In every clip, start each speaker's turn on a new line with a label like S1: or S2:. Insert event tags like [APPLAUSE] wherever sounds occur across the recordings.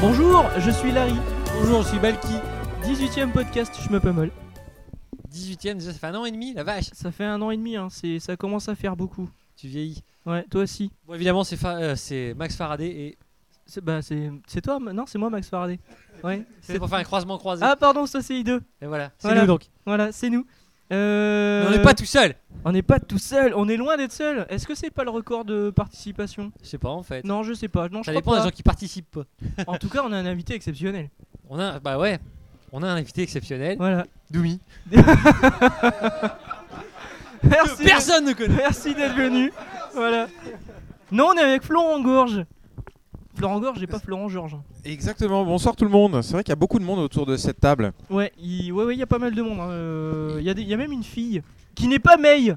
S1: Bonjour, je suis Larry. Bonjour, je suis Balki. 18ème podcast, je me pommel.
S2: 18ème, déjà ça fait un an et demi, la vache,
S1: Ça fait un an et demi, hein, c'est, ça commence à faire beaucoup.
S2: tu vieillis.
S1: Ouais, toi aussi.
S2: Bon, évidemment, c'est Fa- euh, c'est Max Faraday et
S1: C'est, bah, c'est, c'est toi, ma- non, c'est moi, Max Faraday. Ouais.
S2: c'est pour faire un croisement croisé.
S1: Ah, pardon, ça c'est I2.
S2: Et voilà, c'est
S1: voilà.
S2: nous donc.
S1: Voilà, c'est nous.
S2: Mais
S1: Euh,
S2: On n'est pas tout seul.
S1: on n'est pas tout seul, on est loin d'être seul. Est-ce que c'est pas le record de participation
S2: Je sais pas en fait.
S1: Non, je sais pas. Non, je
S2: Ça
S1: crois
S2: dépend des
S1: pas.
S2: gens qui participent. pas.
S1: En tout cas, on a un invité exceptionnel.
S2: [LAUGHS] On a, bah ouais, on a un invité exceptionnel.
S1: Voilà. [LAUGHS]
S2: Doumi.
S1: Merci. d'être-
S2: Personne ne connaît.
S1: Merci d'être venu. Voilà. Non, on est avec Florent Gorge. Florent Gorge et pas Florent Georges.
S3: Exactement, bonsoir tout le monde. C'est vrai qu'il y a beaucoup de monde autour de cette table.
S1: Ouais, il ouais, ouais, il y a pas mal de monde. hein. Euh, Il y, a des- il y a même une fille qui n'est pas May.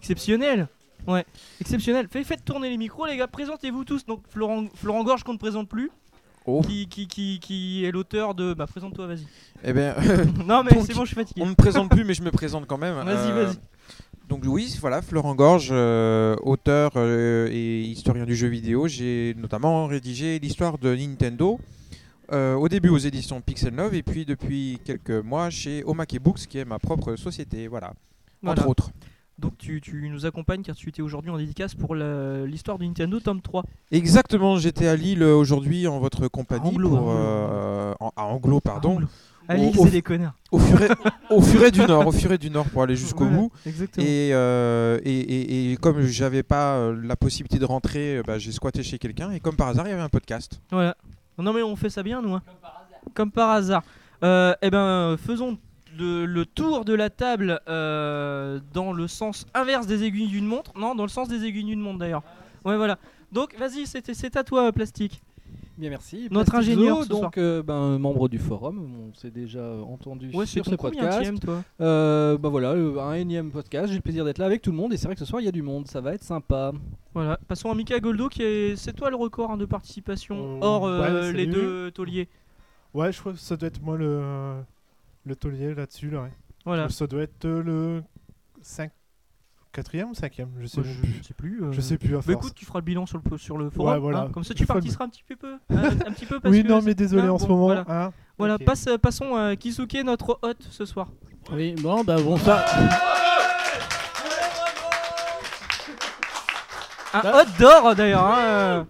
S1: Exceptionnel. Ouais, exceptionnel. Faites, faites tourner les micros, les gars. Présentez-vous tous. Donc, Florent, Florent Gorge, qu'on ne présente plus,
S3: Oh.
S1: qui, qui, qui, qui est l'auteur de. Bah, présente-toi, vas-y.
S3: Eh bien,
S1: [LAUGHS] non, mais
S3: Pour
S1: c'est
S3: qui-
S1: bon, je suis fatigué.
S3: on ne présente plus, mais je me présente quand même.
S1: Vas-y,
S3: Euh,
S1: vas-y.
S3: Donc oui, voilà, Florent Gorge, euh, auteur euh, et historien du jeu vidéo. J'ai notamment rédigé l'histoire de Nintendo. euh, au début aux éditions Pixel 9 et puis depuis quelques mois chez Omake Books qui est ma propre société, voilà,
S1: Voilà.
S3: entre autres.
S1: Donc, tu, tu nous accompagnes car tu étais aujourd'hui en dédicace pour la- l'histoire de Nintendo tome 3.
S3: Exactement, j'étais à Lille euh, aujourd'hui en votre compagnie
S1: Anglo, hein.
S3: pour,
S1: Anglo.
S3: euh, en- à Anglo pardon,
S1: Alix,
S3: Au- au-
S1: c'est des connards.
S3: au furet, au furet du
S1: [LAUGHS]
S3: Nord, au furet du Nord pour aller jusqu'au
S1: Voilà,
S3: bout.
S1: Exactement.
S3: Et, euh, et, et- et comme j'avais pas euh, la possibilité de rentrer, euh, bah, j'ai squatté chez quelqu'un et comme par hasard, il y avait un podcast.
S1: Voilà. Non mais on fait ça bien nous. hein. Comme par hasard. Euh, eh ben faisons le, le tour de la table euh, dans le sens inverse des aiguilles d'une montre. Non, dans le sens des aiguilles d'une montre d'ailleurs.
S4: Ah.
S1: Ouais voilà. Donc vas-y, c'était- c'est à toi euh, plastique.
S4: Bien merci.
S1: Notre
S4: Plastic
S1: ingénieur
S4: Zoo,
S1: ce soir.
S4: donc euh, ben, membre du forum, on s'est déjà euh, entendu
S1: Ouais, c'est
S4: sur
S1: ton
S4: ce podcast.
S1: combienième toi
S4: Euh, ben voilà, euh, un énième podcast. J'ai le plaisir d'être là avec tout le monde et c'est vrai que ce soir il y a du monde, ça va être sympa.
S1: Voilà, passons à Mika Goldo qui est c'est toi le record hein, de participation
S5: Oh,
S1: hors
S5: ouais,
S1: euh, les
S5: salut.
S1: deux tauliers.
S5: Ouais, je crois que ça doit être moi le, le taulier là-dessus. Là, ouais.
S1: Voilà.
S5: Ça doit être euh, le 5... 4 ou 5 je sais
S1: Moi,
S5: même plus.
S1: je sais plus. euh,
S5: Je sais plus à
S1: Bah
S5: force.
S1: écoute, tu feras le bilan sur le sur le forum.
S5: voilà.
S1: hein. Comme ça, tu
S5: Je ferai le-
S1: participeras un petit
S5: [LAUGHS]
S1: peu, peu- un, un petit peu parce
S5: oui,
S1: que
S5: non, mais désolé
S1: Ah,
S5: en ce
S1: bon,
S5: moment.
S1: voilà.
S5: hein.
S1: Voilà,
S5: Ok.
S1: passe- euh, passons à Kisuke, notre hôte ce soir.
S6: Oui, bon, bah bonsoir.
S1: Un
S6: Bah-
S1: hôte d'or d'ailleurs. hein.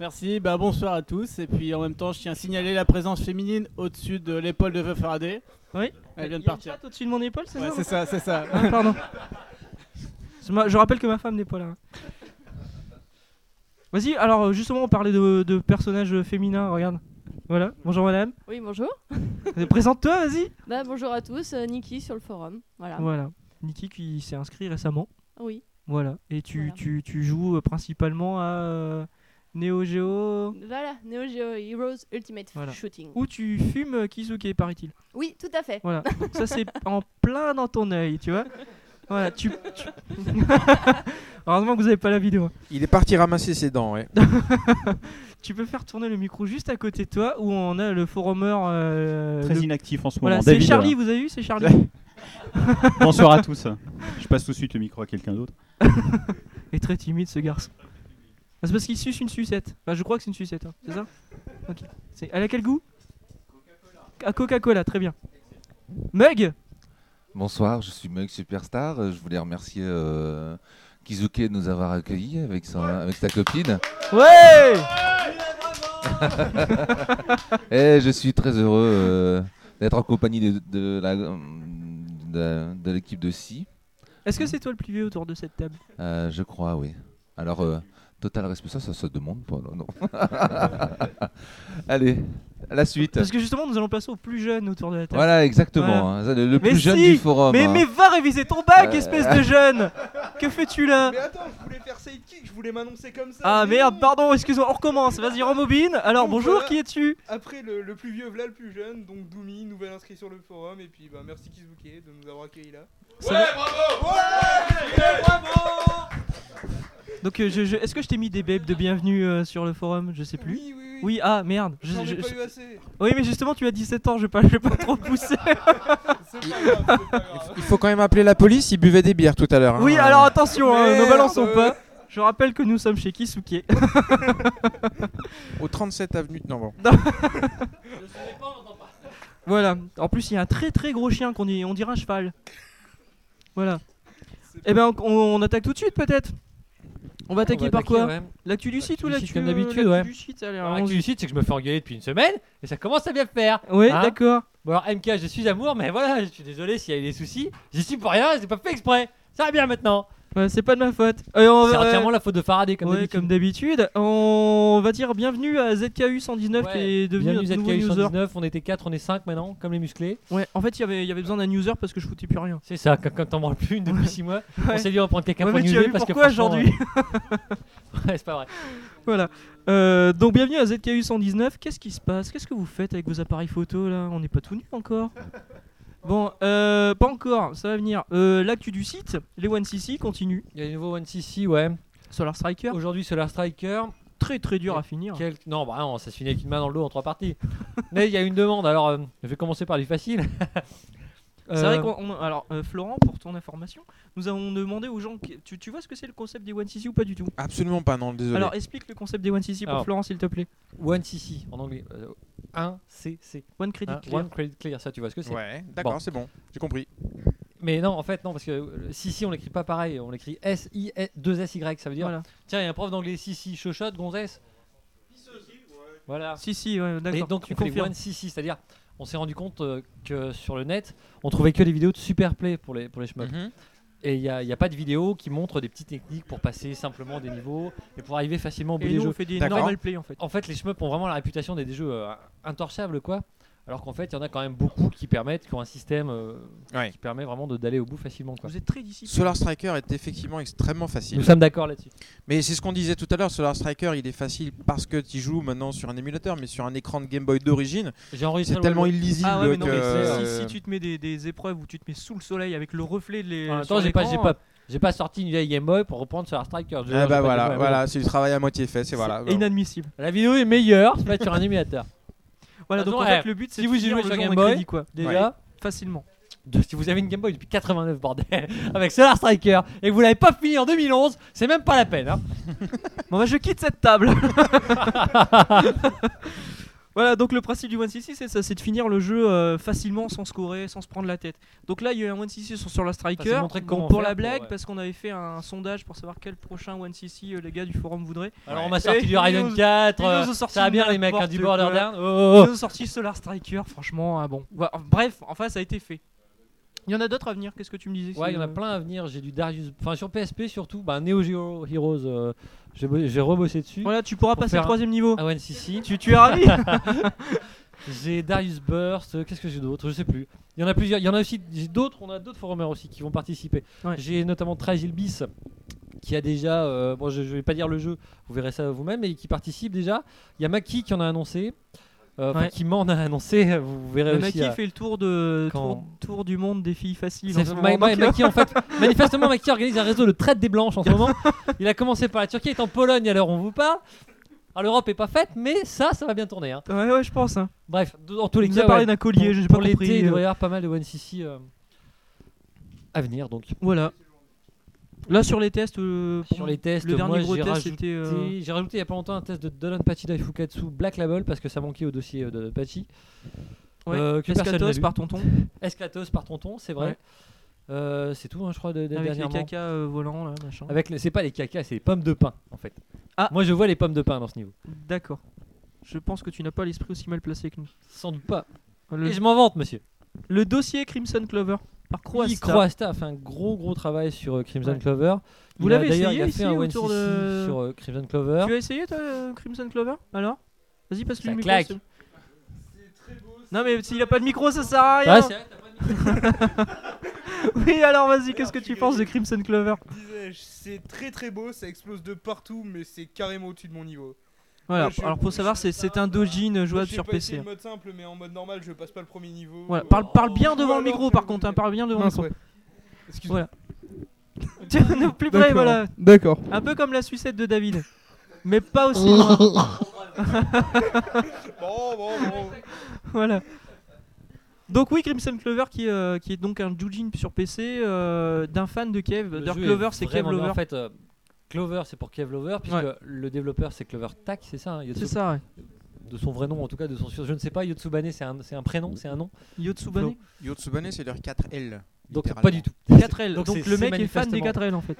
S6: Merci, bah bonsoir à tous. Et puis en même temps, je tiens à signaler la présence féminine au-dessus de l'épaule de Veuve Faraday.
S1: Oui.
S6: Elle vient de
S1: Il y a le
S6: partir.
S1: chat au-dessus de mon épaule, c'est
S6: Ouais,
S1: ça
S6: c'est ça, c'est ça.
S1: Ah, Pardon. Je ma- Je rappelle que ma femme n'est pas là. hein. Vas-y, alors euh, justement, on parlait de, de personnages féminins, regarde. Voilà, bonjour madame.
S7: Oui, bonjour.
S1: Euh, Présente-toi, vas-y.
S7: Bah, bonjour à tous, euh, Niki sur le forum. Voilà.
S1: Voilà, Nikki qui s'est inscrit récemment.
S7: Oui,
S1: Voilà, et tu,
S7: Voilà.
S1: tu, tu joues euh, principalement à euh, Neo Geo,
S7: voilà, Neo Geo Heroes Ultimate
S1: Voilà.
S7: Shooting.
S1: où tu fumes euh, Kizuke, paraît-il.
S7: Oui, tout à fait. [LAUGHS]
S1: Voilà, Donc ça c'est en plein dans ton œil, tu vois. Voilà, tu.
S7: [LAUGHS]
S1: tu- Heureusement que vous n'avez pas la vidéo. hein.
S3: Il est parti ramasser ses dents. ouais.
S1: [LAUGHS] Tu peux faire tourner le micro juste à côté de toi où on a le forumer. euh,
S8: Très
S1: le-
S8: inactif en ce moment.
S1: Voilà, c'est
S8: David,
S1: Charlie, vous avez vu, c'est Charlie.
S8: voilà. [LAUGHS] Bonsoir à tous. Je passe tout de suite le micro à quelqu'un d'autre.
S1: Et très timide ce garçon. Ah, C'est parce qu'il suce une sucette. Enfin, je crois que c'est une sucette, hein, c'est ça Ok. C'est- Elle a quel goût À Coca-Cola, très bien. Mug
S9: Bonsoir, je suis Mug Superstar. Euh, Je voulais remercier euh, Kizuke de nous avoir accueillis avec, sa- avec sa copine.
S1: Ouais [LAUGHS]
S9: Et je suis très heureux euh, d'être en compagnie de, de la- de- de l'équipe de Si,
S1: Est-ce que c'est toi le plus vieux autour de cette table
S9: Euh, je crois, oui. Alors, euh, total respect, ça, ça se demande pas, non, non. [LAUGHS] Allez, à la suite.
S1: Parce que justement, nous allons passer au plus jeune autour de la table.
S9: Voilà, exactement. hein. Ça, le, le
S1: Mais
S9: plus jeune
S1: si,
S9: du forum.
S1: Mais,
S9: hein.
S1: mais va réviser ton bac,
S9: Euh.
S1: espèce de jeune Que fais-tu là
S10: attends, je voulais faire sidekick, je voulais m'annoncer comme ça.
S1: Ah
S10: mais
S1: merde,
S10: non.
S1: pardon, excuse-moi, on recommence, vas-y, rembobine. Alors
S10: Donc
S1: bonjour,
S10: voilà.
S1: qui es-tu
S10: Après le, le plus vieux, voilà le plus jeune, donc Doumi, nouvel inscrit sur le forum, et puis bah merci Kizuke de nous avoir accueillis là.
S1: Ça va
S10: bravo Ouais, bravo
S1: Donc euh, je, je- est-ce que je t'ai mis des babes de bienvenue euh, sur le forum Je sais plus.
S10: Oui, oui, oui.
S1: Oui, ah merde. je-
S10: J'en ai
S1: je-
S10: pas
S1: je-
S10: eu assez.
S1: Oui, mais justement, tu as 17 ans, je vais pas, je vais pas
S10: [LAUGHS]
S1: trop pousser.
S10: C'est pas grave, c'est pas grave.
S3: Il faut quand même appeler la police, il buvait des bières tout à l'heure. hein. euh,
S1: Oui, alors attention, hein, nos
S10: Merde.
S1: balances sont pas. Je rappelle que nous sommes chez Kisuke.
S3: Au 37 avenue de Nanvan. [LAUGHS]
S1: [LAUGHS] Voilà. En plus, il y a un très très gros chien qu'on dit, on dirait un cheval. Voilà. Eh ben, on, on attaque tout de suite peut-être. On va attaquer
S2: Ah, va
S1: par
S2: attaquer,
S1: quoi
S2: ouais.
S1: L'actu du site ou
S2: du
S1: l'actu
S2: site comme d'habitude,
S1: l'actu
S2: ouais.
S1: du site, allez,
S2: Alors,
S1: allons-y.
S2: l'actu du site, c'est que je me fais engueuler depuis une semaine et ça commence à bien faire.
S1: Ouais,
S2: Hein
S1: d'accord.
S2: Bon, alors, MK, je suis amour, mais voilà, je suis désolé s'il y a eu des soucis. J'y suis pour rien, c'est pas fait exprès. Ça va bien maintenant.
S1: Ouais, c'est pas de ma faute. Euh, on
S2: C'est
S1: va-
S2: entièrement la faute de Faraday, comme
S1: Ouais,
S2: d'habitude.
S1: comme d'habitude. On va dire bienvenue à ZKU 119 qui
S2: Ouais,
S1: est devenu
S2: Bienvenue
S1: notre nouveau
S2: ZKU
S1: user.
S2: 119, on était 4, on est 5 maintenant, comme les musclés.
S1: Ouais, en fait, il y avait- il y avait besoin d'un user parce que je foutais plus rien.
S2: C'est ça, quand, quand t'en branles plus une depuis 6 mois, on
S1: [LAUGHS] Ouais.
S2: s'est dit on va prendre quelqu'un
S1: Ouais,
S2: pour
S1: mais
S2: nous
S1: tu as
S2: aider
S1: vu
S2: parce que
S1: pourquoi
S2: franchement,
S1: aujourd'hui
S2: euh, [LAUGHS] ouais, c'est pas vrai.
S1: [LAUGHS] Voilà. Euh, donc bienvenue à ZKU 119. Qu'est-ce qui se passe Qu'est-ce que vous faites avec vos appareils photo là On n'est pas tout nus encore. Bon, euh, pas encore, ça va venir. Euh, L'actu du site, les 1cc continue.
S2: Il y a les nouveaux 1cc, ouais.
S1: Solar Striker,
S2: Aujourd'hui, Solar Striker.
S1: très très dur à finir.
S2: quel- Non, bah non, ça se finit avec une main dans le dos en trois parties. [LAUGHS] Mais il y a une demande, alors euh, je vais commencer par du facile. [LAUGHS]
S1: C'est vrai
S2: Euh,
S1: qu'on. on- Alors, euh, Florent, pour ton information, nous avons demandé aux gens. qui- Tu, tu vois ce que c'est le concept des 1cc ou pas du tout
S3: Absolument pas, non, désolé.
S1: Alors, explique le concept des 1cc pour
S2: Alors.
S1: Florent, s'il te plaît.
S2: One CC en anglais. euh, 1 CC.
S1: One Credit
S2: Hein,
S1: Clear.
S2: One Credit Clear, ça tu vois ce que c'est.
S3: ouais, d'accord, c'est bon, j'ai compris.
S2: Mais non, en fait, non, parce que euh, CC on l'écrit pas pareil, on l'écrit S-I-2-S-Y, ça veut dire.
S1: Voilà.
S2: Tiens, il y a un prof d'anglais CC, chochotte, gonzesse. Voilà.
S1: Si, si, ouais,
S2: Et
S1: d'accord.
S2: donc
S1: tu
S2: on fait les
S1: confirmes.
S2: One CC, c'est-à-dire on s'est rendu compte euh, que sur le net, on trouvait que des vidéos de super play pour les, pour les schmucks.
S3: Mhm.
S2: Et il n'y a, il y a pas de vidéo qui montre des petites techniques pour passer simplement des niveaux et pour arriver facilement au bout
S1: Et
S2: des
S1: nous, on
S2: jeux.
S1: fait des
S3: D'accord.
S1: normal play en fait.
S2: En fait, les shmups ont vraiment la réputation d'être des jeux euh, intorchables, quoi. Alors qu'en fait, il y en a quand même beaucoup qui permettent, qui ont un système euh,
S3: Ouais.
S2: qui permet vraiment de- d'aller au bout facilement, quoi.
S1: Vous êtes très disciplinés.
S3: Solar Striker est effectivement extrêmement facile.
S2: Nous sommes d'accord là-dessus.
S3: Mais c'est ce qu'on disait tout à l'heure, Solar Striker, il est facile parce que tu joues maintenant sur un émulateur, mais sur un écran de Game Boy d'origine,
S2: J'ai enregistré
S3: c'est
S2: le
S3: tellement
S2: Wild
S3: illisible
S1: Ah ouais, mais non,
S3: que...
S1: mais
S2: c'est-
S1: si,
S3: euh,
S1: si tu te mets des, des épreuves où tu te mets sous le soleil avec le reflet de les.
S2: Wild. En même
S1: sur
S2: temps, j'ai pas, j'ai
S1: l'écran,
S2: pas, j'ai pas sorti une vieille Game Boy pour reprendre sur Striker.
S3: Ah
S2: Je- j'ai pas
S3: bah
S2: de Game
S3: voilà,
S2: Boy.
S3: voilà, c'est du travail à moitié fait, c'est voilà.
S1: c'est inadmissible.
S2: La vidéo est meilleure, c'est
S1: [LAUGHS]
S2: pas sur un émulateur.
S1: Voilà,
S2: De toute
S1: donc en
S2: façon,
S1: fait,
S2: eh,
S1: le but c'est
S2: si
S1: de
S2: vous y
S1: finir
S2: jouez
S1: le
S2: sur
S1: jeu
S2: Game
S1: en
S2: Boy,
S1: crédit, quoi.
S2: Déjà,
S1: Facilement.
S2: de- si vous avez une Game Boy depuis 89 bordel, [LAUGHS] avec Solar Striker et que vous l'avez pas fini en 2011, c'est même pas la peine. hein.
S1: [LAUGHS] Bon bah je quitte cette
S2: [LAUGHS]
S1: table. [LAUGHS] voilà, donc le principe du 1cc c'est ça, c'est de finir le jeu euh, facilement sans scorer, sans se prendre la tête. Donc là il y a eu un 1cc sur, sur la Striker.
S2: Enfin, c'est montrer
S1: Bon,
S2: comment
S1: pour
S2: faire
S1: la
S2: pour,
S1: blague,
S2: ouais.
S1: parce qu'on avait fait un sondage pour savoir quel prochain 1cc euh, les gars du forum voudraient.
S2: Alors
S3: Ouais.
S2: on m'a sorti
S1: Et
S2: du
S1: ils
S2: Raiden
S1: nous-
S2: 4,
S1: ils nous
S2: euh,
S1: ont sorti
S2: ça va bien les mecs hein,
S1: n'importe
S2: du
S1: quoi.
S2: Borderlands. Oh, oh,
S1: Ils ont sorti Solar Striker, franchement, ah bon. Ouais, Bref, enfin ça a été fait. Il y en a d'autres à venir, qu'est-ce que tu me disais
S2: oh. Ouais, il y en a
S1: c'est-
S2: plein à venir. J'ai du Darius, enfin sur PSP surtout, bah Neo Geo Heroes, euh, j'ai bo- j'ai rebossé dessus.
S1: Voilà, tu pourras
S2: Pour
S1: passer
S2: faire
S1: le
S2: un-
S1: troisième niveau.
S2: Ah ouais, si si.
S1: Tu, tu es ravi
S2: [LAUGHS] J'ai Darius Burst, euh, qu'est-ce que j'ai d'autre Je sais plus. Il y en a plusieurs, il y en a aussi j'ai d'autres, on a d'autres forumers aussi qui vont participer.
S1: Ouais.
S2: J'ai notamment Tragil Bis qui a déjà euh, bon je, je vais pas dire le jeu, vous verrez ça vous-même mais qui participe déjà. Il y a Maki qui en a annoncé euh, enfin,
S1: Ouais.
S2: qui m'en a annoncé, [LAUGHS] vous verrez
S1: Le
S2: aussi.
S1: mec qui
S2: à-
S1: fait le tour, de,
S2: Quand-
S1: euh, tour, tour du monde des filles faciles. en
S2: C'est
S1: ce
S2: Ma-
S1: moment,
S2: Ma-
S1: donc,
S2: Maki,
S1: [LAUGHS]
S2: en fait, manifestement, Maki organise un réseau de traite des blanches en ce moment. Il a commencé par la Turquie, il est en Pologne à l'heure où on vous parle. Alors l'Europe est pas faite, mais ça, ça va bien tourner. hein.
S1: Ouais, ouais, je pense. hein.
S2: Bref, d- dans tous les
S1: Il nous
S2: cas,
S1: a parlé
S2: ouais,
S1: d'un collier,
S2: pour-
S1: j'ai
S2: pour
S1: pas
S2: l'été,
S1: compris,
S2: Il
S1: euh.
S2: devrait y avoir pas mal de One CC euh, à venir. Donc
S1: Voilà. Là, sur les tests, euh,
S2: sur
S1: pour-
S2: les tests,
S1: le
S2: moi
S1: dernier gros
S2: j'ai
S1: test,
S2: rajouté,
S1: c'était. euh,
S2: j'ai rajouté il y a pas longtemps un test de Dolan Pachi Daifukatsu Black Label parce que ça manquait au dossier euh, de Pachi.
S1: ouais,
S2: euh, que personne n'a
S1: Pescatos
S2: lu.
S1: par tonton,
S2: Escratos par Tonton, c'est vrai.
S1: Ouais.
S2: Euh, c'est tout, hein, je crois, de, de-
S1: avec les
S2: dernièrement.
S1: caca euh, volants, là, machin.
S2: Avec le- c'est pas les caca, c'est les pommes de pain en fait.
S1: Ah.
S2: Moi je vois les pommes de pain dans ce niveau.
S1: D'accord. Je pense que tu n'as pas l'esprit aussi mal placé que nous.
S2: Sans doute pas.
S1: Le,
S2: Et je m'en vante monsieur.
S1: le dossier Crimson Clover par
S2: Oui,
S1: Croasta.
S2: Croasta a fait un gros gros travail sur euh, Crimson
S1: Ouais.
S2: Clover. Il
S1: Vous
S2: a-
S1: l'avez
S2: d'ailleurs,
S1: essayé
S2: il a fait
S1: ici
S2: un
S1: autour
S2: 1cc
S1: de-
S2: sur euh, Crimson Clover.
S1: Tu as essayé toi euh, Crimson Clover Alors Vas-y, passe
S2: Ça
S1: le micro.
S2: claque.
S1: s'il- Non, mais s'il a pas de micro, ça sert à
S2: Ouais,
S1: rien.
S2: Bah, c'est vrai, t'as pas de-
S1: [LAUGHS] oui, alors vas-y, qu'est-ce que
S10: Alors,
S1: tu
S10: tu
S1: penses de
S10: gagnes.
S1: Crimson Clover
S10: Disais-je, c'est très très beau, ça explose de partout, mais c'est carrément au-dessus de mon niveau.
S1: Voilà,
S10: Moi, je-
S1: alors faut savoir, c'est- c'est un dojin euh,
S10: Moi,
S1: jouable
S10: j'ai
S1: sur
S10: pas
S1: PC.
S10: essayé le mode simple, mais en mode normal, je passe pas le premier niveau.
S1: Voilà,
S10: Euh,
S1: parle, parle bien
S10: ou
S1: devant le
S10: alors
S1: micro
S10: je
S1: par
S10: vous
S1: contre, hein,
S10: mets-
S1: parle bien devant le
S10: Mince,
S1: micro.
S10: ouais. Excuse-moi.
S1: Voilà. [LAUGHS] Tiens, nous, plus près,
S5: D'accord.
S1: voilà.
S5: D'accord.
S1: Un peu comme la sucette de David. Mais pas aussi loin. [LAUGHS]
S10: Bon, bon, bon.
S1: voilà. Donc oui, Crimson Clover qui, euh, qui est donc un doujin sur PC euh, d'un fan de Kev.
S2: Le
S1: Dark
S2: jeu est
S1: Clover, c'est Kev
S2: vraiment bien.
S1: Lover.
S2: En fait, euh, Clover, c'est pour Kev Lover, puisque
S1: Ouais.
S2: le développeur c'est Clover Tac, c'est ça hein, Yotsu-
S1: C'est ça, ouais.
S2: De son vrai nom, en tout cas, de son je ne sais pas. Yotsubane, c'est un, c'est un prénom, c'est un nom.
S1: Yotsubane
S3: Yotsubane, c'est leur 4L.
S2: Donc
S3: littéralement.
S2: pas du tout.
S1: [LAUGHS] 4L. Donc,
S2: Donc, c'est-
S1: le
S2: c'est
S1: mec est fan des
S2: manifestement-
S1: 4L en
S2: [LAUGHS]
S1: fait.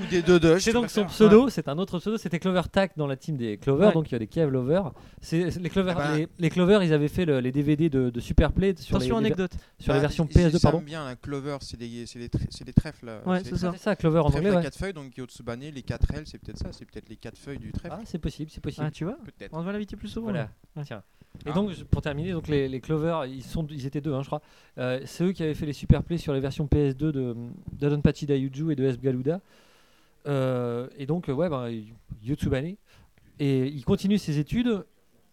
S3: Ou des deux doches.
S2: C'est donc son pseudo, c'est un autre pseudo, c'était Clover Tac dans la team des Clover,
S1: Ouais.
S2: donc il y a des Kev Lover. C'est, c'est- les, Clover,
S3: Eh ben-
S2: les, les Clover, ils avaient fait le- les DVD de, de Super Play sur, les,
S1: Attention
S2: les-
S1: anecdote.
S2: sur les
S3: Bah,
S2: versions
S3: ils- ils
S2: PS2,
S3: savent
S2: pardon.
S3: bien, la Clover, c'est des, c'est des, tr- c'est des trèfles. là.
S1: Ouais,
S3: des
S1: c'est ça.
S3: trèfles.
S2: C'est ça, Clover en
S3: Trèfle
S2: anglais,
S3: à
S2: ouais.
S3: quatre feuilles, donc Yotsubane, les 4L, c'est peut-être ça, c'est peut-être les 4 feuilles du trèfle.
S2: Ah, c'est possible, c'est possible.
S1: Ah, tu vois
S3: Peut-être.
S1: On va l'inviter plus souvent.
S2: Voilà.
S1: là. Ouais.
S2: Tiens. Hein Et
S3: Ah.
S2: donc, je- pour terminer, donc les, les Clover, ils, sont, ils étaient deux, hein, je crois. Euh, c'est eux qui avaient fait les super plays sur les versions PS2 de d'Adonpachi Dayuju et de S. Galuda. Euh, et donc, euh, ouais, ben, Yotsubane. Et il continue ses études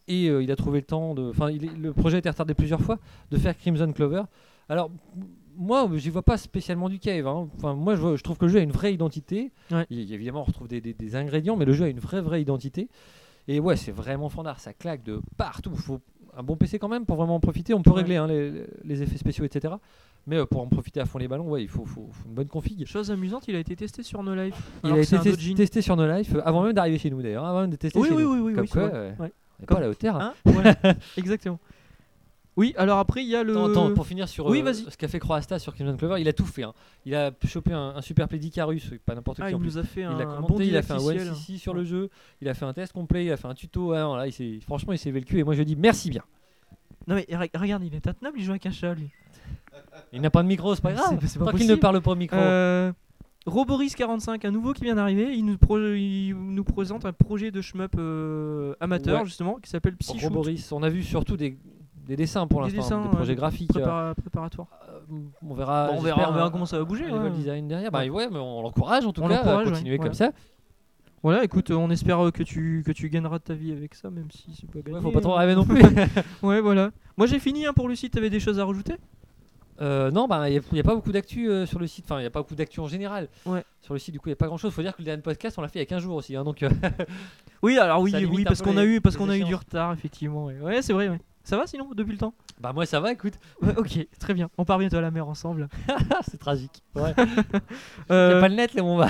S2: et euh, il a trouvé le temps de. Enfin, il est- le projet a été retardé plusieurs fois de faire Crimson Clover. Alors, m- moi, j'y vois pas spécialement du cave. hein. Enfin, moi, je, vois- je trouve que le jeu a une vraie identité.
S1: Ouais.
S2: Il- évidemment, on retrouve des, des- des ingrédients, mais le jeu a une vraie, vraie identité. Et ouais, c'est vraiment fandard, ça claque de partout. Faut un bon PC quand même pour vraiment en profiter. On peut
S1: Ouais.
S2: régler hein, les, les effets spéciaux, etc. Mais euh, pour en profiter à fond les ballons, ouais, il faut, faut- faut une bonne config.
S1: Chose amusante, il a été testé sur No Life.
S2: Il
S1: alors
S2: a
S1: que c'est
S2: été
S1: un
S2: tes-
S1: Dojin.
S2: testé sur No Life euh, avant même d'arriver chez nous d'ailleurs, avant même de tester
S1: Oui,
S2: chez
S1: oui,
S2: nous.
S1: oui, oui,
S2: Comme
S1: oui, c'est
S2: quoi,
S1: vrai.
S2: euh,
S1: Ouais.
S2: on est
S1: Comme-
S2: pas à la hauteur.
S1: Hein Voilà. [LAUGHS] Exactement. Oui, alors après, il y a le.
S2: Attends, attends, pour finir sur
S1: Oui,
S2: euh,
S1: vas-y.
S2: ce qu'a fait Croasta sur Crimson Clover, il a tout fait. hein. Il a chopé un, un super play d'Icarus, pas n'importe
S1: Ah,
S2: qui
S1: il
S2: en plus.
S1: nous a fait un.
S2: Il a commenté,
S1: bon
S2: il a fait un
S1: officiel. hein.
S2: OneCC sur le jeu, il a fait un test complet, il a fait un tuto. hein, voilà, il s'est- franchement, il s'est levé le cul et moi je dis merci bien.
S1: Non, mais re- regarde, il est intenable, il joue avec un chat, lui.
S2: Il n'a pas de micro, c'est pas
S1: Mais
S2: grave.
S1: c'est- c'est pas
S2: Tant qu'il ne
S1: possible.
S2: parle pas au micro.
S1: Euh, Roboris45, un nouveau qui vient d'arriver, il, nous pro- il nous présente un projet de shmup euh, amateur,
S2: Ouais.
S1: justement, qui s'appelle Psy
S2: Roboris, on a vu surtout des, des dessins pour
S1: Des
S2: l'instant,
S1: dessins,
S2: des
S1: ouais.
S2: projets graphiques.
S1: Prépara- préparatoire.
S2: Euh, on verra,
S1: Bon, on
S2: j'espère, euh,
S1: verra- on verra
S2: un-
S1: comment ça va bouger,
S2: un level
S1: ouais.
S2: design derrière. Bah, ouais, mais on l'encourage en tout
S1: On
S2: cas à
S1: l'encourage, ouais,
S2: continuer comme
S1: voilà.
S2: ça.
S1: Voilà, écoute, euh, on espère euh, que tu, que tu gagneras ta vie avec ça, même si c'est pas gagné.
S2: Ouais, faut pas trop
S1: hein. [LAUGHS]
S2: rêver non plus.
S1: Ouais, voilà. Moi j'ai fini hein, pour Lucie, t'avais des choses à rajouter
S2: Euh, non, bah, il n'y a, pas beaucoup d'actu euh, sur le site. Enfin, il n'y a pas beaucoup d'actu en général.
S1: Ouais.
S2: Sur le site, du coup, il n'y a pas grand chose. Faut dire que le dernier podcast, on l'a fait il y a 15 jours aussi. hein, donc, euh,
S1: [LAUGHS] Oui, alors oui,
S2: Ça limite
S1: oui
S2: un
S1: parce
S2: peu
S1: qu'on a
S2: les-
S1: eu, parce
S2: les
S1: qu'on a eu du
S2: échéances.
S1: retard, effectivement. Ouais, Ouais, c'est vrai, ouais. Ça va sinon, depuis le temps
S2: bah, moi, ça va, écoute.
S1: Ouais, Ok, très bien. On part bientôt à la mer ensemble.
S2: Ah, [LAUGHS] c'est tragique. Ouais. Il n'y
S1: Euh,
S2: a pas de net, là, où on va.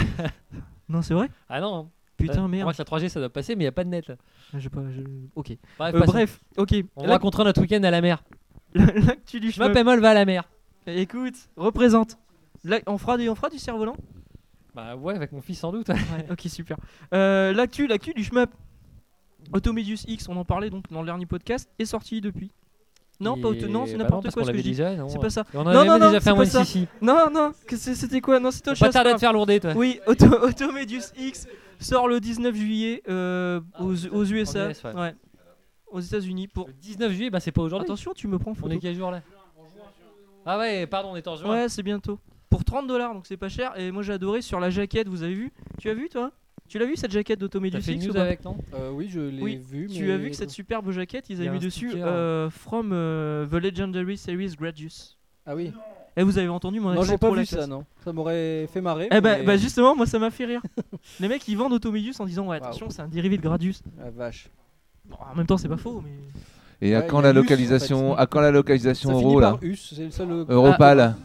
S1: Non, c'est vrai
S2: Ah non.
S1: Putain,
S2: Moi,
S1: merde.
S2: la 3G, ça doit passer, mais il n'y a pas de net. là.
S1: J'ai pas- je- Ok.
S2: Bref,
S1: Euh,
S2: passons.
S1: bref, ok.
S2: on va contre notre week-end à
S1: [LAUGHS]
S2: la mer.
S1: L'actu du
S2: Je
S1: chemin.
S2: m'appelle va à la mer.
S1: Écoute, représente. Là, on fera des, on fera du cerf-volant.
S2: Bah, ouais, avec mon fils, sans doute. [LAUGHS]
S1: ok, super. Euh, l'actu, l'actu du shmup. Automedius X, on en parlait donc dans le dernier podcast, est sorti depuis. Non, pas auto-
S2: Et-
S1: non, c'est
S2: bah
S1: n'importe
S2: parce
S1: quoi
S2: qu'on
S1: ce que
S2: l'avait
S1: je dis.
S2: déjà, non,
S1: C'est pas ça.
S2: Et on en
S1: Non,
S2: avait
S1: non,
S2: même
S1: non,
S2: déjà
S1: c'est
S2: fait un
S1: pas
S2: one
S1: ça.
S2: CC.
S1: Non, non, que c'est- c'était quoi Non, c'est toi,
S2: Faut Pas
S1: Chaspa.
S2: tarder à te faire lourder, toi.
S1: Oui, Auto- Automedius X sort le 19 juillet euh, aux, aux USA,
S2: US, ouais.
S1: ouais. aux États-Unis pour.
S2: Le 19 juillet, bah, c'est pas aujourd'hui.
S1: Attention, tu me prends en
S2: On
S1: photo.
S2: est quel jour là Ah ouais, pardon, on est en juin.
S1: Ouais, c'est bientôt. Pour 30 dollars, donc c'est pas cher. Et moi j'ai adoré sur la jaquette, vous avez vu Tu as vu toi Tu l'as vu cette jaquette
S2: T'as
S1: d'Automedius
S2: fait une
S1: X ou
S2: news
S1: pas
S2: avec, non
S4: Euh, oui, je l'ai
S1: Oui,
S4: vu.
S1: Tu
S4: mais-
S1: as vu que cette superbe jaquette, ils
S2: Il y a
S1: avaient mis
S2: un
S1: dessus
S2: sticker. hein.
S1: euh, From euh, the Legendary Series Gradius.
S4: Ah oui.
S1: Et vous avez entendu mon
S4: Non,
S1: accent
S4: j'ai pas
S1: trop la
S4: vu ça,
S1: classe.
S4: non. Ça m'aurait fait marrer.
S1: Eh ben,
S4: mais-
S1: bah justement, moi ça m'a fait
S2: [LAUGHS]
S1: rire. Les mecs ils vendent Automedius en disant ouais attention c'est un dérivé de Gradius.
S4: Ah, vache.
S1: Bon, en même temps c'est pas faux mais.
S9: Et à
S4: Ouais,
S9: quand
S4: il y
S9: la
S4: a Us, en fait.
S9: localisation À quand la localisation
S4: Ça finit
S9: euro là
S4: par us, c'est le seul. euh,
S9: Europal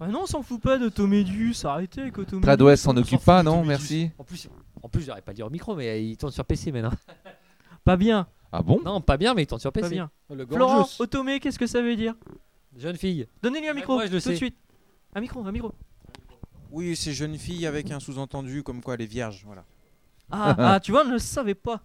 S1: Ah non on s'en fout pas d'Automedius, arrêtez avec Automedius.
S9: Tradwest s'en
S2: s'en
S9: occupe
S2: fout
S9: pas,
S2: de
S9: non
S2: Tobias.
S9: Merci.
S2: En plus, en plus j'aurais pas dit au micro, mais il tourne sur PC maintenant.
S1: [LAUGHS] Pas bien,
S9: Ah bon
S2: Non, pas bien, mais il tourne sur
S1: pas
S2: PC.
S1: bien.
S4: Le Gorgeous.
S1: Florent, Automé, qu'est-ce que ça veut dire
S2: Jeune fille.
S1: Donnez-lui un
S2: Ouais,
S1: micro
S2: moi, je le
S1: tout de
S2: sais.
S1: suite. Un micro, un micro.
S3: Oui, c'est jeune fille avec un sous-entendu comme quoi elle est vierge. Voilà.
S1: Ah,
S3: [LAUGHS]
S1: ah, tu vois, on ne le savait pas.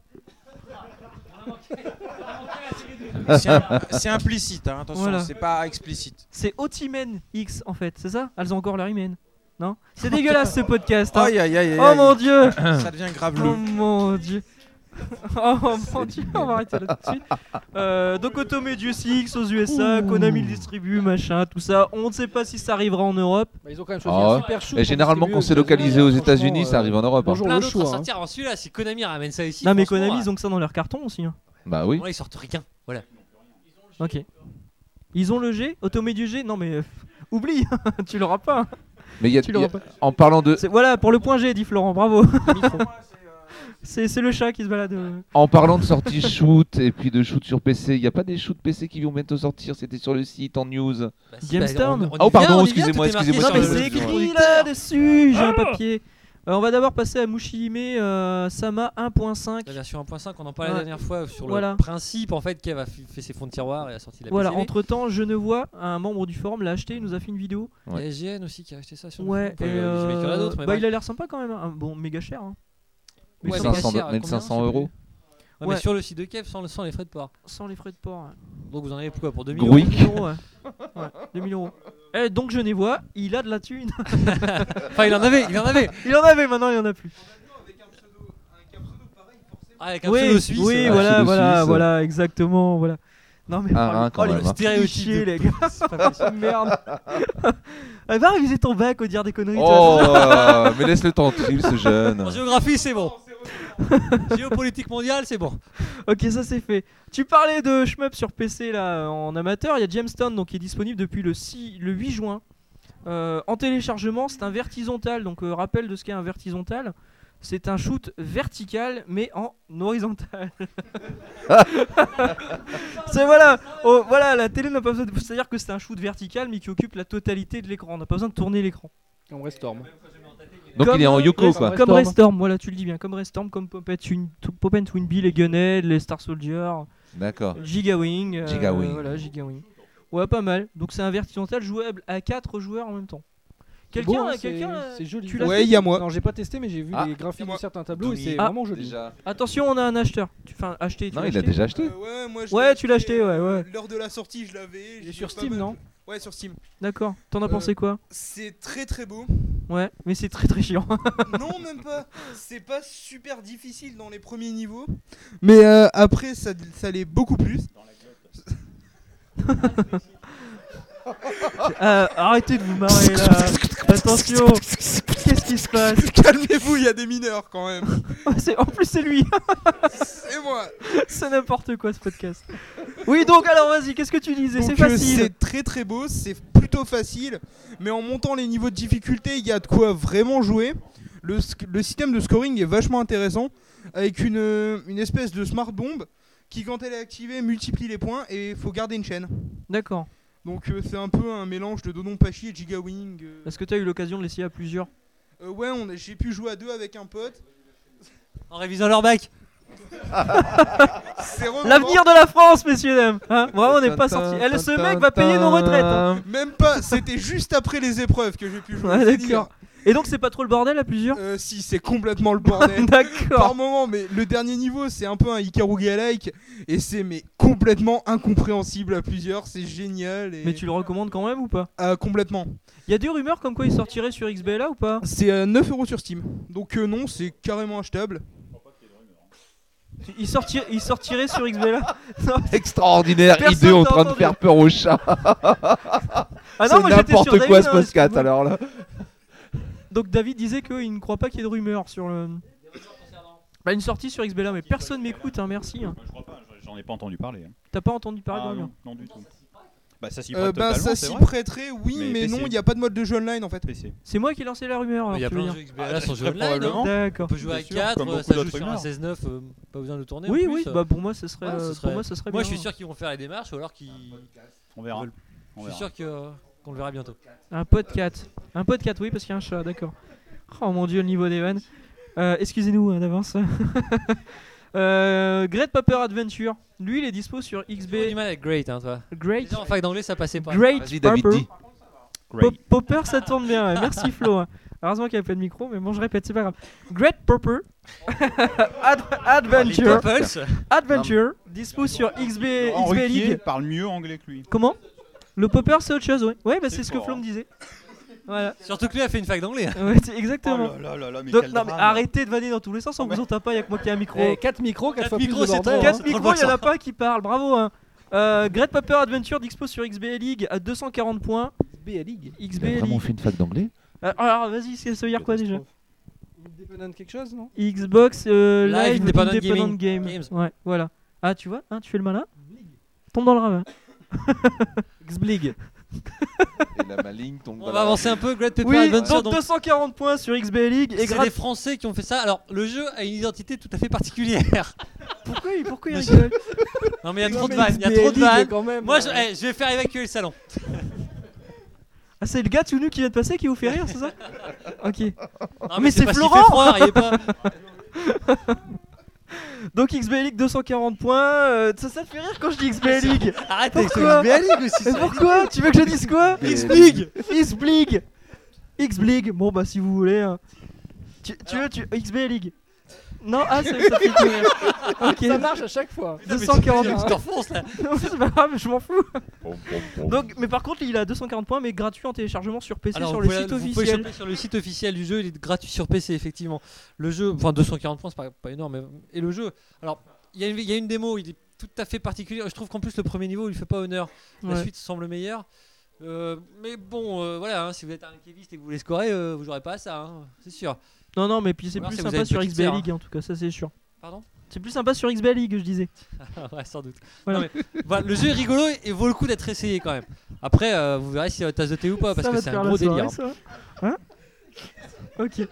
S2: Ah.
S3: C'est im- c'est implicite, hein, attention,
S1: Voilà.
S3: c'est pas explicite.
S1: C'est Otimen X en fait, c'est ça Elles ont encore leur hymen. Non C'est dégueulasse ce podcast. hein.
S3: Aïe, aïe, aïe, aïe,
S1: Oh mon
S3: [COUGHS]
S1: dieu
S3: Ça devient grave
S1: Oh
S3: le.
S1: mon dieu [LAUGHS] Oh mon dieu,
S9: l'hymen.
S1: on va arrêter là tout de suite. Euh, donc Automedius X aux USA, Konami le distribue, machin, tout ça. On ne sait pas si ça arrivera en Europe.
S4: Bah, ils ont quand même choisi
S9: Ah
S4: un
S9: ouais.
S4: super chou.
S9: Et
S4: pour
S9: généralement,
S4: distribuer
S9: quand c'est
S4: aux États-Unis,
S9: localisé aux
S4: franchement,
S9: États-Unis, ça
S4: euh,
S9: arrive en Europe. hein.
S4: Bonjour
S2: Plein
S4: le
S2: d'autres
S4: chou.
S2: à
S4: hein.
S2: sortir en celui-là. Si Konami ramène ça ici.
S1: non mais
S2: franchement,
S1: Konami
S2: euh,
S1: ils ont que ça dans leur carton aussi. hein.
S9: Bah oui.
S2: ouais, ils sortent rien. Voilà.
S1: Ok. Ils ont le G Automedius G Non mais euh, [LAUGHS] oublie, tu l'auras pas. hein.
S9: Mais il y a,
S1: Tu l'auras
S9: il y a- en parlant de
S1: C'est- Voilà, pour le point G, dit Florent, bravo. [LAUGHS] c'est c'est le chat qui se balade. euh.
S9: en parlant de
S1: [LAUGHS]
S9: sortie shoot et puis de shoot sur PC, il n'y a pas des shoots PC qui vont bientôt sortir. C'était sur le site en news.
S2: Bah, si,
S1: Gamestorm.
S2: bah, on- on y
S9: Oh, pardon,
S2: vient, on y vient,
S9: excusez-moi,
S2: tout est marqué
S9: excusez-moi,
S1: Non,
S2: sur
S1: mais
S9: je-
S1: c'est
S2: le-
S9: je-
S1: écrit là-dessus, j'ai un papier. Euh, on va d'abord passer à Mushihime euh, Sama 1.5.
S2: La version 1.5, on en parlait
S1: Ouais.
S2: la dernière fois sur
S1: Voilà.
S2: le principe en fait Kev a f- fait ses fonds de tiroir et a sorti la
S1: Voilà,
S2: PCV.
S1: entre temps, Genevois, un membre du forum, l'a acheté, il nous a fait une vidéo.
S2: Il y a SGN aussi qui a acheté ça sur le
S1: Ouais,
S2: forum. Enfin,
S1: et,
S2: il y a- j'imagine qu'il y en a
S1: euh,
S2: d'autres, mais
S1: bah,
S2: bref.
S1: il a l'air sympa quand même. hein. Bon, méga cher. Hein. Mais
S2: Ouais,
S1: ça
S2: mais
S1: me-
S9: 500
S2: caissière, combien,
S9: 1500
S2: je sais
S9: euros.
S2: Ouais,
S1: Ouais.
S2: mais sur le site de Kev sans, le- sans les frais de port.
S1: Sans les frais de port. hein.
S2: Donc vous en avez pour quoi Pour 2000
S9: Grouille.
S2: euros
S1: 2000 euros, ouais. Ouais, 2000 euros. [LAUGHS] Eh, donc Genevois, il a de la thune.
S2: [LAUGHS] Enfin, il en avait, il en avait
S1: [LAUGHS] il en avait, maintenant il en a plus.
S2: Ah, avec un
S1: oui,
S2: pseudo suisse. euh,
S1: oui,
S9: un
S1: voilà,
S9: pseudo
S1: voilà,
S9: suisse.
S1: voilà, Ah, exactement, voilà. Non mais
S9: Un
S2: Ah,
S1: oh,
S9: rein, quand
S1: les
S9: même, hein.
S1: stéréotypes
S2: Stéréotypes de
S1: les gars.
S2: C'est pas possible.
S1: [LAUGHS] Merde. Eh, Va réviser ton bac au dire des conneries.
S9: Oh,
S1: toi.
S9: euh, mais laisse le temps tranquille,
S2: [LAUGHS]
S9: ce jeune.
S2: En géographie, c'est bon. Géopolitique mondiale, c'est bon.
S1: Ok, ça c'est fait. Tu parlais de Shmup sur PC là euh, en amateur. Il y a Jamestown donc, qui est disponible depuis le, 6 le 8 juin. Euh, en téléchargement, c'est un vertisontal. Donc, euh, rappel de ce qu'est un vertisontal. C'est un shoot vertical mais en horizontal. [LAUGHS] c'est voilà, oh, voilà, la télé n'a pas besoin. de- C'est-à-dire que c'est un shoot vertical mais qui occupe la totalité de l'écran. On n'a pas besoin de tourner l'écran.
S4: Comme Restorm.
S9: Donc
S1: Comme
S9: il est en Yoko,
S1: Rest-
S9: quoi.
S1: Comme
S4: euh, Restorm.
S1: Restorm, voilà, tu le dis bien. Comme Restorm, comme Pop and Twin- Pop and Twinbee, les Gunhead, les Star Soldier.
S9: D'accord.
S1: Gigawing. euh,
S9: Gigawing.
S1: Voilà, Gigawing. Ouais, pas mal. Donc c'est un vertical jouable à 4 joueurs en même temps.
S4: C'est
S1: Quelqu'un
S4: beau, hein,
S1: a- quelqu'un
S4: c'est-
S1: a-
S4: C'est joli.
S1: tu l'as
S4: Ouais,
S1: fait
S4: il y a moi. Non, j'ai pas testé, mais j'ai vu
S9: Ah,
S4: les
S10: c'est
S4: graphiques de
S10: moi.
S4: certains tableaux et
S9: Oui.
S4: c'est
S1: Ah.
S4: vraiment joli.
S9: Déjà.
S1: Attention, on a un acheteur. Tu- Enfin, acheté. tu
S9: Non,
S1: l'as
S9: il a
S1: acheté
S9: déjà acheté.
S10: Euh, ouais, moi, je
S1: Ouais,
S10: l'ai euh,
S1: tu l'as acheté, ouais, ouais.
S10: Lors de la sortie, je l'avais.
S4: Il
S10: je
S4: est sur
S10: l'ai pas
S4: Steam,
S10: mal-
S4: non
S10: Ouais, sur Steam.
S1: D'accord. T'en as
S10: Euh,
S1: pensé quoi
S10: C'est très très beau.
S1: Ouais, mais c'est très très chiant.
S10: non,
S9: [LAUGHS]
S10: même pas. C'est pas super difficile dans les premiers niveaux. Mais euh, après, ça, ça l'est beaucoup plus.
S1: Euh, arrêtez de vous
S10: [LAUGHS]
S1: marrer là. Attention. Qu'est-ce qui se passe
S10: Calmez-vous, il y a des mineurs quand
S1: [LAUGHS]
S10: même.
S1: Oh, c'est- En plus, c'est lui.
S10: [LAUGHS] C'est moi.
S1: [LAUGHS] c'est n'importe quoi ce podcast. Oui, donc alors vas-y, qu'est-ce que tu disais C'est
S10: Donc, euh,
S1: facile.
S10: C'est très très beau, c'est plutôt facile, mais en montant les niveaux de difficulté, il y a de quoi vraiment jouer. Le, sc- le système de scoring est vachement intéressant, avec une, euh, une espèce de smart bomb qui, quand elle est activée, multiplie les points et faut garder une chaîne.
S1: D'accord.
S10: Donc euh, c'est un peu un mélange de Dodon Pachi et Giga Wing. euh.
S1: Est-ce que t'as eu l'occasion de l'essayer à plusieurs
S10: Euh, ouais, on a- j'ai pu jouer à deux avec un pote.
S2: En révisant leur bac.
S10: [LAUGHS] C'est remarquable.
S1: L'avenir de la France, messieurs dames. Hein Vraiment, on n'est pas sorti. Elle, ce mec va payer nos retraites. hein.
S10: Même pas, c'était juste après les épreuves que j'ai pu jouer.
S1: Ouais,
S10: c'est dire.
S1: d'accord. Et donc, c'est pas trop le bordel à plusieurs
S10: Euh, si, c'est complètement le bordel. par
S1: [LAUGHS] D'accord.
S10: moment, mais le dernier niveau, c'est un peu un Ikaruga-like, et c'est mais complètement incompréhensible à plusieurs, c'est génial, et
S1: Mais tu le recommandes quand même ou pas
S10: Ah, complètement.
S1: Il y a des rumeurs comme quoi il sortirait sur XBLA ou pas
S10: C'est euh, 9 euros sur Steam, donc euh, non, c'est carrément achetable.
S1: il, sortir- il sortirait sur XBLA [LAUGHS] Non.
S9: Extraordinaire
S1: Personne
S9: idée en
S1: t'a
S9: train de
S1: entendu.
S9: faire peur au chat.
S1: Ah non,
S9: C'est
S1: moi j'étais sur
S9: n'importe
S1: David,
S9: quoi ce
S1: hein,
S9: podcast
S1: excuse-moi.
S9: alors là.
S1: Donc, David disait qu'il ne croit pas qu'il y ait de rumeurs sur le. Bah, une sortie sur XBLA, mais personne m'écoute, hein, merci. hein.
S8: Je crois pas, j'en ai pas entendu parler. hein.
S1: T'as pas entendu parler de
S8: Ah,
S1: rumeurs
S8: non, non, du tout. Bah ça s'y
S10: Euh,
S8: prête
S10: bah,
S8: totalement,
S10: ça
S8: c'est
S10: s'y
S8: vrai.
S10: prêterait, oui,
S8: Mais
S10: mais,
S8: PC.
S10: non, il n'y a pas de mode de jeu online en fait.
S8: PC.
S1: C'est moi qui ai lancé la rumeur. Alors,
S2: Il y a
S1: tu
S2: plein
S1: veux
S2: de
S1: dire.
S2: jeux XBLA sur
S8: très
S2: jeux online.
S8: probablement.
S2: hein. On
S1: D'accord.
S2: peut jouer à
S8: Bien sûr, comme
S2: 4,
S8: beaucoup
S2: ça joue
S8: d'autres
S2: sur un
S8: rumeurs.
S2: 16-9, euh, pas besoin de le tourner. en
S1: Oui,
S2: plus.
S1: oui, bah pour moi, ce serait.
S2: Ouais, ce
S1: euh,
S2: serait-
S1: Pour moi, ce serait
S2: Moi,
S1: bien,
S2: je suis
S1: hein.
S2: sûr qu'ils vont faire les démarches ou alors qu'ils.
S8: On verra.
S2: Ils
S8: On
S2: Je
S8: verra.
S2: suis sûr que, euh, qu'on le verra bientôt.
S1: Un podcast. Un podcast, oui, parce qu'il y a un chat, d'accord. Oh mon dieu, le niveau des vannes. Euh, Excusez-nous hein, d'avance. [LAUGHS] euh, Great Paper Adventure. Lui, il est dispo sur XB.
S2: J'ai du mal avec Great, hein, toi.
S1: Great.
S2: Déjà, en fac d'anglais, ça passait pas.
S1: Great
S9: Vas-y, David,
S1: Paper.
S9: dis.
S1: Pop-
S8: Great.
S1: Popper, ça tourne bien. ouais. Merci Flo. hein. Heureusement qu'il n'y a pas de micro, mais bon, je répète, c'est pas grave. Great Popper [LAUGHS] Ad- Adventure.
S2: Pulse.
S1: Adventure. Dispo sur XB, XB
S8: Henri
S1: League.
S8: parle mieux anglais que lui.
S1: Comment Le Popper, c'est autre chose, oui. Ouais, bah, c'est ce que
S8: fort,
S1: Flo
S8: hein.
S1: me disait. [LAUGHS] Voilà.
S2: Surtout que lui a fait une fac d'anglais. hein.
S1: Ouais, c'est exactement.
S8: Oh là là là là, mais
S1: Donc,
S8: quel
S1: non, mais
S8: drame.
S1: arrêtez de vanner dans tous les sens, on vous entend pas, il y a que moi qui ai un micro.
S4: 4 micros, 4
S2: Quatre
S4: fois plus de
S2: micros, c'est
S4: bordel,
S2: trop.
S4: hein.
S1: Quatre micros, il y en a pas qui parlent, bravo. Hein. Euh, Great Paper Adventure d'Expo sur XBA League à 240 points.
S4: BA League.
S1: XBA
S9: vraiment
S1: League.
S9: fait une fac d'anglais
S1: Euh, Alors vas-y, ça veut dire quoi déjà
S4: Independent quelque chose, non
S1: Xbox euh,
S2: Live
S1: Live
S2: Independent
S1: Independent, Game.
S2: Gaming. Games.
S1: Ouais, voilà. Ah, tu vois, hein, tu fais le malin Tombe dans le ravin. [LAUGHS]
S2: Xblig.
S9: Et la maligne tombe
S2: On va avancer un peu. Great Paper
S1: Oui,
S2: Adventure.
S1: donc
S2: Donc,
S1: 240 points sur XBA League. Et
S2: c'est
S1: grâce-
S2: les Français qui ont fait ça. Alors, le jeu a une identité tout à fait particulière.
S1: [LAUGHS] Pourquoi, il- pourquoi il rigole
S2: non, mais il y a
S4: Non,
S2: trop de
S4: mais
S2: vannes. Il y a
S4: XBA
S2: trop de
S1: hein.
S4: League,
S2: vannes.
S4: quand même.
S2: Moi, je, eh, je vais faire évacuer le salon.
S1: Ah, c'est le gars tout nu qui vient de passer qui vous fait rire, c'est ça Ok.
S2: Non,
S1: mais
S2: mais
S1: c'est
S2: pas s'il
S1: Florent
S2: fait froid, riez pas.
S1: [LAUGHS] Donc XB League 240 points, euh, ça, ça te fait rire quand je dis XB League
S2: Ah, Arrête
S1: avec ce Pourquoi Mais pourquoi Tu veux que je dise quoi
S10: Explique
S1: XB League XB League Bon bah si vous voulez. hein. Tu, tu veux tu... XB League Non Ah c'est ça
S2: [LAUGHS]
S1: fait rire. Ok.
S4: Ça marche à chaque fois.
S1: 240
S2: Tu t'enfonces là.
S1: [LAUGHS] Non, c'est pas grave, je m'en fous. Donc, mais par contre, il a 240 points, mais gratuit en téléchargement sur PC
S2: Alors,
S1: sur
S2: vous
S1: le
S2: pouvez-
S1: site
S2: vous pouvez
S1: officiel.
S2: choper sur le site officiel du jeu, il est gratuit sur PC, effectivement. Le jeu, enfin 240 points, c'est pas, pas énorme, mais. Et le jeu, alors, il y, a une- il y a une démo, il est tout à fait particulier. Je trouve qu'en plus, le premier niveau, il fait pas honneur. La
S1: Ouais.
S2: suite semble meilleure. Euh, mais bon, euh, voilà, hein, si vous êtes un kéviste et que vous voulez scorer, euh, vous jouerez pas à ça, hein, c'est sûr.
S1: Non, non, mais puis c'est
S2: Ou alors,
S1: plus
S2: si vous avez
S1: sympa
S2: une
S1: sur
S2: petite
S1: XB
S2: sœur,
S1: League en tout cas, ça c'est sûr.
S2: Pardon
S1: C'est plus sympa sur XB League, je disais.
S2: [LAUGHS] Ouais, sans doute.
S1: Voilà.
S2: Non,
S1: [LAUGHS]
S2: mais, voilà, le jeu est rigolo et vaut le coup d'être essayé quand même. Après, euh, vous verrez si euh, tasse de thé ou pas, parce
S1: Ça
S2: que
S1: va te
S2: c'est
S1: faire
S2: un
S1: la
S2: gros
S1: soirée,
S2: délire. hein.
S1: ça Hein [LAUGHS] Ok.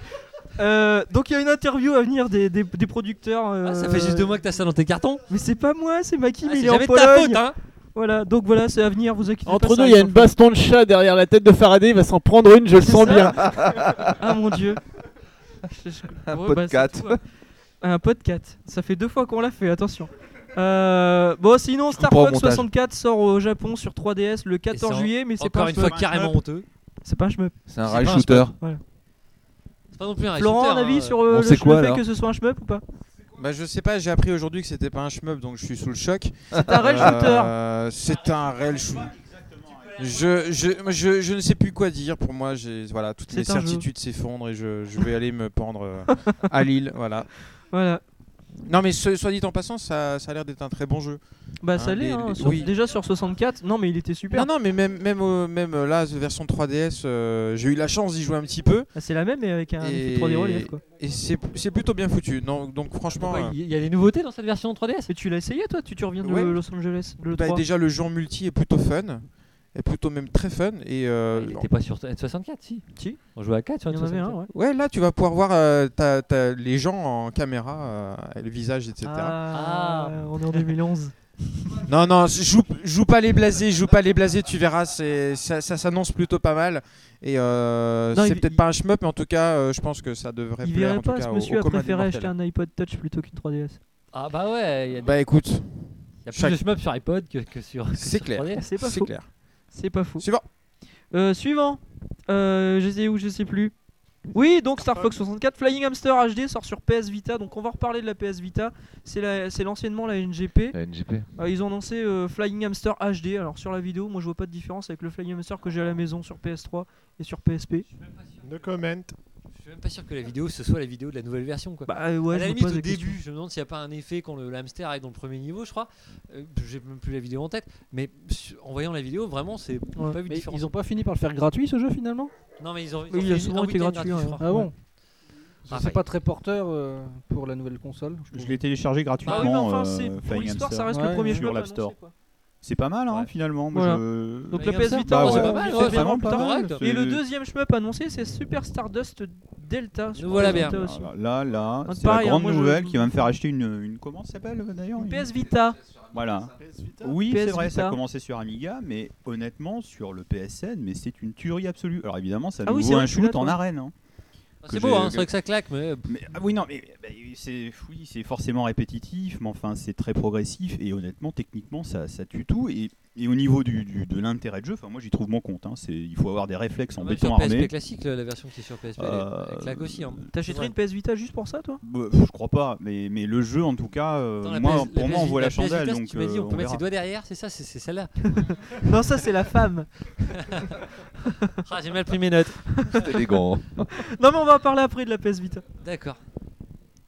S1: Euh, donc il y a une interview à venir des, des- des producteurs.
S2: Ah, ça
S1: euh,
S2: fait juste deux mois que t'as ça dans tes cartons.
S1: Mais c'est pas moi, c'est Maki,
S2: Ah,
S1: mais
S2: c'est
S1: il est en
S2: jamais de ta
S1: Pologne.
S2: faute, hein.
S1: Voilà, donc voilà, c'est à venir, vous inquiétez pas.
S6: Entre
S1: ça
S6: nous, il y a
S1: arrive
S6: une
S1: en
S6: baston de chat derrière la tête de Faraday, il va s'en prendre une, je le
S1: C'est
S6: sens
S1: ça.
S6: bien.
S1: fait. Ah mon dieu.
S9: Un
S1: pot
S9: podcast.
S1: Un podcast. Ça fait deux fois qu'on l'a fait, attention. Euh, bon, sinon, Star
S9: couperai au
S1: Fox
S9: montage.
S1: 64 sort au Japon sur 3DS le
S2: Et
S1: 14
S2: c'est en-
S1: juillet, mais c'est
S2: Encore
S1: pas un
S2: une
S1: shmup.
S2: fois, carrément honteux.
S1: C'est pas un shmup.
S9: C'est un
S2: C'est
S9: rail
S2: pas un
S9: shooter.
S2: C'est pas non plus un rail
S1: Florent,
S2: shooter,
S1: un
S2: hein,
S1: avis
S2: euh,
S1: sur euh,
S9: on
S1: le,
S9: sait
S1: ch-
S9: quoi,
S1: le fait
S9: alors
S1: que ce soit un shmup ou pas
S3: Bah, je sais pas, j'ai appris aujourd'hui que c'était pas un shmup, donc je suis sous le choc.
S1: C'est un rail shooter.
S3: Euh, c'est un rail shooter. Je, je, moi, je, je ne sais plus quoi dire pour moi. j'ai- Voilà, toutes
S1: C'est
S3: mes
S1: un jeu.
S3: certitudes s'effondrent et je, je vais aller me pendre euh, à Lille. Voilà.
S1: Voilà.
S3: Non, mais ce- soit dit en passant, ça, ça a l'air d'être un très bon jeu.
S1: Bah, ça
S3: Hein,
S1: l'est,
S3: les-
S1: hein,
S3: les-
S1: sur-
S3: oui.
S1: déjà sur 64. Non, mais il était
S3: Non,
S1: super.
S3: non, mais même, même, euh, même euh, là, version 3DS, euh, j'ai eu la chance d'y jouer un petit peu
S1: Ah, c'est la même, mais avec un
S3: Et-
S1: effet 3D relief quoi.
S3: et c'est c'est plutôt bien foutu. Non, donc franchement,
S2: Pourquoi,
S3: euh,
S2: Il y a des nouveautés dans cette version 3DS.
S1: Mais tu l'as essayé toi Tu, tu reviens de
S3: Ouais.
S1: Los Angeles le
S3: bah,
S1: 3
S3: déjà le jeu en multi est plutôt fun, est plutôt même très fun. Et euh,
S2: Ah, Il était pas sur N64, si.
S1: Si.
S2: On jouait à 4 sur
S1: Il y en avait un,
S2: N64.
S1: ouais.
S3: ouais, là, tu vas pouvoir voir euh, t'as- t'as les gens en caméra, euh, le visage, etc.
S1: Ah, on est en 2011.
S3: Non, non, joue, joue pas les blasés, joue pas les blasés, tu verras, c'est, ça, ça s'annonce plutôt pas mal. Et euh,
S1: Non,
S3: c'est
S1: il-
S3: peut-être
S1: il-
S3: pas un shmup, mais en tout cas, euh, je pense que ça devrait
S1: Il
S3: plaire en
S1: verrait
S3: tout
S1: pas,
S3: cas
S1: ce
S3: au-
S1: monsieur
S3: au
S1: a
S3: commun des
S1: préféré
S3: mortels.
S1: acheter un iPod Touch plutôt qu'une 3DS.
S2: Ah bah ouais, il y a,
S3: Bah écoute,
S2: il y a plus
S3: chaque-
S2: de shmups sur iPod que, que sur, que
S3: C'est
S2: sur
S3: clair.
S2: 3DS.
S1: C'est pas
S3: c'est
S1: faux.
S3: clair.
S1: C'est pas faux.
S3: Suivant.
S1: Euh, suivant. Euh, je sais où, je sais plus. Oui, donc Star Fox 64, Flying Hamster HD sort sur PS Vita, donc on va reparler de la PS Vita. C'est la- c'est l'anciennement la NGP.
S9: La NGP.
S1: Euh, ils ont annoncé euh, Flying Hamster HD. Alors sur la vidéo, moi je vois pas de différence avec le Flying Hamster que j'ai à la maison sur PS3 et sur PSP.
S5: No comment.
S2: Je suis même pas sûr que la vidéo ce soit la vidéo de la nouvelle version quoi.
S1: Bah euh, ouais,
S2: à
S1: je
S2: la
S1: me
S2: limite
S1: pose
S2: au
S1: la
S2: début,
S1: question.
S2: je me demande s'il n'y a pas un effet quand le, le hamster est dans le premier niveau, je crois. Euh, J'ai même plus la vidéo en tête, mais su- en voyant la vidéo, vraiment c'est
S1: Ouais.
S2: pas vu de
S4: Mais
S2: différence.
S4: ils ont pas fini par le faire gratuit ce jeu finalement
S2: Non mais ils ont, ils
S1: Oui,
S2: ont
S1: il a
S2: fait
S1: souvent
S2: un
S1: été
S2: week-end
S1: gratuit,
S2: je
S1: ouais.
S2: crois.
S4: Ah bon
S2: Ah,
S4: C'est
S2: bah,
S4: pas très porteur euh, pour la nouvelle console. je
S8: Je
S4: trouve.
S8: l'ai téléchargé gratuitement.
S2: Ah
S1: Bah oui, mais enfin,
S8: euh,
S1: c'est pour
S8: Flying
S1: l'histoire,
S8: Hamster.
S1: ça reste le
S4: Ouais,
S1: premier
S8: sur
S1: jeu
S8: l'App Store. C'est pas mal hein,
S9: Ouais.
S8: finalement. Moi,
S1: Voilà.
S8: je-
S1: Donc
S2: Mais
S1: la
S2: il y a
S1: PS
S2: ça.
S1: Vita,
S8: Bah
S1: c'est
S8: ouais,
S1: pas mal,
S2: c'est
S1: on revient
S8: vraiment
S1: plus
S8: pas
S1: tard.
S2: mal.
S8: Correct.
S1: Et le
S8: C'est-
S1: deuxième shmup annoncé, c'est Super Stardust Delta. sur
S2: voilà
S1: PS
S2: bien.
S1: Vita aussi.
S8: Alors Là, là,
S1: Ah,
S8: c'est la
S1: pareil, hein,
S8: grande
S1: moi, je-
S8: nouvelle qui va me faire acheter une, une comment ça s'appelle euh, d'ailleurs
S1: Une
S8: une-
S1: PS Vita.
S8: Voilà. Oui,
S1: PS
S8: c'est vrai, ça
S1: Vita.
S8: a commencé sur Amiga, mais honnêtement sur le PSN, mais c'est une tuerie absolue. Alors évidemment, ça
S1: Ah oui,
S8: nous
S1: c'est
S8: vaut
S1: vrai
S8: un
S1: que tu l'as,
S8: shoot en
S1: toi.
S8: arène. hein.
S2: Ah,
S8: que
S2: C'est
S8: j'ai-
S2: beau, hein,
S8: que-
S2: c'est vrai que ça claque, mais euh,
S8: Mais, ah oui, non, mais bah, c'est oui, c'est forcément répétitif, mais enfin c'est très progressif et honnêtement, techniquement, ça, ça tue tout. Et, et au niveau du, du- de l'intérêt de jeu, enfin moi j'y trouve mon compte. hein. C'est- il faut avoir des réflexes en
S2: même
S8: béton
S2: Ah, sur PSP
S8: armé.
S2: classique, la la version qui est sur PSP, elle,
S8: Euh,
S2: elle claque aussi. hein.
S1: T'achèterais
S2: Ouais.
S1: une PS Vita juste pour ça, toi
S8: Bah, je crois pas, mais, mais le jeu en tout cas, euh,
S2: Attends, la
S8: moi,
S2: PS- la
S8: pour moi, on
S2: PS
S8: voit la
S2: Vita, si
S8: chandelle.
S2: tu
S8: donc,
S2: m'as dit,
S8: euh,
S2: on peut
S8: on
S2: mettre ses
S8: verra.
S2: doigts derrière, c'est ça, c'est c'est celle-là.
S1: [LAUGHS] Non, ça c'est la
S2: [LAUGHS]
S1: femme.
S2: Ah, j'ai mal pris mes notes.
S9: C'est élégant.
S1: [LAUGHS] Non, mais on va en parler après de la PS Vita.
S2: D'accord.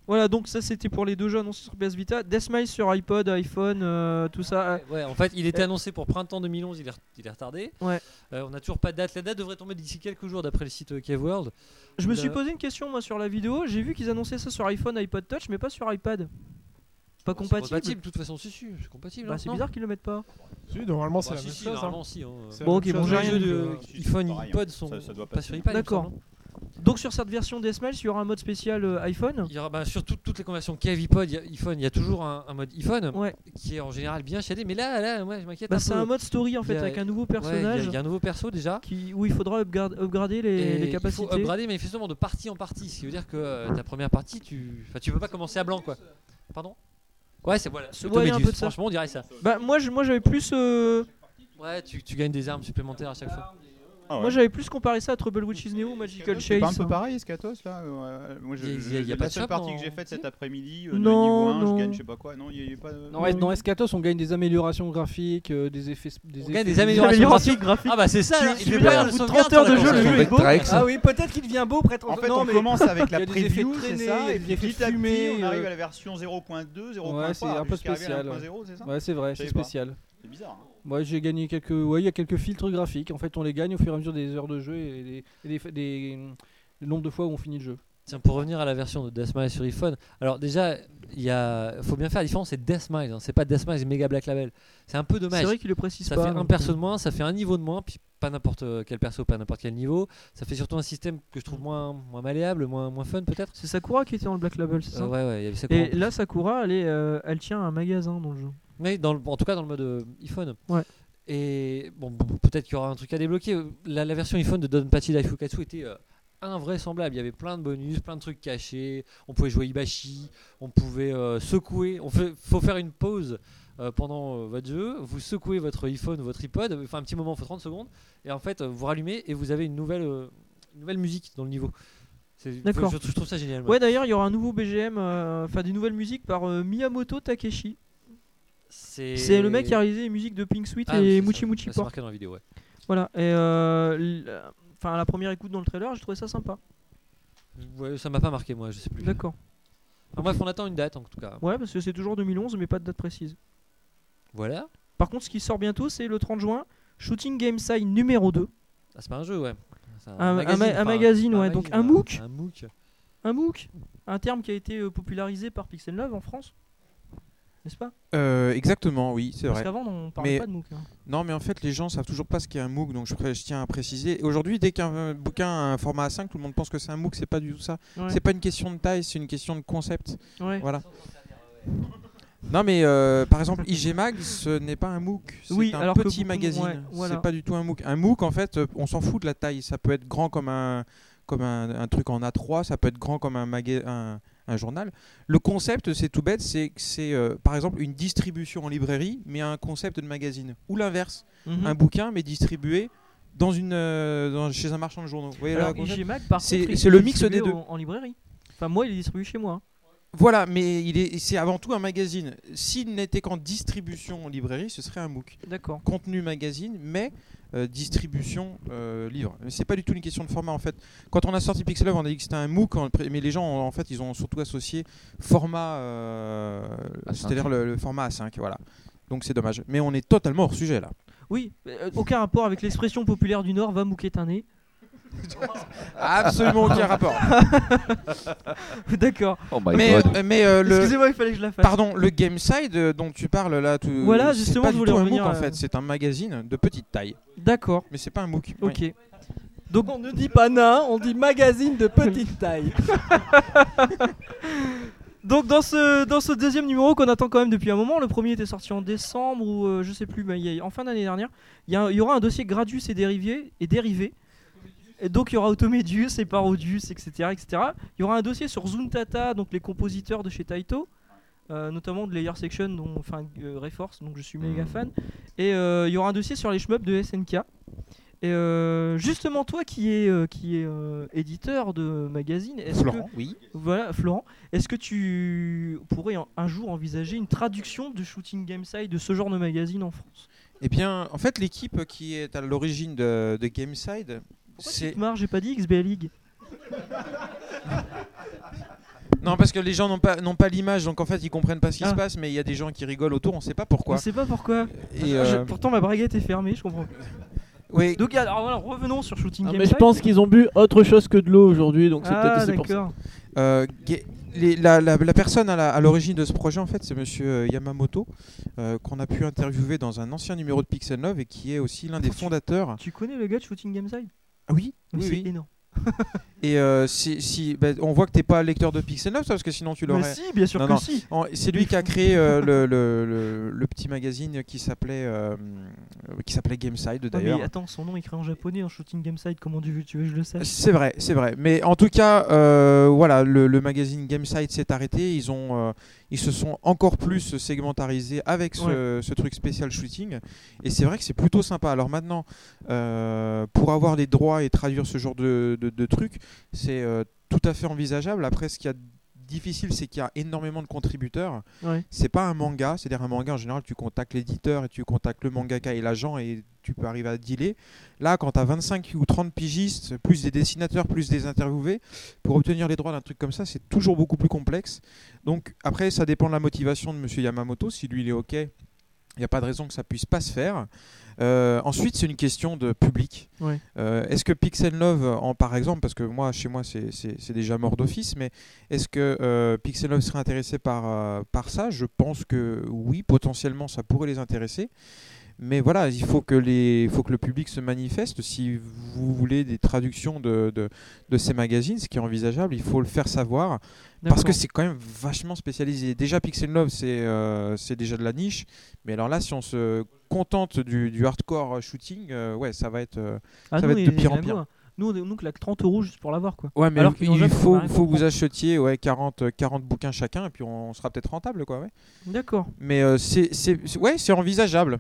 S1: Voilà, donc ça c'était pour les deux jeux annoncés sur PS Vita. Deathmile sur iPod, iPhone, euh, tout ça.
S2: Ouais, en fait, il était annoncé pour printemps 2011, il est, re- il est retardé.
S1: Euh, Ouais.
S2: Euh, on n'a toujours pas de date. La date devrait tomber d'ici quelques jours, d'après le site euh, Cave World. euh,
S1: Je me suis
S2: Là.
S1: posé une question moi sur la vidéo. J'ai vu qu'ils annonçaient ça sur iPhone, iPod Touch, mais pas sur iPad. Pas
S2: Bon, c'est
S1: compatible.
S2: compatible, de toute façon, si, si, c'est compatible.
S1: Bah,
S2: hein,
S1: c'est
S2: non
S1: bizarre qu'ils le mettent pas.
S5: Si, normalement,
S2: Bah,
S5: c'est la
S2: si,
S5: même
S2: si,
S5: chose. hein.
S2: normalement, si, hein.
S5: C'est la
S1: Bon,
S5: même
S1: ok, bon,
S5: chose,
S1: j'ai
S5: hein.
S2: les
S1: rien vu,
S2: jeux de
S1: euh,
S2: iPhone
S8: pareil,
S2: iPod
S8: hein.
S2: sont
S8: Ça- ça doit
S2: pas
S8: passer.
S2: sur iPad. il me
S1: D'accord.
S2: semble,
S1: Donc sur cette version Deathmatch, il y aura un mode spécial euh, iPhone
S2: Il y aura bah, sur tout- toutes les conversions Cave iPod, il y a iPhone, il y a toujours un, un mode iPhone
S1: Ouais.
S2: qui est en général bien shadé. Mais là, là, moi, je m'inquiète
S1: Bah,
S2: un
S1: c'est
S2: peu.
S1: un mode story en
S2: Il
S1: fait
S2: y a-
S1: avec un nouveau
S2: ouais, il y a-
S1: personnage
S2: il y, a un nouveau perso déjà.
S1: qui- où il faudra upgra- upgrader les,
S2: Et
S1: les
S2: Il faut
S1: capacités.
S2: upgrader manifestement de partie en partie. Ce qui veut dire que euh, ta première partie, tu, enfin, tu peux pas commencer à blanc quoi. Pardon Ouais, c'est voilà.
S1: Ouais, il y a un
S2: Automedius,
S1: peu de ça.
S2: Franchement, on dirait ça.
S1: Bah moi je- moi j'avais plus euh,
S2: Ouais, tu, tu gagnes des armes supplémentaires à chaque fois.
S1: moi j'avais plus comparé ça à Trouble Witches Neo Magical
S8: C'est
S1: Chase.
S8: pas un peu
S1: hein.
S8: pareil, Escatos là Euh, Moi, je,
S2: Il y a-
S8: je-
S2: il y a- il y a
S8: la
S2: pas de
S8: seule
S2: shop hein.
S8: partie
S2: dans-
S8: que j'ai faite cet après-midi, euh, de
S1: Non,
S8: niveau 1,
S1: non.
S8: je gagne je sais pas quoi. Non, il y a, il y a pas. de-
S4: Dans, S- dans S14, on gagne des améliorations graphiques, euh, des effets. sp- Des
S2: On
S4: effets
S2: gagne des
S4: visuels.
S2: améliorations
S1: Amélioration
S2: graphiques.
S1: graphique.
S2: Ah bah c'est ça.
S1: Tu-
S2: hein,
S1: tu
S2: il
S1: le
S2: fait
S1: perds
S2: pas
S1: au bout
S2: le
S1: de
S2: sauvegarde,
S1: 30 heures
S2: t'as
S1: de
S2: la
S1: jeu, le
S2: console.
S1: jeu est beau.
S9: Backtracks.
S4: Ah oui, peut-être qu'il devient beau, prêtre.
S8: En fait,
S4: non,
S8: on
S4: mais
S8: commence avec
S4: [LAUGHS] il y
S8: la
S4: a des effets
S8: preview,
S4: traînés,
S8: c'est ça,
S4: il y a
S8: et
S4: des
S8: puis
S4: effets
S8: petit à petit,
S4: fumés,
S8: on arrive
S4: euh.
S8: à la version 0.2, 0.3,
S4: Ouais, c'est un peu
S8: jusqu'à arriver à
S4: spécial,
S8: 1.0, c'est ça
S4: Ouais, c'est vrai,
S8: Je
S4: c'est
S8: savais pas.
S4: spécial.
S8: C'est bizarre. hein.
S4: Moi, j'ai gagné quelques. Ouais, il y a quelques filtres graphiques. En fait, on les gagne au fur et à mesure des heures de jeu et des, et des, des- le nombre de fois où on finit le jeu.
S2: Tiens, pour revenir à la version de Deathmise sur iPhone, alors déjà, il y a... faut bien faire la différence, c'est Deathmise, hein, c'est pas Deathmise Mega Black Label. C'est un peu
S1: C'est
S2: dommage.
S1: vrai qu'il le précise
S2: Ça
S1: pas.
S2: fait un
S1: donc.
S2: perso de moins, ça fait un niveau de moins, puis pas n'importe euh, quel perso, pas n'importe quel niveau. Ça fait surtout un système que je trouve moins, moins malléable, moins, moins fun peut-être.
S1: C'est Sakura qui était dans le Black Label, Ah, bah, c'est ça
S2: Euh, ouais, ouais, il y avait ça.
S1: Et là, Sakura, elle, est, euh, elle tient un magasin dans le jeu.
S2: Mais dans le- en tout cas, dans le mode euh, iPhone.
S1: Ouais.
S2: Et bon, bon, peut-être qu'il y aura un truc à débloquer. La, la version iPhone de Donpachi Daifukatsu était euh, invraisemblable. Il y avait plein de bonus, plein de trucs cachés. On pouvait jouer Ibashi, on pouvait euh, secouer. On fait, faut faire une pause euh, pendant euh, votre jeu. Vous secouez votre iPhone, votre iPod. Enfin, un petit moment, il faut 30 secondes. Et en fait, euh, vous rallumez et vous avez une nouvelle, euh, une nouvelle musique dans le niveau. C'est-
S1: D'accord.
S2: Je, je trouve ça génial. moi.
S1: Ouais, d'ailleurs, il y aura un nouveau BGM, euh, enfin des nouvelles musiques par euh, Miyamoto Takeshi. C'est le mec qui a réalisé les musiques de Pink Sweet
S2: Ah, oui, c'est
S1: et
S2: ça.
S1: Muchi Muchi
S2: Ah, C'est
S1: Pork.
S2: marqué dans la vidéo, ouais.
S1: Voilà. Et euh, l- enfin, à la première écoute dans le trailer, j'ai trouvé ça sympa.
S2: Ouais, ça m'a pas marqué, moi, je sais plus.
S1: D'accord.
S2: Enfin, bref, on attend une date en tout cas.
S1: Ouais, parce que c'est toujours 2011, mais pas de date précise.
S2: Voilà.
S1: Par contre, ce qui sort bientôt, c'est le 30 juin, Shooting Game Sign numéro 2.
S2: Ah, c'est pas un jeu, ouais. C'est
S1: Un- un ma- un
S2: Ah, enfin,
S1: magazine,
S2: un
S1: ouais, donc
S2: magazine, hein.
S1: un MOOC.
S2: Un MOOC.
S1: Un MOOC Un terme qui a été euh, popularisé par Pixel 9 en France. N'est-ce pas
S3: Euh, exactement, oui, c'est
S1: Parce
S3: vrai.
S1: qu'avant, on parlait
S3: Mais-
S1: pas de MOOC. hein.
S3: Non, mais en fait, les gens savent toujours pas ce qu'est un MOOC, donc je, pré- je tiens à préciser. Et Aujourd'hui, dès qu'un euh, bouquin a un format A5, tout le monde pense que c'est un MOOC, c'est pas du tout ça.
S1: Ouais.
S3: C'est pas une question de taille, c'est une question de concept.
S1: Ouais.
S3: Voilà. Non, mais euh, par exemple, IGMag, ce n'est pas un MOOC. C'est
S1: Oui,
S3: un
S1: alors que
S3: petit
S1: beaucoup-
S3: magazine.
S1: ouais, voilà.
S3: C'est pas du tout un MOOC. Un MOOC, en fait, euh, on s'en fout de la taille. Ça peut être grand comme un, comme un, un truc en A3, ça peut être grand comme un, maga- un, un journal. Le concept, c'est tout bête, c'est que c'est euh, par exemple une distribution en librairie, mais un concept de magazine. Ou l'inverse,
S1: Mhm.
S3: un bouquin, mais distribué dans une, euh, dans- chez un marchand de journaux. Vous voyez là,
S1: Alors,
S3: le concept
S1: IGMAC, par
S3: C'est-
S1: contre, il
S3: c'est le
S1: est
S3: mix
S1: distribué
S3: des deux.
S1: En, en librairie. Enfin, moi, il est distribué chez moi. hein.
S3: Voilà, mais il est, c'est avant tout un magazine. S'il n'était qu'en distribution en librairie, ce serait un MOOC.
S1: D'accord.
S3: contenu magazine, mais euh, distribution euh, livre. Mais c'est pas du tout une question de format en fait. Quand on a sorti Pixel Love, on a dit que c'était un MOOC, en- mais les gens en fait ils ont surtout associé format, euh,
S9: A5.
S3: c'est-à-dire le, le format A5, voilà. Donc c'est dommage. Mais on est totalement hors sujet là.
S1: Oui, euh, aucun rapport avec l'expression populaire du Nord, va mouquer un [LAUGHS] nez.
S3: Absolument aucun [LAUGHS] rapport.
S1: [LAUGHS] D'accord.
S9: Oh my
S3: Mais,
S9: god.
S3: euh, mais euh, le
S1: Excusez-moi, il fallait que je la fasse.
S3: Pardon, le game side euh, dont tu parles là, tout,
S1: Voilà,
S3: c'est
S1: justement,
S3: pas
S1: je
S3: du
S1: voulais
S3: tout un
S1: revenir euh.
S3: MOOC en
S1: à-
S3: fait, c'est un magazine de petite taille,
S1: D'accord,
S3: mais c'est pas un MOOC. oui.
S1: ok. Donc,
S4: On ne dit pas nain, on dit magazine de
S1: [LAUGHS]
S4: petite taille.
S1: donc dans, ce, dans ce deuxième numéro qu'on attend quand même depuis un moment, le premier était sorti en décembre ou euh, je sais plus, mais il y a- en fin d'année dernière, il y, a- il y aura un dossier Gradius et dérivés et dérivés. Et donc il y aura Automedius et Parodius, etc., etc. Il y aura un dossier sur Zuntata, donc les compositeurs de chez Taito, euh, notamment de Layer Section, dont, enfin euh, Reforce, donc je suis
S8: Mmh.
S1: méga
S3: Mmh.
S1: fan. Et euh, il y aura un dossier sur les shmups de SNK. Et euh, justement toi qui es, euh, qui est éditeur de magazine, est-ce que
S3: Florent, oui.
S1: voilà, Florent, est-ce que tu pourrais un, un jour envisager une traduction de Shooting Game Side de ce genre de magazine en France
S3: Eh bien, en fait, l'équipe qui est à l'origine de, de Gameside,
S1: Pourquoi tu
S3: c'est
S1: te marres J'ai pas dit XBA League.
S3: non parce que les gens n'ont pas n'ont pas l'image, donc en fait, ils comprennent pas ce qui
S1: Ah.
S3: se passe, mais il y a des gens qui rigolent autour, on sait pas pourquoi.
S1: Je sais pas pourquoi.
S3: Et
S1: Je-
S3: euh,
S1: pourtant ma braguette est fermée, je comprends.
S3: oui,
S1: Donc alors voilà, revenons sur Shooting
S6: Ah,
S1: Game
S6: mais je
S1: Side.
S6: pense qu'ils ont bu autre chose que de l'eau aujourd'hui, donc c'est
S1: ah
S6: peut-être aussi pour ça.
S1: d'accord.
S3: euh, Ga- les- la, la- la personne à la- à l'origine de ce projet, en fait, c'est Monsieur euh, Yamamoto, euh, qu'on a pu interviewer dans un ancien numéro de Pixel 9 et qui est aussi l'un des fondateurs.
S1: Tu connais le gars de Shooting Game Side
S3: Ah oui,
S1: Mais
S3: oui,
S1: C'est
S3: oui.
S1: énorme.
S3: [LAUGHS] Et euh, si, si- bah, on voit que t'es pas lecteur de Pixel 9, ça, parce que sinon tu
S1: Mais
S3: l'aurais.
S1: si, bien sûr
S3: Non,
S1: que
S3: non.
S1: si.
S3: En- C'est lui qui a créé euh, le, le- le- le petit magazine qui s'appelait euh, qui s'appelait Gameside
S1: Ouais,
S3: d'ailleurs.
S1: Ah, mais attends, son nom écrit en japonais en shooting game side, comment tu veux, tu veux que je le sache
S3: C'est vrai, c'est vrai. Mais en tout cas, euh, voilà, le, le magazine GameSide s'est arrêté. Ils ont, euh, ils se sont encore plus segmentarisés avec ce, ce truc spécial shooting. Et c'est vrai que c'est plutôt sympa. Alors maintenant, euh, pour avoir les droits et traduire ce genre de, de, de trucs, c'est euh, tout à fait envisageable. Après, ce qu'il y a de difficile, c'est qu'il y a énormément de contributeurs.
S1: Ouais.
S3: C'est pas un manga, c'est-à-dire un manga en général, tu contactes l'éditeur et tu contactes le mangaka et l'agent et tu peux arriver à dealer. Là, quand tu as 25 ou 30 pigistes, plus des dessinateurs, plus des interviewés, pour obtenir les droits d'un truc comme ça, c'est toujours beaucoup plus complexe. Donc après, ça dépend de la motivation de monsieur Yamamoto, si lui il est OK. Il n'y a pas de raison que ça puisse pas se faire. Euh, ensuite, c'est une question de public.
S1: Ouais.
S3: Euh, est-ce que Pixel Love, en, par exemple, parce que moi, chez moi, c'est- c'est c'est déjà mort d'office, mais est-ce que euh, Pixel Love serait intéressé par, euh, par ça Je pense que oui, potentiellement, ça pourrait les intéresser. Mais voilà, il faut que, les, il faut que le public se manifeste. Si vous voulez des traductions de, de, de ces magazines, ce qui est envisageable, il faut le faire savoir. Parce que
S1: D'accord.
S3: c'est quand même vachement spécialisé. Déjà, Pixel Love, c'est euh, c'est déjà de la niche. Mais alors là, si on se contente du, du hardcore shooting, euh, ouais, ça va être, euh,
S1: Ah,
S3: ça
S1: nous,
S3: va
S1: il-
S3: être de
S1: il
S3: pire en
S1: la
S3: pire.
S1: goût, hein. Nous, on, nous claque 30 euros juste pour l'avoir, quoi.
S3: Ouais, mais
S1: Alors qu'en
S3: il
S1: Japon, on
S3: faut,
S1: a rien
S3: faut que
S1: compris.
S3: vous achetiez ouais, 40, euh, 40 bouquins chacun, et puis on, on sera peut-être rentable, quoi. Ouais.
S1: D'accord.
S3: Mais euh, c'est, c'est, c'est- ouais, c'est envisageable.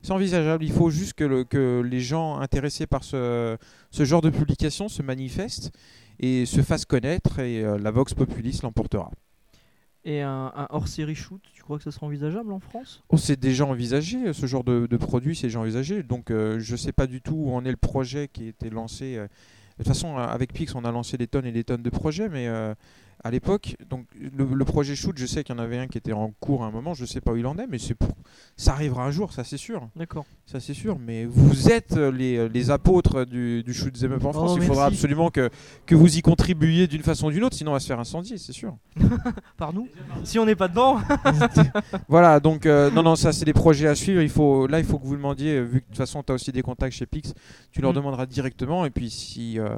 S3: C'est envisageable. Il faut juste que, le- que les gens intéressés par ce, ce genre de publication se manifestent et se fassent connaître, et euh, la Vox Populiste l'emportera.
S1: Et un, un hors-série shoot, tu crois que ça sera envisageable en France
S3: On s'est déjà envisagé euh, ce genre de, de produit, c'est déjà envisagé. Donc euh, je ne sais pas du tout où en est le projet qui a été lancé. euh. De toute façon, euh, avec Pix, on a lancé des tonnes et des tonnes de projets, mais euh, à l'époque, donc le, le projet Shoot, je sais qu'il y en avait un qui était en cours à un moment, je ne sais pas où il en est, mais c'est pour... ça arrivera un jour, ça c'est sûr.
S1: D'accord.
S3: Ça c'est sûr, mais vous êtes euh, les, euh, les apôtres du, du shoot them up en
S1: Oh,
S3: France. il faudra
S1: merci.
S3: absolument que, que vous y contribuiez d'une façon ou d'une autre, sinon on va se faire incendier, c'est sûr.
S1: [LAUGHS] Par nous Si on n'est pas dedans
S3: [LAUGHS] Voilà, donc euh, non, non, ça c'est des projets à suivre. Il faut, là, il faut que vous demandiez, euh, vu que de toute façon, tu as aussi des contacts chez Pix, tu leur
S1: Mm.
S3: demanderas directement. Et puis, si, euh,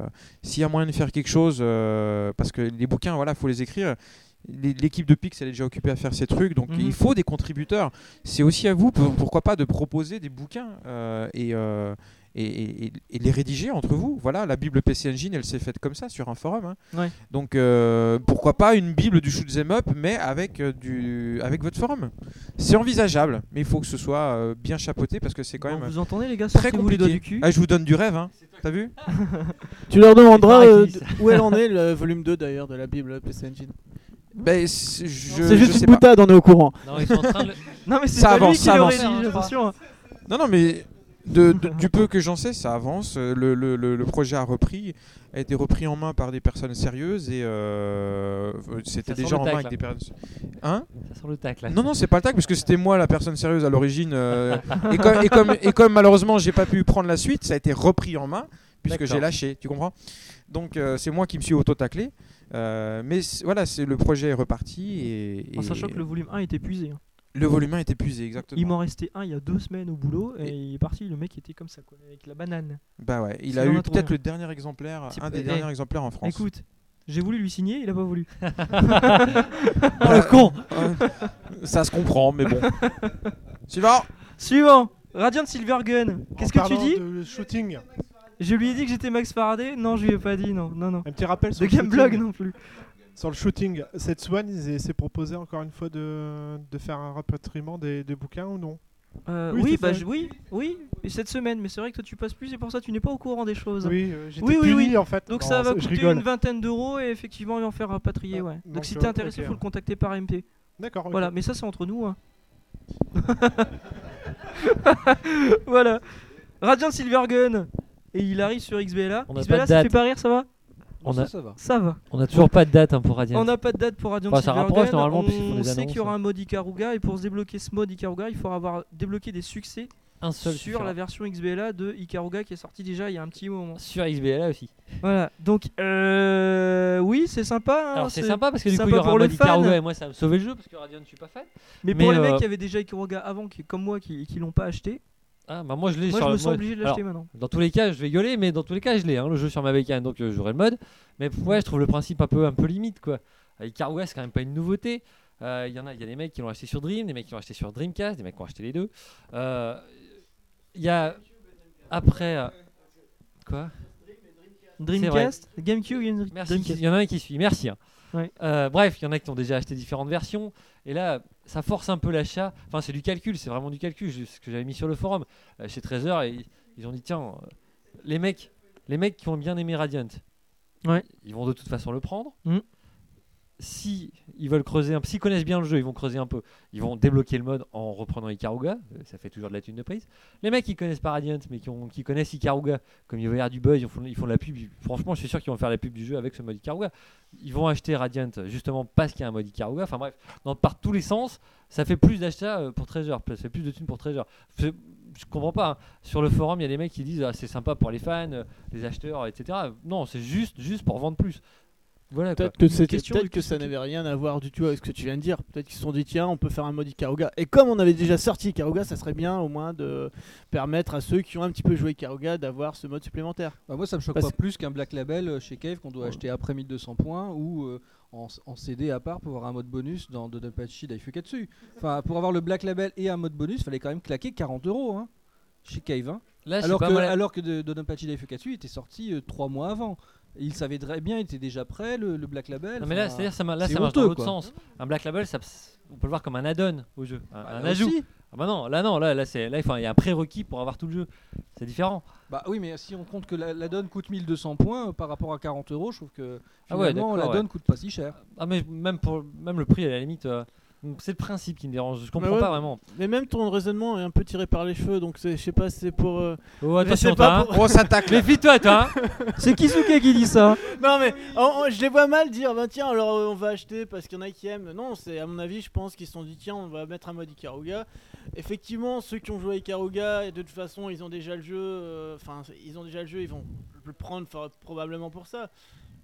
S3: s'il y a moyen de faire quelque chose, euh, parce que les bouquins, voilà, faut les écrire. L'é- L'équipe de Pix, elle est déjà occupée à faire ces trucs, donc
S1: Mhm.
S3: il faut des contributeurs. C'est aussi à vous, pour- pourquoi pas, de proposer des bouquins euh, et, euh, et, et- et les rédiger entre vous. Voilà, la Bible PC Engine, elle s'est faite comme ça sur un forum. hein.
S1: Ouais.
S3: Donc euh, pourquoi pas une Bible du shoot 'em up, mais avec, euh, du, avec votre forum. C'est envisageable, mais il faut que ce soit euh, bien chapeauté parce que c'est quand
S1: Bon,
S3: même
S1: Vous entendez, les gars
S3: très
S1: Sortez-vous les
S3: compliqué.
S1: doigts du cul.
S3: Ah, je vous donne du rêve, hein. T'as vu
S6: [LAUGHS]
S1: [LAUGHS]
S6: Tu leur demanderas
S1: Les
S6: euh,
S1: arachnides.
S6: d- où elle en est, le volume 2 d'ailleurs de la Bible PC Engine.
S3: Ben, c'est je-
S6: C'est
S3: je
S6: juste
S3: sais
S6: une
S3: pas.
S6: boutade, on est au courant.
S2: Non, ils sont en train de.
S1: Non, mais c'est
S3: Ça
S1: pas
S3: avance,
S1: lui qui
S3: ça
S1: l'aurait
S2: avance.
S1: dit, attention.
S3: Non, non, mais de- de- du peu que j'en sais, ça avance. Euh, Le, le- le- le projet a repris, a été repris en main par des personnes sérieuses et euh, c'était
S2: Ça sent
S3: déjà
S2: le
S3: en main
S2: tacle,
S3: avec
S2: là.
S3: des personnes. Hein
S2: Ça sent le tacle. là.
S3: Non, non, c'est pas le tac, parce que c'était moi la personne sérieuse à l'origine. euh, et, comme, et, comme, et comme malheureusement j'ai pas pu prendre la suite, ça a été repris en main puisque
S2: D'accord.
S3: j'ai lâché, tu comprends Donc euh, c'est moi qui me suis auto-taclé. euh, mais c'est- voilà, c'est le projet est reparti et,
S1: En
S3: et
S1: sachant que le volume 1 est épuisé. hein.
S3: le volume 1 est épuisé, exactement.
S1: Il m'en restait un il y a deux semaines au boulot et,
S3: Et-
S1: il est parti. Le mec était comme ça, quoi, avec la banane.
S3: Bah ouais, il
S1: S'il
S3: a
S1: en a
S3: eu
S1: trouvé
S3: peut-être
S1: un.
S3: le dernier exemplaire,
S1: C'est-
S3: un des
S1: eh,
S3: derniers exemplaires en France.
S1: Écoute, j'ai voulu lui signer, il a pas
S3: [LAUGHS]
S1: voulu. [LAUGHS]
S3: Oh le con Ça se comprend, mais
S1: [LAUGHS]
S3: bon. Suivant
S1: Suivant Radiant Silvergun. Qu'est-ce que tu
S5: parlant
S1: dis
S5: de shooting.
S1: Je lui ai dit que j'étais Max Faraday Non, je lui ai pas dit, non, non, non.
S5: Un petit rappel sur
S1: De
S5: le shooting.
S1: Gameblog non plus.
S5: Sur le shooting, cette Swan il s'est proposé encore une fois de, de faire un rapatriement des, des bouquins ou non
S1: Euh,
S5: Oui,
S1: oui,
S5: c'est
S1: bah,
S5: ça.
S1: je- oui, oui, et cette semaine, mais c'est vrai que toi tu passes plus et pour ça tu n'es pas au courant des choses.
S5: Oui, euh, j'étais
S1: Oui, oui,
S5: puni,
S1: oui.
S5: en fait.
S1: Donc
S5: Non,
S1: ça va
S5: je
S1: coûter
S5: rigole.
S1: une vingtaine d'euros et effectivement il va en faire rapatrier.
S5: Ah,
S1: ouais. Donc,
S5: donc,
S1: si
S5: euh,
S1: t'es intéressé,
S5: ok.
S1: faut le contacter par MP.
S5: D'accord, ok.
S1: Voilà, mais ça c'est entre nous. hein. [LAUGHS] voilà. Radiant Silvergun. Et il arrive sur XBLA.
S2: On n'a pas
S1: XBLA,
S2: de
S1: ça te
S2: date.
S1: fait pas rire, ça va
S2: On
S4: ça,
S2: a,
S4: ça va.
S1: Ça va.
S2: on a toujours pas de date hein, pour Radiant.
S1: On n'a pas de date pour Radiant
S2: Enfin, ça
S1: Silvergun.
S2: rapproche, normalement,
S1: on
S2: puisqu'ils font des
S1: sait
S2: annonces, hein.
S1: qu'il y aura un mode Ikaruga et pour se débloquer ce mode Ikaruga, il faudra avoir débloqué des succès
S2: Un seul
S1: sur la version XBLA de Ikaruga qui est sortie déjà il y a un petit moment.
S2: sur XBLA aussi.
S1: Voilà, donc euh, oui, c'est sympa. hein,
S2: Alors c'est sympa parce que du coup
S1: sympa
S2: il y aura
S1: pour
S2: un
S1: le
S2: mode Ikaruga
S1: fan.
S2: et moi ça a sauvé le jeu parce que Radiant je suis pas fan.
S1: Mais pour
S2: mais,
S1: les
S2: euh,
S1: mecs qui avaient déjà Ikaruga avant, qui, comme moi, qui, qui l'ont pas acheté,
S2: Ah, bah moi je l'ai
S1: Moi,
S2: sur
S1: je
S2: le-
S1: me sens obligé de l'acheter
S2: alors,
S1: maintenant.
S2: Dans tous les cas, je vais gueuler, mais dans tous les cas, je l'ai, hein, le jeu sur ma bécane, donc euh, j'aurai le mode. Mais ouais, je trouve le principe un peu, un peu limite, quoi. Avec Car West, c'est quand même pas une nouveauté. Euh, Il y en a, il y a des mecs qui l'ont acheté sur Dream, des mecs qui l'ont acheté sur Dreamcast, des mecs qui ont acheté les deux. Euh, Il y a après euh, quoi
S1: Dreamcast,
S2: C'est vrai.
S1: GameCube, Game-
S2: Merci,
S1: Dreamcast.
S2: Il y en a un qui suit, merci. hein.
S1: Ouais.
S2: Euh, bref, il y en a qui ont déjà acheté différentes versions. Et là, ça force un peu l'achat. Enfin, c'est du calcul, c'est vraiment du calcul. je- Ce que j'avais mis sur le forum Euh, chez Trésor, et ils, ils ont dit tiens, euh, les mecs, les mecs qui ont bien aimé Radiant,
S1: Ouais.
S2: ils vont de toute façon le prendre.
S1: Mhm.
S2: Si ils veulent creuser un, s'ils connaissent bien le jeu, ils vont creuser un peu. Ils vont débloquer le mode en reprenant Ikaruga. Euh, Ça fait toujours de la thune de prise. Les mecs qui connaissent pas Radiant, mais qui, ont- qui connaissent Ikaruga, comme il va y avoir du buzz, ils font, ils font de la pub. Ils- Franchement, je suis sûr qu'ils vont faire la pub du jeu avec ce mode Ikaruga. Ils vont acheter Radiant euh, justement parce qu'il y a un mode Ikaruga. Enfin bref, dans, par tous les sens, ça fait plus d'achats euh, pour Treasure. Ça fait plus de thunes pour Treasure. C'est- Je comprends pas. hein. Sur le forum, il y a des mecs qui disent ah, c'est sympa pour les fans, euh, les acheteurs, etc. Non, c'est juste, juste pour vendre plus. Voilà. quoi.
S6: Peut-être que,
S2: Une
S6: c'était-
S2: question
S6: peut-être que ça n'avait rien à voir du tout avec ce que tu viens de dire. Peut-être qu'ils se sont dit, tiens, on peut faire un mode Ikaruga. Et comme on avait déjà sorti Ikaruga, ça serait bien au moins de permettre à ceux qui ont un petit peu joué Ikaruga d'avoir ce mode supplémentaire.
S4: Bah, moi, ça me choque
S6: Parce
S4: pas plus qu'un Black Label euh, chez Cave qu'on doit acheter après 1200 points ou euh, en, en CD à part pour avoir un mode bonus dans Dodonpachi Daifukatsu. Enfin, pour avoir le Black Label et un mode bonus, fallait quand même claquer 40 euros hein, chez Cave. hein.
S2: Là, je sais
S4: alors,
S2: pas,
S4: que,
S2: moi, là-
S4: alors que de- Dodonpachi Daifukatsu était sorti 3 mois avant. Il savait très bien, il était déjà prêt, le, le Black Label.
S2: Non, mais là,
S4: enfin,
S2: c'est-à-dire, ça, ma- là,
S4: c'est
S2: ça marche dans
S4: honteux,
S2: l'autre
S4: quoi.
S2: sens. Un Black Label, ça, on peut le voir comme un add-on au jeu, un, un
S4: là
S2: ajout.
S4: aussi.
S2: Ah bah non, là, non, là, là, c'est, là, il faut un- il y a un prérequis pour avoir tout le jeu. C'est différent.
S4: Bah oui, mais si on compte que la, la donne coûte 1200 points euh, par rapport à 40 euros, je trouve que
S2: Ah ouais,
S4: finalement la
S2: d'accord,
S4: donne
S2: ouais.
S4: coûte pas si cher.
S2: Ah, mais même, pour, même le prix, à la limite, euh, c'est le principe qui me dérange. Je comprends
S6: Mais Bah ouais,
S2: pas vraiment.
S6: Mais même ton raisonnement est un peu tiré par les cheveux, donc c'est- je sais pas si c'est pour. euh,
S2: Oh,
S6: je
S2: attention,
S6: sais pas
S2: toi, hein. On s'attaque, là. [LAUGHS] Méfie-toi, toi,
S6: [LAUGHS]
S2: hein. C'est Kisuke qui dit ça.
S6: Non, mais on- on- je les vois mal dire, bah tiens, alors euh, on va acheter parce qu'il y en a qui aiment. Non, c'est à mon avis, je pense qu'ils se sont dit, tiens, on va mettre un mode Ikaruga. Effectivement, ceux qui ont joué à Ikaruga, et de toute façon, ils ont déjà le jeu. euh, Enfin, ils ont déjà le jeu, ils vont le prendre for- probablement pour ça.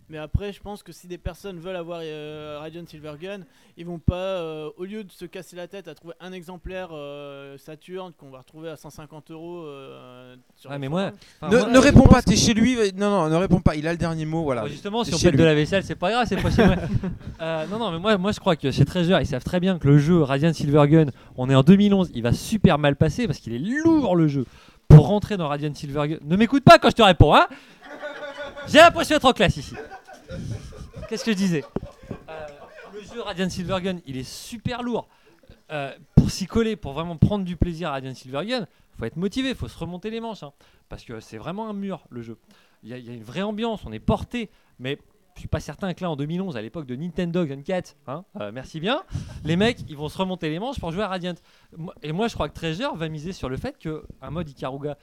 S6: Mais après, je pense que si des personnes veulent avoir euh, Radiant Silvergun, ils vont pas, euh, au lieu de se casser la tête à trouver un exemplaire euh, Saturn qu'on va retrouver à 150 euros. euh, sur
S2: Ouais,
S6: les
S2: Ah, mais moi-
S6: forums.
S2: enfin,
S6: Je
S3: ne, ne
S6: pense
S3: réponds pas,
S6: que-
S3: t'es chez lui. va- Non, non, ne réponds pas. Il a le dernier mot, voilà.
S2: Ouais, Bah, justement, si
S3: T'es
S2: on
S3: Bah, chez
S2: pète de
S3: lui.
S2: la vaisselle, c'est pas grave, c'est pas chez
S3: [LAUGHS]
S2: moi. Euh, non, non, mais moi, moi je crois que chez Treasure, ils savent très bien que le jeu Radiant Silvergun, on est en 2011, il va super mal passer parce qu'il est lourd le jeu. Pour rentrer dans Radiant Silvergun, ne m'écoute pas quand je te réponds, hein J'ai l'impression d'être en classe ici. Qu'est-ce que je disais Euh, Le jeu Radiant Silvergun, il est super lourd. Euh, pour s'y coller, pour vraiment prendre du plaisir à Radiant Silvergun, faut être motivé, faut se remonter les manches. hein. parce que c'est vraiment un mur, le jeu. Il y, a- il y a une vraie ambiance, on est porté. Mais je suis pas certain que là, en 2011, à l'époque de Nintendo Gun 4, hein, euh, merci bien, les mecs, ils vont se remonter les manches pour jouer à Radiant. Moi- Et moi, je crois que Treasure va miser sur le fait qu'un mode Ikaruga,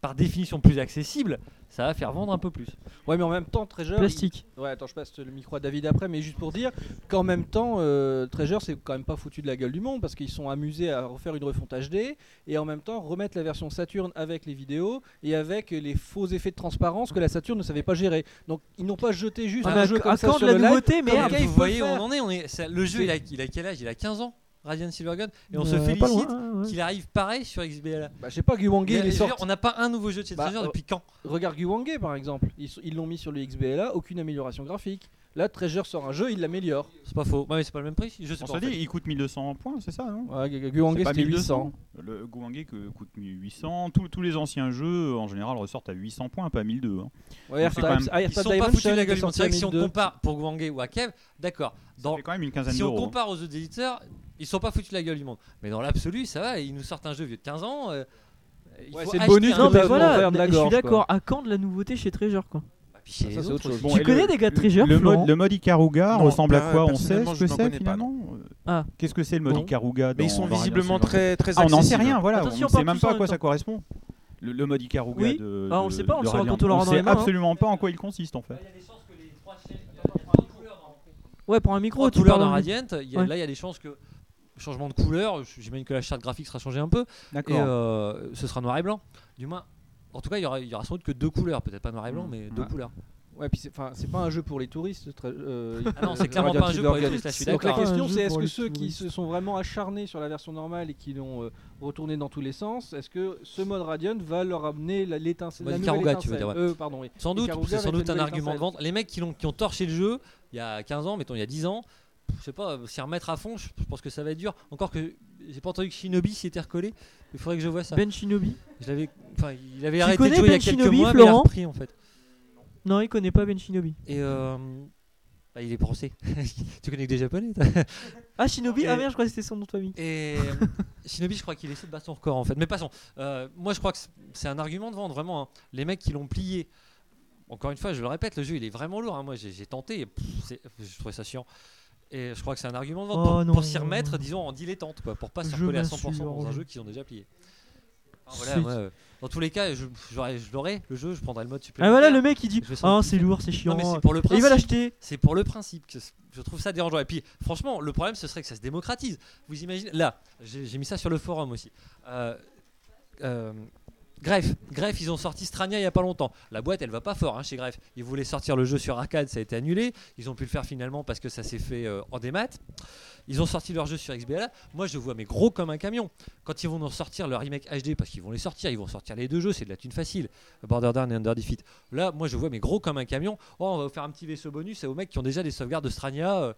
S2: par définition plus accessible, ça va faire vendre un peu plus.
S4: Ouais, mais en même temps, Treasure.
S1: Plastique.
S4: il- Ouais, attends, je passe le micro à David après, mais juste pour dire qu'en même temps, euh, Treasure, c'est quand même pas foutu de la gueule du monde parce qu'ils sont amusés à refaire une refonte HD et en même temps remettre la version Saturn avec les vidéos et avec les faux effets de transparence que la Saturn ne savait pas gérer. Donc, ils n'ont pas jeté juste
S1: Ah,
S4: un
S1: mais à-
S4: jeu
S1: à
S4: comme ça
S1: quand
S4: sur
S1: de la
S4: le live,
S1: nouveauté,
S4: comme
S1: merde
S4: Cave peut
S1: Vous
S4: le
S2: Ah, voyez où
S4: faire.
S2: on en est, on est, c'est- le jeu
S4: C'est-
S2: il a, il a quel âge Il a 15 ans, Radiant Silvergun, et on
S4: Euh,
S2: se
S4: pas
S2: félicite
S4: loin, ouais.
S2: qu'il arrive pareil sur XBLA.
S4: Bah, je sais pas, Guwangue,
S2: Mais
S4: il est
S2: je veux dire,
S4: sorti.
S2: On n'a pas un nouveau jeu de chez
S4: Bah,
S2: Treasure
S4: euh,
S2: depuis quand
S4: Regarde Guwangue par exemple, ils s- ils l'ont mis sur le XBLA, aucune amélioration graphique. Là, Treasure sort un jeu, il l'améliore.
S2: C'est pas faux. Ouais, mais c'est pas le même prix. Je sais
S8: On
S2: pas.
S8: se
S2: en
S8: dit,
S2: fait.
S8: il coûte 1200 points, c'est ça, non
S4: Ouais, Gu- Gu- Guwangue,
S8: C'est pas
S4: c'était
S8: 1200.
S4: 800.
S8: Le Guangé que coûte 800. Tous- tous les anciens jeux, en général, ressortent à 800 points, pas 1200. hein.
S4: Ouais,
S8: Donc c'est
S4: Airtype-
S8: quand même-
S4: Ah,
S2: Ils
S4: Airtype
S2: sont pas
S4: Dimension,
S2: foutus de la
S4: il est
S2: gueule. du monde.
S4: sorti
S2: C'est vrai que si on
S4: 2002.
S2: compare pour Gwangé ou à Kev, d'accord. Dans-
S8: fait quand même une quinzaine
S2: Si on
S8: d'euros, hein.
S2: compare aux autres éditeurs, ils sont pas foutus de la gueule du monde. Mais dans l'absolu, ça va. Ils nous sortent un jeu vieux de 15 ans. euh, il
S4: Ouais,
S2: faut
S4: c'est le
S2: acheter
S4: bonus
S2: un
S4: que
S2: jeu.
S1: Non, mais
S4: t'as
S1: voilà,
S4: ouvert de la
S1: je suis
S4: gorge, quoi.
S1: d'accord. À quand de la nouveauté chez Treasure quoi
S2: chez
S4: Ça,
S2: les
S4: c'est autre
S2: autres,
S4: chose. bah,
S8: Bon,
S1: Tu
S8: et
S1: connais
S8: le-
S1: des gars de Treasure,
S8: Le
S1: Florent
S8: mode, le mode Ikaruga
S3: Non,
S8: ressemble à
S3: per-
S8: quoi On sait
S3: personnellement,
S8: ce que
S3: je n'en
S8: c'est
S3: connais pas, non.
S8: finalement
S1: Ah.
S8: Qu'est-ce que c'est le mode
S1: Non.
S8: Ikaruga
S3: Mais ils
S8: dans-
S3: sont
S8: dans Radiant
S3: visiblement
S8: Silvergun
S3: très, très
S8: Ah, on n'en sait
S3: accessibles.
S8: rien, voilà.
S1: Attention,
S8: on ne
S1: parle
S8: sait même
S1: tous en
S8: pas à
S1: même
S8: quoi
S1: temps.
S8: ça correspond. Le, le mode Ikaruga
S1: Oui.
S8: de.
S1: Ah, on le sait pas, on le
S8: de
S1: saura
S8: Radiant.
S1: quand on l'aura dans
S8: sait
S1: les mains, hein.
S8: absolument pas en quoi il consiste en fait.
S1: Ouais, prends un micro,
S8: Ah,
S2: trois
S1: tu
S2: couleurs
S1: parles
S2: dans
S1: en micro.
S2: Radiant. il y a-
S1: Ouais.
S2: Là, il y a des chances que changement de couleur. j- J'imagine que la charte graphique sera changée un peu. Et
S8: D'accord.
S2: euh, ce sera noir et blanc. Du moins, en tout cas, il y aura, il y aura sans doute que deux couleurs. Peut-être pas noir et blanc, mais deux
S8: Ouais.
S2: couleurs.
S4: Mmh. Ah. Ouais, puis c'est enfin, c'est pas un jeu pour les touristes. très- euh,
S2: Ah non,
S4: euh,
S2: c'est
S4: je
S2: clairement
S4: regarde
S2: pas un jeu
S4: Kid
S2: pour les
S4: Organ.
S2: touristes, là, je suis
S4: Donc la
S2: d'accord.
S4: question,
S2: Pas un
S4: c'est
S2: jeu
S4: est-ce
S2: pour
S4: que
S2: les
S4: ceux qui
S2: touristes.
S4: se sont vraiment acharnés sur la version normale et qui l'ont euh, retournée dans tous les sens, est-ce que ce mode Radiant va leur amener la- l'étincelle
S2: Bah,
S4: la
S2: du
S4: nouvelle
S2: Karuga, tu veux
S4: étincelle.
S2: dire, ouais.
S4: Euh, pardon, oui.
S2: Sans
S4: Du
S2: doute,
S4: Karuga
S2: c'est sans
S4: avec
S2: doute
S4: la
S2: un
S4: nouvelle
S2: argument de
S4: étincelle.
S2: vente. Les mecs qui, l'ont- qui ont torché le jeu il y a 15 ans, mettons il y a 10 ans, je sais pas, euh, s'y remettre à fond, je je pense que ça va être dur. Encore que j'ai pas entendu que Shinobi s'y était recollé, il faudrait que je vois ça.
S1: Ben Shinobi
S2: Je l'avais, enfin, il avait
S1: Tu
S2: arrêté de
S1: connais
S2: jouer il y a
S1: Ben
S2: quelques
S1: Shinobi,
S2: mois, mais il a
S1: Florent
S2: repris en fait.
S1: Non, il connaît pas Ben Shinobi.
S2: Et euh, bah, il est français. [LAUGHS] tu connais que des japonais. toi.
S1: Ah, Shinobi
S2: Et-
S1: Ah merde, je crois que c'était son nom de famille.
S2: Et euh,
S1: [LAUGHS]
S2: Shinobi, je crois qu'il essaie de battre son record en fait. Mais passons. Euh, moi, je crois que c'est- c'est un argument de vente vraiment. hein. Les mecs qui l'ont plié. Encore une fois, je le répète, le jeu il est vraiment lourd. hein. Moi, j'ai j'ai tenté. et pff, c'est- je trouvais ça chiant. Et je crois que c'est un argument de vente pour-
S1: Oh,
S2: pour,
S1: non.
S2: s'y remettre, disons en dilettante, quoi, pour pas se
S1: Je
S2: recoller à 100%
S1: m'assure.
S2: dans un jeu qu'ils ont déjà plié. Enfin, voilà,
S1: C'est-
S2: moi, euh, dans tous les cas, je j'aurais- je l'aurais le jeu, je prendrais le mode
S1: Ah
S2: supplémentaire.
S1: voilà, le mec il dit
S2: Je vais sans-
S1: Ah, c'est lourd, c'est chiant.
S2: Non, mais c'est pour le
S1: Et il va
S2: principe.
S1: l'acheter.
S2: C'est pour le principe que c- je trouve ça dérangeant. Et puis, franchement, le problème, ce serait que ça se démocratise. Vous imaginez Là, j'ai j'ai mis ça sur le forum aussi. Euh, euh, Greff, Greff, ils ont sorti Strania il y a pas longtemps. La boîte, elle va pas fort hein, chez Greff. Ils voulaient sortir le jeu sur arcade, ça a été annulé. Ils ont pu le faire finalement parce que ça s'est fait euh, en démat. Ils ont sorti leur jeu sur XBLA. Moi, je vois mes gros comme un camion. Quand ils vont nous sortir leur remake HD, parce qu'ils vont les sortir, ils vont sortir les deux jeux, c'est de la thune facile. Borderlands et Under Defeat. Là, moi, je vois mes gros comme un camion. Oh, on va vous faire un petit vaisseau bonus aux mecs qui ont déjà des sauvegardes de Strania. euh,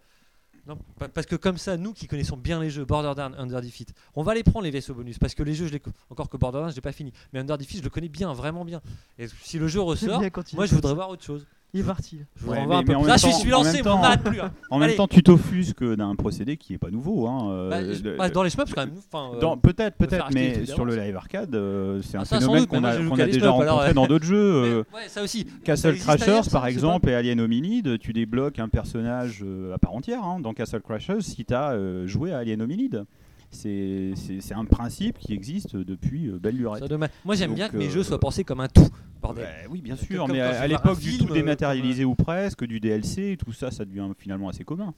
S2: non, pa- parce que comme ça, nous qui connaissons bien les jeux Borderlands, Under Defeat, on va les prendre les vaisseaux bonus parce que les jeux, je les co- encore que Borderlands, je l'ai pas fini, mais Under Defeat, je le connais bien, vraiment bien. Et si le jeu
S1: [LAUGHS]
S2: ressort,
S1: Bien, continue.
S2: moi je voudrais voir autre chose.
S1: Il est parti. là.
S2: Je voudrais
S8: Ouais,
S2: voir
S8: mais-
S2: un peu
S8: mais en
S2: plus.
S8: même
S2: Ah, Là, je
S8: temps-
S2: suis
S8: en
S2: lancé,
S8: même
S2: mais on
S8: temps-
S2: n'arrête plus. hein.
S8: En même
S2: Allez.
S8: temps, tu t'offusques d'un procédé qui n'est pas nouveau. hein, euh,
S2: Bah, je-
S8: le-
S2: bah,
S8: le-
S2: dans les shmups, quand même. enfin, euh,
S8: dans- peut-être,
S2: le faire
S8: peut-être,
S2: acheter,
S8: mais
S2: évidemment,
S8: sur le
S2: ça.
S8: live arcade, euh, c'est un
S2: Ah, ça, sans
S8: phénomène
S2: doute, mais
S8: qu'on
S2: moi,
S8: a,
S2: j'ai joué
S8: qu'on
S2: qu'à
S8: a
S2: des
S8: déjà
S2: stops, alors,
S8: rencontré dans d'autres jeux.
S2: Mais-
S8: euh,
S2: ouais, ça aussi.
S8: Castle
S2: existe ailleurs,
S8: Crashers,
S2: ça,
S8: par
S2: je sais
S8: exemple, et Alien Hominid, tu débloques un personnage euh, à part entière hein, dans Castle Crashers si tu as joué à Alien Hominid. C'est c'est- c'est un principe qui existe depuis euh, belle lurette.
S2: Ça, dommage. Moi, j'aime
S8: Donc,
S2: bien que mes
S8: euh,
S2: jeux soient pensés comme un tout.
S8: Bah,
S2: Bordel.
S8: oui, bien
S2: C'est
S8: sûr,
S2: comme
S8: mais
S2: quand
S8: à,
S2: tu
S8: à
S2: vois un
S8: l'époque du
S2: film,
S8: tout
S2: euh,
S8: dématérialisé ou presque, du DLC, tout ça, ça devient finalement assez commun.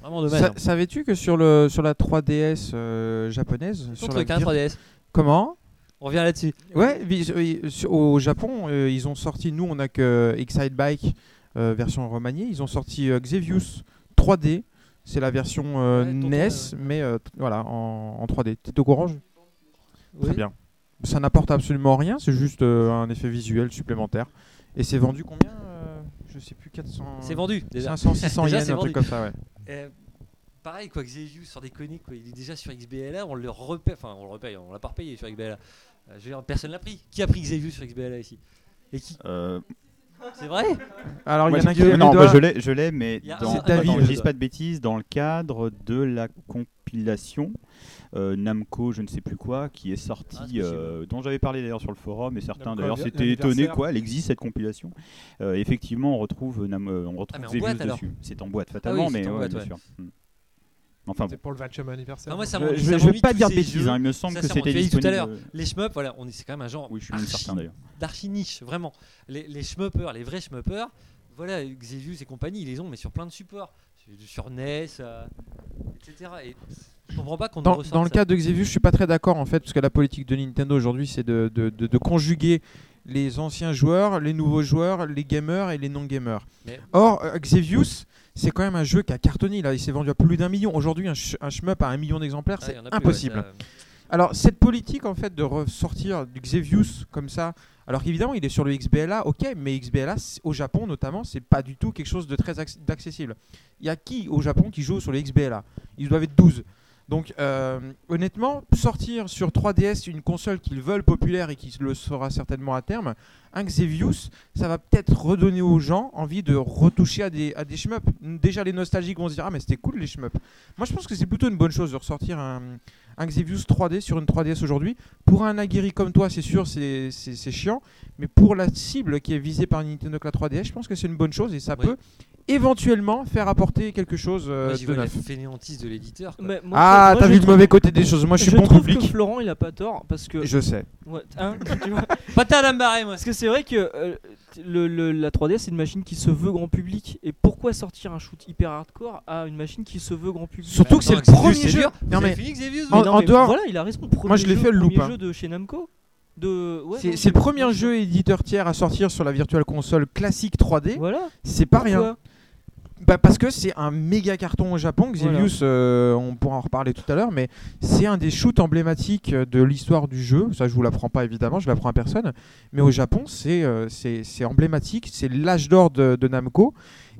S2: Vraiment dommage.
S3: Sa-
S2: hein.
S3: Savais-tu que sur, le, sur la 3DS euh, japonaise, sur
S2: Contre
S3: la
S2: le cas
S3: vir-
S2: 3DS.
S3: Comment
S2: On revient là-dessus.
S3: Ouais, vi- sur- i- sur- au Japon, euh, ils ont sorti, nous on a que Excite Bike euh, version remaniée, ils ont sorti euh, Xevious 3D, c'est la version euh,
S2: Ouais, tonton,
S3: NES,
S2: ouais.
S3: mais euh, t- voilà, en, en 3D. T'es au courant je- Très
S2: Oui.
S3: bien. Ça n'apporte absolument rien, c'est juste euh, un effet visuel supplémentaire. Et c'est vendu combien euh, Je sais plus, 400.
S2: C'est vendu déjà.
S3: 500, 600
S2: [LAUGHS] Déjà,
S3: yens,
S2: c'est
S3: un
S2: vendu.
S3: truc comme ça, ouais.
S2: Euh, pareil, quoi, Xevious, sans déconner, quoi, il est déjà sur XBLA, on le repaye, enfin on le repaye, on l'a pas repayé sur XBLA. Euh, je veux dire, personne l'a pris. Qui a pris Xevious sur XBLA ici Et qui
S8: Euh,
S2: C'est vrai
S3: Alors il y en
S8: moi,
S3: a
S8: je-
S3: qui lèvent les
S8: non,
S3: doigts.
S8: moi, je l'ai, je l'ai, mais
S2: Il y a
S8: dans,
S2: un-
S8: attends,
S3: David.
S8: je dis pas de bêtises, dans le cadre de la compilation euh, Namco, je ne sais plus quoi, qui est
S2: Ah,
S8: sortie,
S2: c'est possible.
S8: euh, dont j'avais parlé d'ailleurs sur le forum, et certains
S5: Namco
S8: d'ailleurs
S5: anniver-
S8: s'étaient étonnés
S5: anniversaire.
S8: quoi, elle existe cette compilation. Euh, effectivement, on retrouve Nam, euh, on retrouve
S2: Ah, mais en
S8: Zeus
S2: boîte, alors. Ah
S8: dessus. C'est en boîte fatalement,
S2: c'est
S8: mais
S2: en
S8: ouais,
S2: boîte,
S8: bien
S2: ouais.
S8: sûr. Hmm. Enfin,
S5: C'est
S8: bon.
S5: pour le 20 e anniversaire.
S2: Enfin, Ah, moi, ça
S8: je,
S2: m'ennuie-
S8: je-
S2: ça
S8: je vais
S2: m'ennuie
S8: pas
S2: tous
S8: dire de
S2: ces
S8: bêtises,
S2: jeux.
S8: hein, il me semble
S2: Ça,
S8: que
S2: ça, on te
S8: c'était
S2: l'a dit tout à
S8: disponible.
S2: l'heure. Les shmups, voilà, on est- c'est quand même un genre
S8: Oui, je suis même
S2: archi-
S8: certain d'ailleurs.
S2: d'archi-niche, vraiment. Les, les shmuppers, les vrais shmuppers, voilà, Xevious et compagnie, ils les ont, mais sur plein de supports. Sur- Sur NES, euh, etc. Et je comprends pas qu'on nous
S3: Dans,
S2: ressorte
S3: dans le
S2: ça.
S3: cas de Xevious, je suis pas très d'accord en fait, parce que la politique de Nintendo aujourd'hui, c'est de, de- de- de conjuguer les anciens joueurs, les nouveaux joueurs, les gamers et les non-gamers.
S2: Mais-
S3: Or, euh, Xevious, c'est quand même un jeu qui a cartonné, là, il s'est vendu à plus d'un million. Aujourd'hui, un, sh- un shmup à un million d'exemplaires,
S2: Ah, il
S3: c'est
S2: y en a plus, ouais,
S3: impossible.
S2: ça- euh,
S3: Alors, cette politique en fait de ressortir du Xevious comme ça, alors qu'évidemment, il est sur le XBLA, ok, mais XBLA, c- au Japon notamment, c'est pas du tout quelque chose de très acc- d'accessible. Il y a qui au Japon qui joue sur le XBLA Ils doivent être 12. Donc euh, honnêtement, sortir sur 3DS une console qu'ils veulent populaire et qui le sera certainement à terme, un Xevious, ça va peut-être redonner aux gens envie de retoucher à des, à des shmups. Déjà les nostalgiques vont se dire ah mais c'était cool les shmups. Moi je pense que c'est plutôt une bonne chose de ressortir un, un Xevious 3D sur une 3DS aujourd'hui. Pour un aguerri comme toi c'est sûr c'est, c'est, c'est chiant, mais pour la cible qui est visée par Nintendo avec la 3DS, je pense que c'est une bonne chose et ça
S2: Oui.
S3: peut éventuellement faire apporter quelque chose euh,
S2: Moi, j'y
S3: de
S2: vois la
S3: neuf.
S2: fainéantise de l'éditeur. quoi.
S1: Mais moi,
S3: Ah,
S1: moi,
S3: t'as
S1: je
S3: vu le
S1: trouve-
S3: mauvais côté des choses. Moi, je suis bon
S1: trouve que
S3: public.
S1: Florent il a pas tort parce que.
S3: Je sais.
S1: Ouais, [LAUGHS] hein, tu vois.
S2: Pas ta dame barrée, moi.
S1: Parce que c'est vrai que euh, le, le- la 3DS c'est une machine qui se veut grand public. Et pourquoi sortir un shoot hyper hardcore à une machine qui se veut grand public
S3: Surtout que c'est le premier jeu.
S2: Non
S3: Non
S2: mais
S3: mais
S2: Phoenix et Views,
S1: Mais
S3: en-
S1: non,
S3: en
S1: mais
S3: dehors-
S1: Voilà, il a raison. Premier
S3: je l'ai
S1: jeu,
S3: fait, le
S1: premier
S3: loop, hein.
S1: jeu de chez Namco. de. ouais,
S3: C'est
S1: non,
S3: c'est le premier
S1: non,
S3: jeu éditeur tiers à sortir sur la Virtual Console classique 3D.
S1: Voilà.
S3: C'est pas
S1: Pourquoi
S3: rien. Bah, parce que c'est un méga carton au Japon. Xelius, euh, on pourra en reparler tout à l'heure, mais c'est un des shoots emblématiques de l'histoire du jeu. Ça, je vous l'apprends pas évidemment, je l'apprends à personne. Mais au Japon, c'est euh, c'est c'est emblématique. C'est l'âge d'or de, de Namco.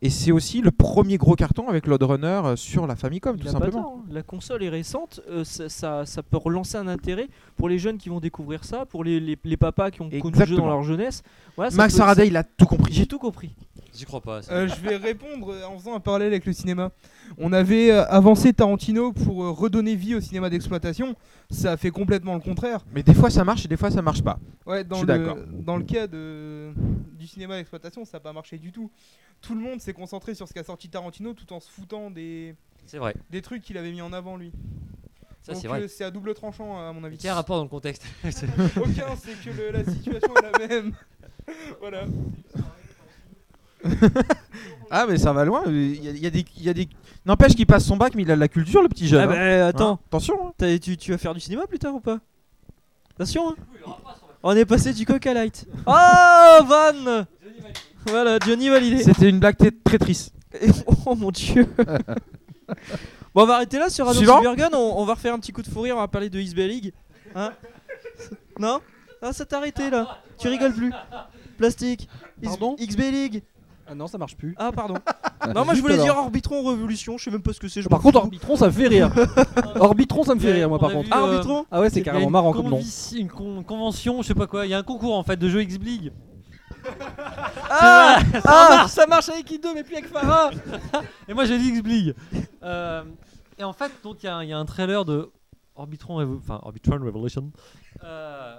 S3: Et c'est aussi le premier gros carton avec Lord Runner euh, sur la Famicom,
S1: Il
S3: tout
S1: a pas
S3: simplement.
S1: tort, hein. La console est récente, euh, ça, ça- ça peut relancer un intérêt pour les jeunes qui vont découvrir ça, pour les, les- les papas qui ont connu le jeu
S3: Exactement.
S1: dans leur jeunesse. Voilà, ça
S3: Max
S1: peut-
S3: Faraday, il a tout compris.
S1: J'ai tout compris.
S2: J'y crois pas. ça.
S10: Euh, je vais répondre euh, en faisant un parallèle avec le cinéma. On avait euh, avancé Tarantino pour euh, redonner vie au cinéma d'exploitation. Ça a fait complètement le contraire.
S3: Mais des fois ça marche et des fois ça marche pas.
S10: Ouais, dans,
S3: Je suis d'accord.
S10: le, dans le cas de, du cinéma d'exploitation, ça n'a pas marché du tout. Tout le monde s'est concentré sur ce qu'a sorti Tarantino tout en se foutant des,
S2: C'est vrai.
S10: des trucs qu'il avait mis en avant lui.
S2: Ça,
S10: Donc
S2: c'est
S10: euh,
S2: vrai.
S10: à double tranchant hein, à mon avis.
S2: Quel rapport dans le contexte C'est-
S10: [LAUGHS] Aucun, c'est que le- la situation est la même. [LAUGHS] voilà.
S3: Ah, mais ça va loin. Il y a, il y a des. il y a des- N'empêche qu'il passe son bac, mais il a de la culture, le petit jeune.
S1: Ah
S3: hein.
S1: bah, euh,
S3: Hein
S1: attends,
S3: Attention. hein.
S1: t'as- tu, tu vas faire du cinéma plus tard ou pas Attention, hein. On est passé du coq à
S2: [LAUGHS]
S1: light. Oh, Van Voilà, Johnny validé.
S3: C'était une blague t- traîtrisse.
S1: [LAUGHS] oh
S3: [LAUGHS]
S1: mon dieu Bon, on va arrêter là sur Radio
S3: Suivant.
S1: Cybergun, on, on va refaire un petit coup de fou rire, on va parler de Isbell League. Hein [LAUGHS] non Ah, ça t'a arrêté là Tu rigoles plus Plastique Is-
S4: Pardon
S1: XB League
S4: Ah non, ça marche plus.
S1: Ah,
S4: [LAUGHS]
S1: pardon. non, moi je
S4: Juste
S1: voulais dire
S4: alors.
S1: Orbitron Révolution, je sais même pas ce que c'est. je
S4: Par
S1: m'en
S4: contre,
S1: fous.
S4: Orbitron, ça me fait
S1: [LAUGHS]
S2: [LAUGHS]
S4: rire. Orbitron, ça me fait rire, moi,
S2: On
S4: par
S2: a
S4: contre.
S2: vu,
S1: Ah,
S2: euh,
S1: Orbitron
S4: Ah ouais,
S2: il y
S4: c'est
S2: a
S4: carrément
S2: une
S4: marrant comme nom.
S2: convici- Une con- convention, je sais pas quoi. Il y a un concours en fait de jeux X-League.
S1: Ah,
S4: Ah, ça marche avec Ido, mais plus avec Farah.
S2: Et moi j'ai dit X-Blig. Euh, et en fait, donc il y, a un- il y a un trailer de Orbitron, Revo- enfin, Orbitron Revolution. Euh,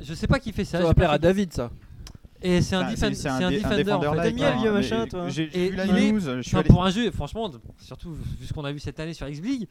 S2: je sais pas qui fait ça.
S4: Ça
S2: j'ai
S4: va
S2: pas
S4: plaire à
S2: fait-
S4: David, ça.
S2: Et c'est un,
S8: Enfin,
S2: defen- c'est un
S8: dé-
S2: Defender. en fait.
S8: light,
S1: T'as mis
S8: hein,
S1: un vieux
S8: mais
S1: machin, toi.
S8: J'ai
S2: Et
S8: j'ai vu la
S2: il est-
S8: news, je suis
S2: Enfin,
S8: allé-
S2: pour un jeu, franchement, d- surtout vu ce qu'on a vu cette année sur X-League,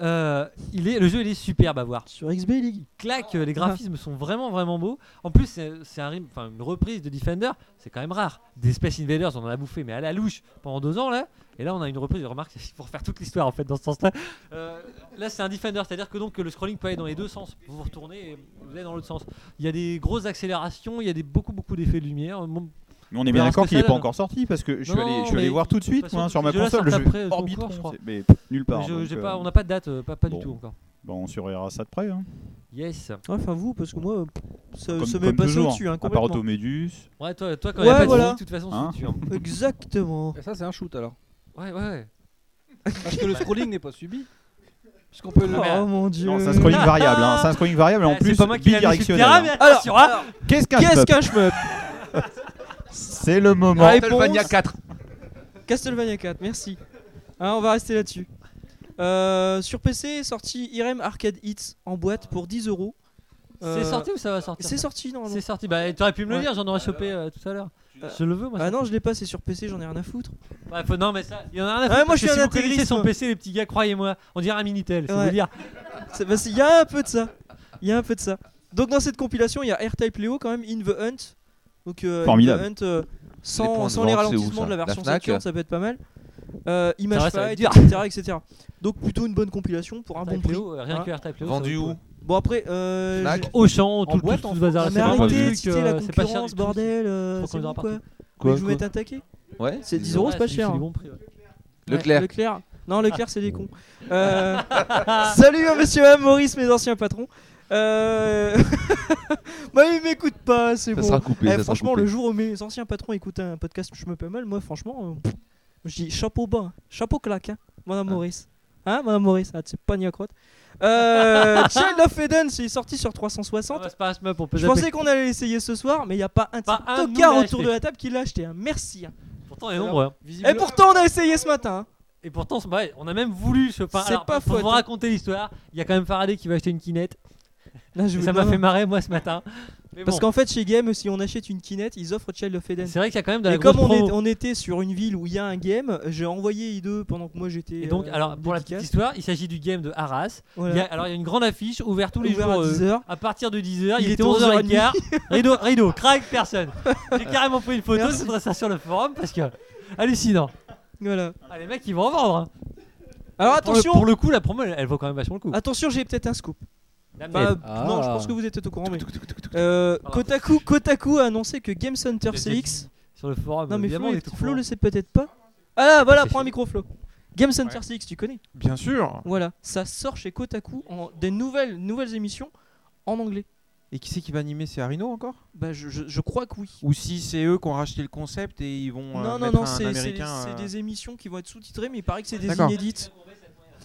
S2: euh, il est, le jeu il est superbe à voir.
S1: Sur XB League
S2: Clac, euh, les graphismes sont vraiment vraiment beaux. En plus, c'est- c'est un rem- enfin, une reprise de Defender, c'est quand même rare. Des Space Invaders, on en a bouffé, mais à la louche pendant deux ans là. Et là, on a une reprise. Remarque, [LAUGHS] il faut refaire toute l'histoire en fait dans ce sens-là. Euh, là, c'est un Defender, c'est-à-dire que donc le scrolling peut aller dans les deux sens. Vous vous retournez, et vous allez dans l'autre sens. Il y a des grosses accélérations, il y a des beaucoup beaucoup d'effets de lumière. Mon-
S8: Mais on est
S2: On
S8: bien
S2: verra
S8: d'accord
S2: ce que
S8: qu'il n'est
S2: ça
S8: pas
S2: donne.
S8: encore sorti parce que je suis
S2: Non,
S8: allé, je suis
S2: mais
S8: allé voir tout de
S2: de
S8: suite
S2: toute
S8: moi,
S2: façon,
S8: sur ma
S2: ces jeux-là
S8: console. Le
S2: sortent
S8: jeu
S2: après, euh, au
S8: Orbitron,
S2: cours, je crois.
S8: c'est- mais pff, nulle part.
S2: Je-
S8: donc,
S2: j'ai
S8: euh,
S2: pas- on n'a pas de date, euh, pas, pas
S8: bon.
S2: du tout encore.
S8: bon, on surveillera ça de près. hein.
S2: Yes.
S3: Oh,
S1: Enfin, vous, parce que moi, ça,
S8: Comme,
S1: ça m'est
S8: comme
S1: passé
S8: toujours,
S1: au-dessus. Hein,
S8: à part
S1: complètement.
S8: Automédus.
S2: Ouais, toi, toi quand il
S1: Ouais,
S2: y a pas
S1: voilà.
S2: de musique, de toute façon,
S8: Hein
S2: c'est sûr.
S1: [LAUGHS] Exactement.
S4: Et ça, c'est un shoot alors.
S2: Ouais, ouais, ouais.
S4: Parce que le scrolling n'est pas subi. Parce qu'on peut le.
S2: mais-
S1: Oh mon dieu
S8: Non, c'est un scrolling variable. hein. C'est un scrolling variable et en
S2: Ah, c'est
S8: plus
S2: pas moi qui l'ai mis sur le
S8: bidirectionnel.
S2: terrain, mais
S1: Ah,
S8: hein.
S2: attention, hein.
S8: Qu'est-ce qu'un
S1: Qu'est-ce
S8: shmup
S1: qu'un shmup
S8: [LAUGHS] C'est le moment.
S2: Ah,
S1: Réponse.
S9: Castlevania 4.
S1: Castlevania 4, merci. Hein, on va rester là-dessus. Euh, sur PC est sorti Irem Arcade Hits en boîte pour 10 euros. Euh,
S2: C'est sorti ou ça va sortir
S1: C'est sorti normalement.
S2: C'est sorti. Bah, t'aurais pu me le
S1: Ouais.
S2: dire, j'en aurais chopé euh, tout à l'heure. Je le veux, moi.
S1: Ah
S2: ça.
S1: non, je l'ai pas, c'est sur PC, j'en ai rien à foutre.
S2: Ouais, Bah, faut- non, mais ça, il y en a rien à
S1: Ouais,
S2: foutre.
S1: moi,
S2: parce
S1: je suis
S2: que
S1: un
S2: si vous connaissez
S1: intégriste,
S2: son
S1: moi.
S2: PC, les petits gars, croyez-moi, on dirait un Minitel, c'est
S1: Ouais.
S2: vous dire.
S1: [LAUGHS] C'est- bah, c'est- Il y a un peu de ça. Il y a un peu de ça. Donc dans cette compilation, il y a AirType Leo quand même, In the Hunt. Donc euh, In the
S8: Formidable.
S1: Hunt, euh, sans
S9: Les
S1: sans
S9: points
S1: les,
S9: de vente, c'est où,
S1: ralentissements
S9: ça
S1: de la
S9: La
S1: version
S9: Fnac
S1: Saturn, ça peut être pas mal. Euh, Image
S2: Ça va, ça va
S1: Fight,
S2: être
S1: etc., etc. Donc plutôt une bonne compilation pour un bon
S2: Type
S1: prix.
S2: Léo, euh, rien
S1: Hein.
S2: que R-Type Léo, ça
S9: Vendu
S2: vaut le
S9: où
S2: coup.
S1: Bon après, euh,
S9: Fnac
S1: j'ai-
S2: Auchan, tout, tout,
S4: boîte,
S2: tout
S4: en
S2: ce
S4: France.
S2: bazar.
S1: Ah,
S2: c'est
S1: mais
S2: pas
S9: arrêtez
S2: du
S1: arrêtez de
S2: tout,
S1: citer la
S2: euh, c'est pas cher
S1: concurrence,
S2: du tout.
S1: bordel. euh,
S2: Faut
S1: c'est
S2: qu'on
S1: bon,
S2: aura
S1: quoi.
S2: pas.
S1: Mais je vous mets attaqué.
S9: Ouais.
S1: C'est 10 euros, c'est pas
S2: Ouais,
S1: cher.
S2: du
S1: hein.
S2: bon prix, ouais.
S1: Ouais,
S9: Leclerc.
S1: Leclerc. Non, Leclerc, c'est
S9: [LAUGHS]
S1: des cons. Euh, Salut, à monsieur M. Maurice, mes anciens patrons. Euh... [LAUGHS] bah, il m'écoute pas, c'est
S9: Ça
S1: bon.
S9: sera coupé.
S1: Eh,
S9: ça sera
S1: franchement,
S9: coupé.
S1: le jour où mes anciens patrons écoutent un podcast, je me paie mal. Moi, franchement, euh, pff, je dis chapeau bas, hein. chapeau claque, hein, madame
S9: Ah.
S1: Maurice. Hein, madame Maurice, ah, c'est pas ni à crotte.
S9: [LAUGHS]
S1: Euh, Child of Eden, c'est sorti sur
S2: Ah
S1: 360.
S2: bah, C'est pas un shmup, on peut
S1: Je
S2: zapper.
S1: pensais qu'on allait l'essayer ce soir, mais il n'y a pas un
S2: Pas un, nous,
S1: tocard
S2: on l'a
S1: autour
S2: acheté.
S1: de la table qui l'a acheté. hein. Merci. hein.
S2: Pourtant, il est nombreux. hein.
S1: Et pourtant, on a essayé ce matin. hein.
S2: Et pourtant, c'est- ouais, on a même voulu ce pas.
S1: C'est
S2: alors,
S1: pas
S2: Pour
S1: faute,
S2: vous
S1: hein.
S2: raconter l'histoire, il y a quand même Faraday qui va acheter une kinette.
S1: Là, je
S2: Et
S1: vous-
S2: Ça m'a
S1: non,
S2: fait
S1: non.
S2: marrer, moi, ce matin. Mais
S1: Parce
S2: bon,
S1: qu'en fait, chez Game, si on achète une Kinect, ils offrent Child of Eden.
S2: c'est vrai qu'il y a quand même de la
S1: Et comme
S2: grosse
S1: on, est-
S2: promo.
S1: on était sur une ville où il y a un game, j'ai envoyé I2 pendant que moi j'étais.
S2: Et donc,
S1: euh,
S2: alors, pour la petite
S1: dédicace.
S2: histoire, il s'agit du game de Arras.
S1: Voilà.
S2: Il y a- alors, il y a une grande affiche ouverte tous les
S1: Ouvert
S2: jours.
S1: à
S2: euh,
S1: 10h.
S2: à partir de 10h, il,
S1: Il
S2: était
S1: était
S2: 11h15. rideau, rideau, crack,
S1: [LAUGHS]
S2: personne. J'ai carrément pris une photo,
S1: Merci.
S2: je voudrais ça sur le forum parce que. Hallucinant.
S1: Voilà.
S2: Ah, les mecs, ils vont en vendre. hein.
S1: Alors
S2: Pour le-
S1: attention,
S2: Pour le, coup, la promo, elle, elle vaut quand même vachement le coup.
S1: attention, j'ai peut-être un scoop. Bah,
S2: Ah.
S1: Non, je pense que vous étiez au courant. Mais... Euh, Kotaku, Kotaku a annoncé que Game Center CX.
S2: Sur le forum,
S1: Non, mais
S2: évidemment,
S1: Flo,
S2: on
S1: est-
S2: est au
S1: Flo
S2: courant.
S1: le sait peut-être pas. Ah là, voilà,
S2: C'est
S1: prends un
S2: chez-
S1: micro, Flo. Game Center CX, tu connais
S3: Bien sûr.
S1: Voilà, ça sort chez Kotaku en... des nouvelles, nouvelles émissions en anglais.
S3: Et qui c'est qui va animer C'est Arino encore
S1: Bah, je, je- je crois que oui.
S3: Ou si c'est eux qui ont racheté le concept et ils vont euh,
S1: non, non,
S3: mettre
S1: non,
S3: un
S1: c'est c'est-
S3: américain.
S1: c'est
S3: euh,
S1: des émissions qui vont être sous-titrées, mais il paraît que c'est des
S3: D'accord.
S1: inédites.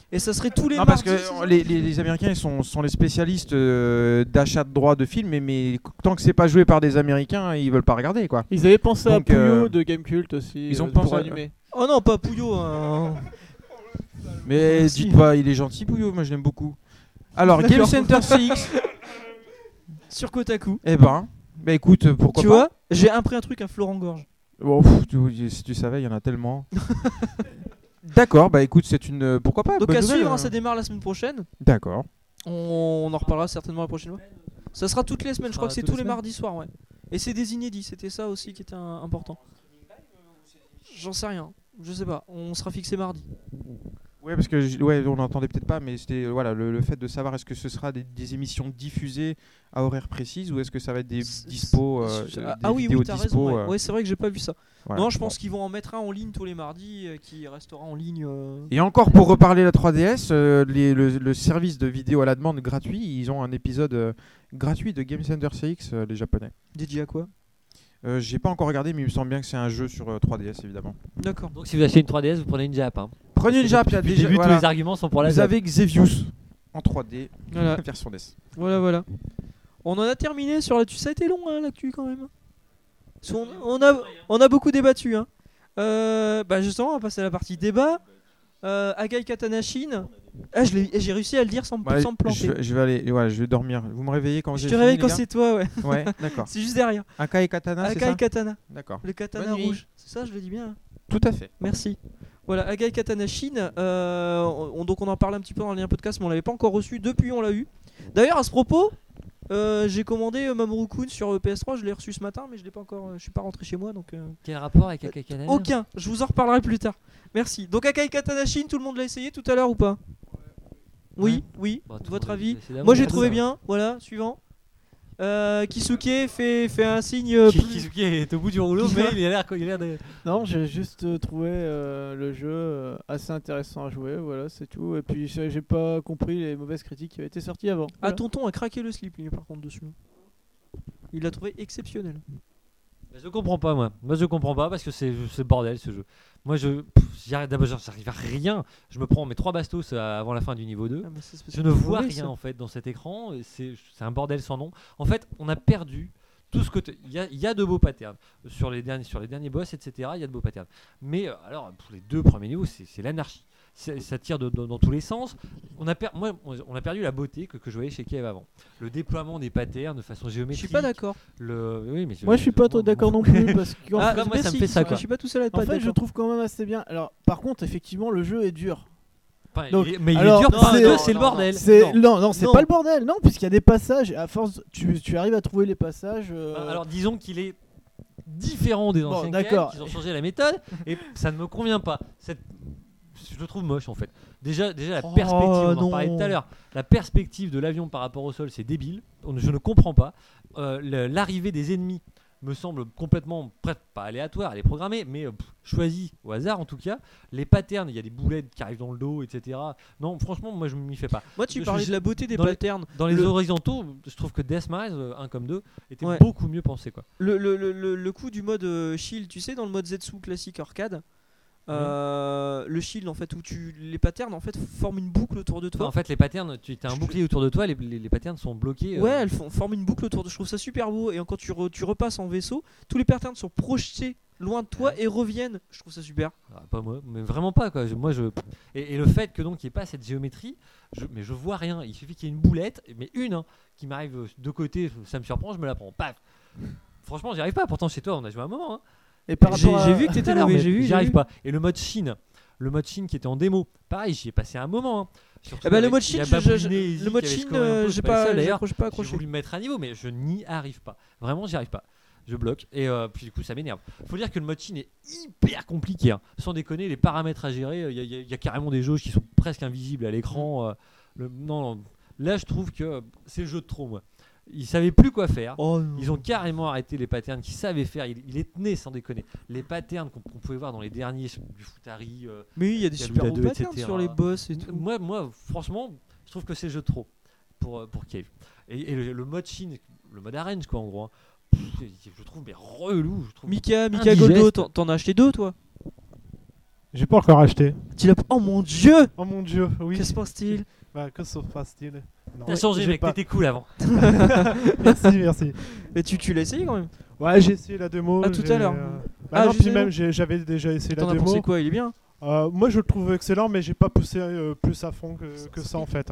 S1: Et ça serait tous les
S3: Non, parce
S1: mardis,
S3: que
S1: c'est ça
S3: les, les- les Américains ils sont, sont les spécialistes euh, d'achat de droits de films, mais, mais tant que c'est pas joué par des Américains, ils veulent pas regarder quoi.
S6: Ils avaient pensé
S3: Donc,
S6: à Puyo
S3: euh,
S6: de Gamecult aussi.
S3: ils ont
S6: euh, pour
S3: pensé à-
S6: animer.
S1: Oh non, pas
S3: [LAUGHS]
S1: Pouillot. hein.
S3: Mais
S1: Merci.
S3: dites pas, il est gentil Pouillot, moi je l'aime beaucoup. Alors Game
S1: D'accord. [LAUGHS]
S3: Center CX,
S1: Sur Kotaku.
S3: eh ben, bah écoute, pourquoi
S1: tu
S3: pas
S1: vois, j'ai appris un truc à Florent Gorge.
S3: Bon, pff, tu- si tu savais, il y en a
S1: [LAUGHS]
S3: tellement. D'accord, bah écoute, c'est une euh, pourquoi pas.
S1: Donc
S3: bonne
S1: à
S3: nouvelle,
S1: suivre, hein,
S3: hein.
S1: ça démarre la semaine prochaine.
S3: D'accord.
S1: On, on en reparlera certainement la prochaine fois. Ça sera toutes les semaines, je
S2: sera
S1: crois que c'est
S2: toutes
S1: tous les
S2: les semaines
S1: mardis soirs, ouais. Et c'est des inédits, c'était ça aussi qui était un- important. J'en sais rien, je sais pas, on sera fixé mardi.
S3: Ouais, parce que j- ouais, on l'entendait peut-être pas, mais c'était euh, voilà le, le fait de savoir est-ce que ce sera des, des émissions diffusées à horaire précis ou est-ce que ça va être des
S1: C'est-
S3: dispo euh,
S1: c'est-
S3: des
S1: ah, ah oui,
S3: vidéos
S1: oui, t'as
S3: dispo,
S1: raison, ouais,
S3: euh,
S1: Ouais, c'est vrai que j'ai pas vu ça.
S3: voilà.
S1: Non, je pense qu'ils vont en mettre un en ligne tous les mardis, euh, qui restera en ligne. euh.
S3: Et encore pour reparler la 3DS, euh, les- le, le service de vidéo à la demande gratuit, ils ont un épisode euh, gratuit de Game Center CX, euh, les japonais.
S1: Dédié à quoi
S3: Euh, J'ai pas encore regardé, mais il me semble bien que c'est un jeu sur euh, 3DS évidemment.
S1: D'accord.
S2: Donc si vous achetez une 3DS, vous prenez une Jap. Hein.
S3: Prenez le Jap, il y a
S2: Depuis le
S3: déjà-
S2: début,
S3: voilà.
S2: tous les arguments sont pour la
S3: Vous
S2: Jap.
S3: avez Xevious en 3D,
S1: Voilà,
S3: version DS.
S1: voilà, voilà. On en a terminé sur l'actu. Ça a été long, hein, l'actu quand même. Parce qu'on- On, a, on a beaucoup débattu. Hein. Euh, bah justement, on va passer à la partie débat. Euh, Agai Katanashin. Ah, je l'ai- j'ai réussi à le dire sans, me-
S3: Ouais,
S1: sans me planter.
S3: je, je vais aller, ouais, je vais dormir. Vous me réveillez quand
S1: Je,
S3: j'ai
S1: te
S3: fini,
S1: réveille
S3: les
S1: quand
S3: gars
S1: c'est toi, ouais.
S3: Ouais, d'accord.
S1: [LAUGHS] C'est juste derrière.
S3: Akai Katana, c'est
S1: Agai
S3: ça
S1: Katana.
S3: D'accord.
S1: Le katana
S3: Bonne nuit.
S1: rouge. C'est ça, je le dis bien. hein.
S3: Tout à fait.
S1: Merci. Voilà, Agai Katanashin, euh, on, donc on en parlait un petit peu dans le dernier podcast, mais on l'avait pas encore reçu, depuis on l'a eu. D'ailleurs, à ce propos, euh, j'ai commandé euh, Mamoru Kun sur euh, PS3, je l'ai reçu ce matin, mais je l'ai pas encore, euh, je suis pas rentré chez moi, donc... euh,
S2: Quel rapport avec Akakanen
S1: Aucun, je vous en reparlerai plus tard. Merci. Donc Akai Katanashin, tout le monde l'a essayé tout à l'heure ou pas Oui, oui,
S2: Bah, tout le
S1: votre
S2: monde a
S1: avis
S2: essayé d'avoir
S1: Moi j'ai
S2: raison.
S1: trouvé bien, voilà, suivant. Euh, Kisuke fait, fait un signe... euh, plus-
S2: Kizuki est au bout du rouleau, mais il a l'air il a l'air de-
S6: Non, j'ai juste euh, trouvé euh, le jeu euh, assez intéressant à jouer, voilà, c'est tout. Et puis j'ai j'ai pas compris les mauvaises critiques qui avaient été sorties avant.
S1: Ah,
S6: Voilà.
S1: Tonton a craqué le slip, lui, par contre, dessus. Il l'a trouvé exceptionnel.
S2: Bah, Je comprends pas, moi. Moi, je comprends pas parce que c'est c'est bordel ce jeu. Moi, je. pff, j'y arrive- D'abord, j'arrive à rien. Je me prends mes trois bastos euh, avant la fin du niveau
S1: Ah,
S2: 2. Je ne vois rien en fait dans cet écran, et c'est c'est un bordel sans nom. En fait, on a perdu tout ce que t- il y, a- il y a de beaux patterns sur les derniers sur les derniers boss, etc. Il y a de beaux patterns. Mais euh, alors pour les deux premiers niveaux, c'est c'est l'anarchie. C'est- Ça tire de- dans- dans tous les sens. On a, per- moi, on on a perdu la beauté que, que je voyais chez Kiev avant. Le déploiement des patterns de façon
S1: Je
S2: géométrique.
S1: suis pas d'accord.
S2: le... oui, mais
S6: Moi je suis pas trop d'accord non plus parce que
S2: Ah,
S1: Ah,
S2: comme moi, ça me
S1: merci,
S2: fait ça, quoi.
S1: Je suis pas tout seul à être
S6: en
S1: pas
S6: fait je
S1: d'accord.
S6: trouve quand même assez bien. Alors par contre effectivement le jeu est dur.
S2: Enfin,
S6: Donc,
S2: il est- mais il
S6: alors,
S2: est dur pour un
S6: c'est-
S2: deux, c'est le
S1: non, non,
S2: bordel.
S6: C'est
S2: Non.
S6: non non c'est
S2: Non.
S6: pas le bordel non puisqu'il y a des passages à force tu, tu arrives à trouver les passages. euh,
S2: Bah, [LAUGHS] Alors disons qu'il est différent des
S6: Bon,
S2: anciens
S6: d'accord.
S2: qu'ils ont changé la méthode et ça ne me convient pas. Cette- Je le trouve moche en fait. Déjà, déjà la
S1: Oh,
S2: perspective, on en
S1: non.
S2: parlait tout à l'heure, la perspective de l'avion par rapport au sol, c'est débile. On ne- je ne comprends pas. Euh, le- L'arrivée des ennemis me semble complètement, bref, pas aléatoire, elle est programmée, mais euh, pff, choisie au hasard en tout cas. Les patterns, il y a des boulettes qui arrivent dans le dos, etc. Non, franchement, moi je m'y fais pas.
S1: Moi, tu
S2: je-
S1: parlais
S2: je-
S1: de la beauté des
S2: dans les-
S1: patterns.
S2: Dans les
S1: Le-
S2: horizontaux, je trouve que Death Miles, 1 comme 2, était
S1: Ouais.
S2: beaucoup mieux pensé. Quoi.
S1: Le, le, le, le, le coup du mode euh, shield, tu sais, dans le mode Zetsu classique arcade, euh, le shield en fait, où tu les patterns en fait forment une boucle autour de
S2: Enfin,
S1: toi.
S2: en fait, les patterns, tu as un
S1: Je-
S2: bouclier autour de toi, les, les, les patterns sont bloqués. euh,
S1: Ouais, elles font- forment une boucle autour de. Je trouve ça super beau. Et quand tu, re- tu repasses en vaisseau, tous les patterns sont projetés loin de toi et reviennent. Je trouve ça super.
S2: ah, pas moi, mais vraiment pas quoi. Je- moi, je et, et le fait que donc il n'y ait pas cette géométrie, je, mais je vois rien. Il suffit qu'il y ait une boulette, mais une hein, qui m'arrive euh, de côté, ça me surprend, je me la prends. Paf. Franchement, j'y arrive pas. Pourtant, chez toi, on a joué un moment. hein.
S6: Et par
S1: J'ai
S6: rapport à-
S1: j'ai vu que
S2: Tout
S1: t'étais
S2: à
S1: là,
S2: l'heure,
S1: mais
S2: mais
S1: j'ai vu.
S2: J'y
S1: j'ai
S2: arrive
S1: vu.
S2: pas. Et le mode Chine, le mode Chine qui était en démo, pareil, j'y ai passé un moment. hein. Surtout
S1: Eh ben, le
S2: avec-
S1: mode
S2: il y
S1: Chine,
S2: a
S1: je- je-
S2: Babouliné et Izzy
S1: le mode
S2: qui avaient
S1: Chine,
S2: scoré un peu,
S1: euh,
S2: c'est
S1: j'ai
S2: pas
S1: pas,
S2: ça, d'ailleurs.
S1: j'accroche- pas
S2: J'ai
S1: accroché.
S2: voulu me mettre à niveau, mais je n'y arrive pas. Vraiment, j'y arrive pas. Je bloque. Et euh, puis du coup, ça m'énerve. Faut dire que le mode Chine est hyper compliqué. hein. Sans déconner, les
S1: Mm.
S2: paramètres à gérer, il y, a- y a carrément des jauges qui sont presque invisibles à l'écran. euh, le- non, non, Là, je trouve que euh, c'est le jeu de trop, moi. Ils savaient plus quoi faire.
S1: Oh
S2: Ils ont carrément arrêté les patterns qu'ils savaient faire. Ils, ils les tenaient sans déconner. Les patterns qu'on qu'on pouvait voir dans les derniers, du Futari, euh,
S1: Mais oui, il y a des
S2: Galuda
S1: super beaux
S2: 2,
S1: patterns
S2: etc..
S1: sur les boss et tout.
S2: Moi, moi, franchement, je trouve que c'est le jeu de trop pour, euh, pour Cave. Et, et le, le mode Chine, le mode arène, quoi, en gros. hein. Pff, je le trouve mais Oh, relou. Je trouve
S1: Mika, Mika
S2: Indigeste.
S1: Goldo, t'en- t'en as acheté deux toi
S5: J'ai pas encore acheté.
S1: Tu l'as- Oh mon dieu
S5: Oh mon dieu, oui.
S1: Que se passe-t-il
S5: Bah, que se passe-t-il Non,
S2: T'as changé,
S5: j'ai
S2: mec,
S5: pas-
S2: t'étais cool avant.
S5: [LAUGHS]
S1: [LAUGHS]
S5: Merci, merci.
S1: Mais tu, tu l'as essayé quand même
S5: Ouais, j'ai essayé la démo.
S1: À tout à
S5: j'ai,
S1: l'heure.
S5: euh,
S1: Ah,
S5: Bah non,
S1: je
S5: puis
S1: sais.
S5: même, j'ai- j'avais déjà essayé la
S1: T'en as pensé
S5: démo.
S1: quoi Il est bien
S5: Euh, moi, je le trouve excellent, mais j'ai pas poussé euh, plus à fond que, que ça en fait.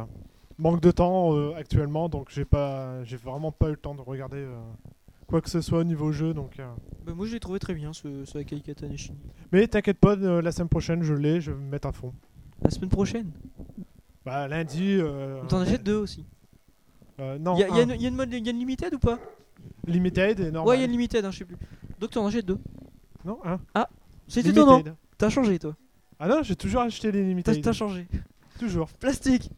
S5: Manque de temps euh, actuellement, donc j'ai pas, j'ai vraiment pas eu le temps de regarder euh, quoi que ce soit au niveau jeu. Donc, euh.
S1: bah, Moi je l'ai trouvé très bien ce, ce Akai Katanishi.
S5: mais t'inquiète pas, euh, la semaine prochaine, je l'ai, je vais me mettre à fond.
S1: La semaine prochaine
S5: Bah lundi. Euh,
S1: On t'en achète deux aussi.
S5: euh, Non.
S1: Il y, a- y a
S5: un.
S1: une- y a une mode- y a une limited ou pas
S5: limited et normal.
S1: Ouais, il y a une limited, hein, je sais plus. Donc t'en achètes deux.
S5: Non, hein.
S1: C'est
S5: Limited.
S1: étonnant T'as changé toi
S5: Ah non, j'ai toujours acheté les
S1: T'as
S5: limited.
S1: t'as changé.
S5: Toujours.
S1: Plastique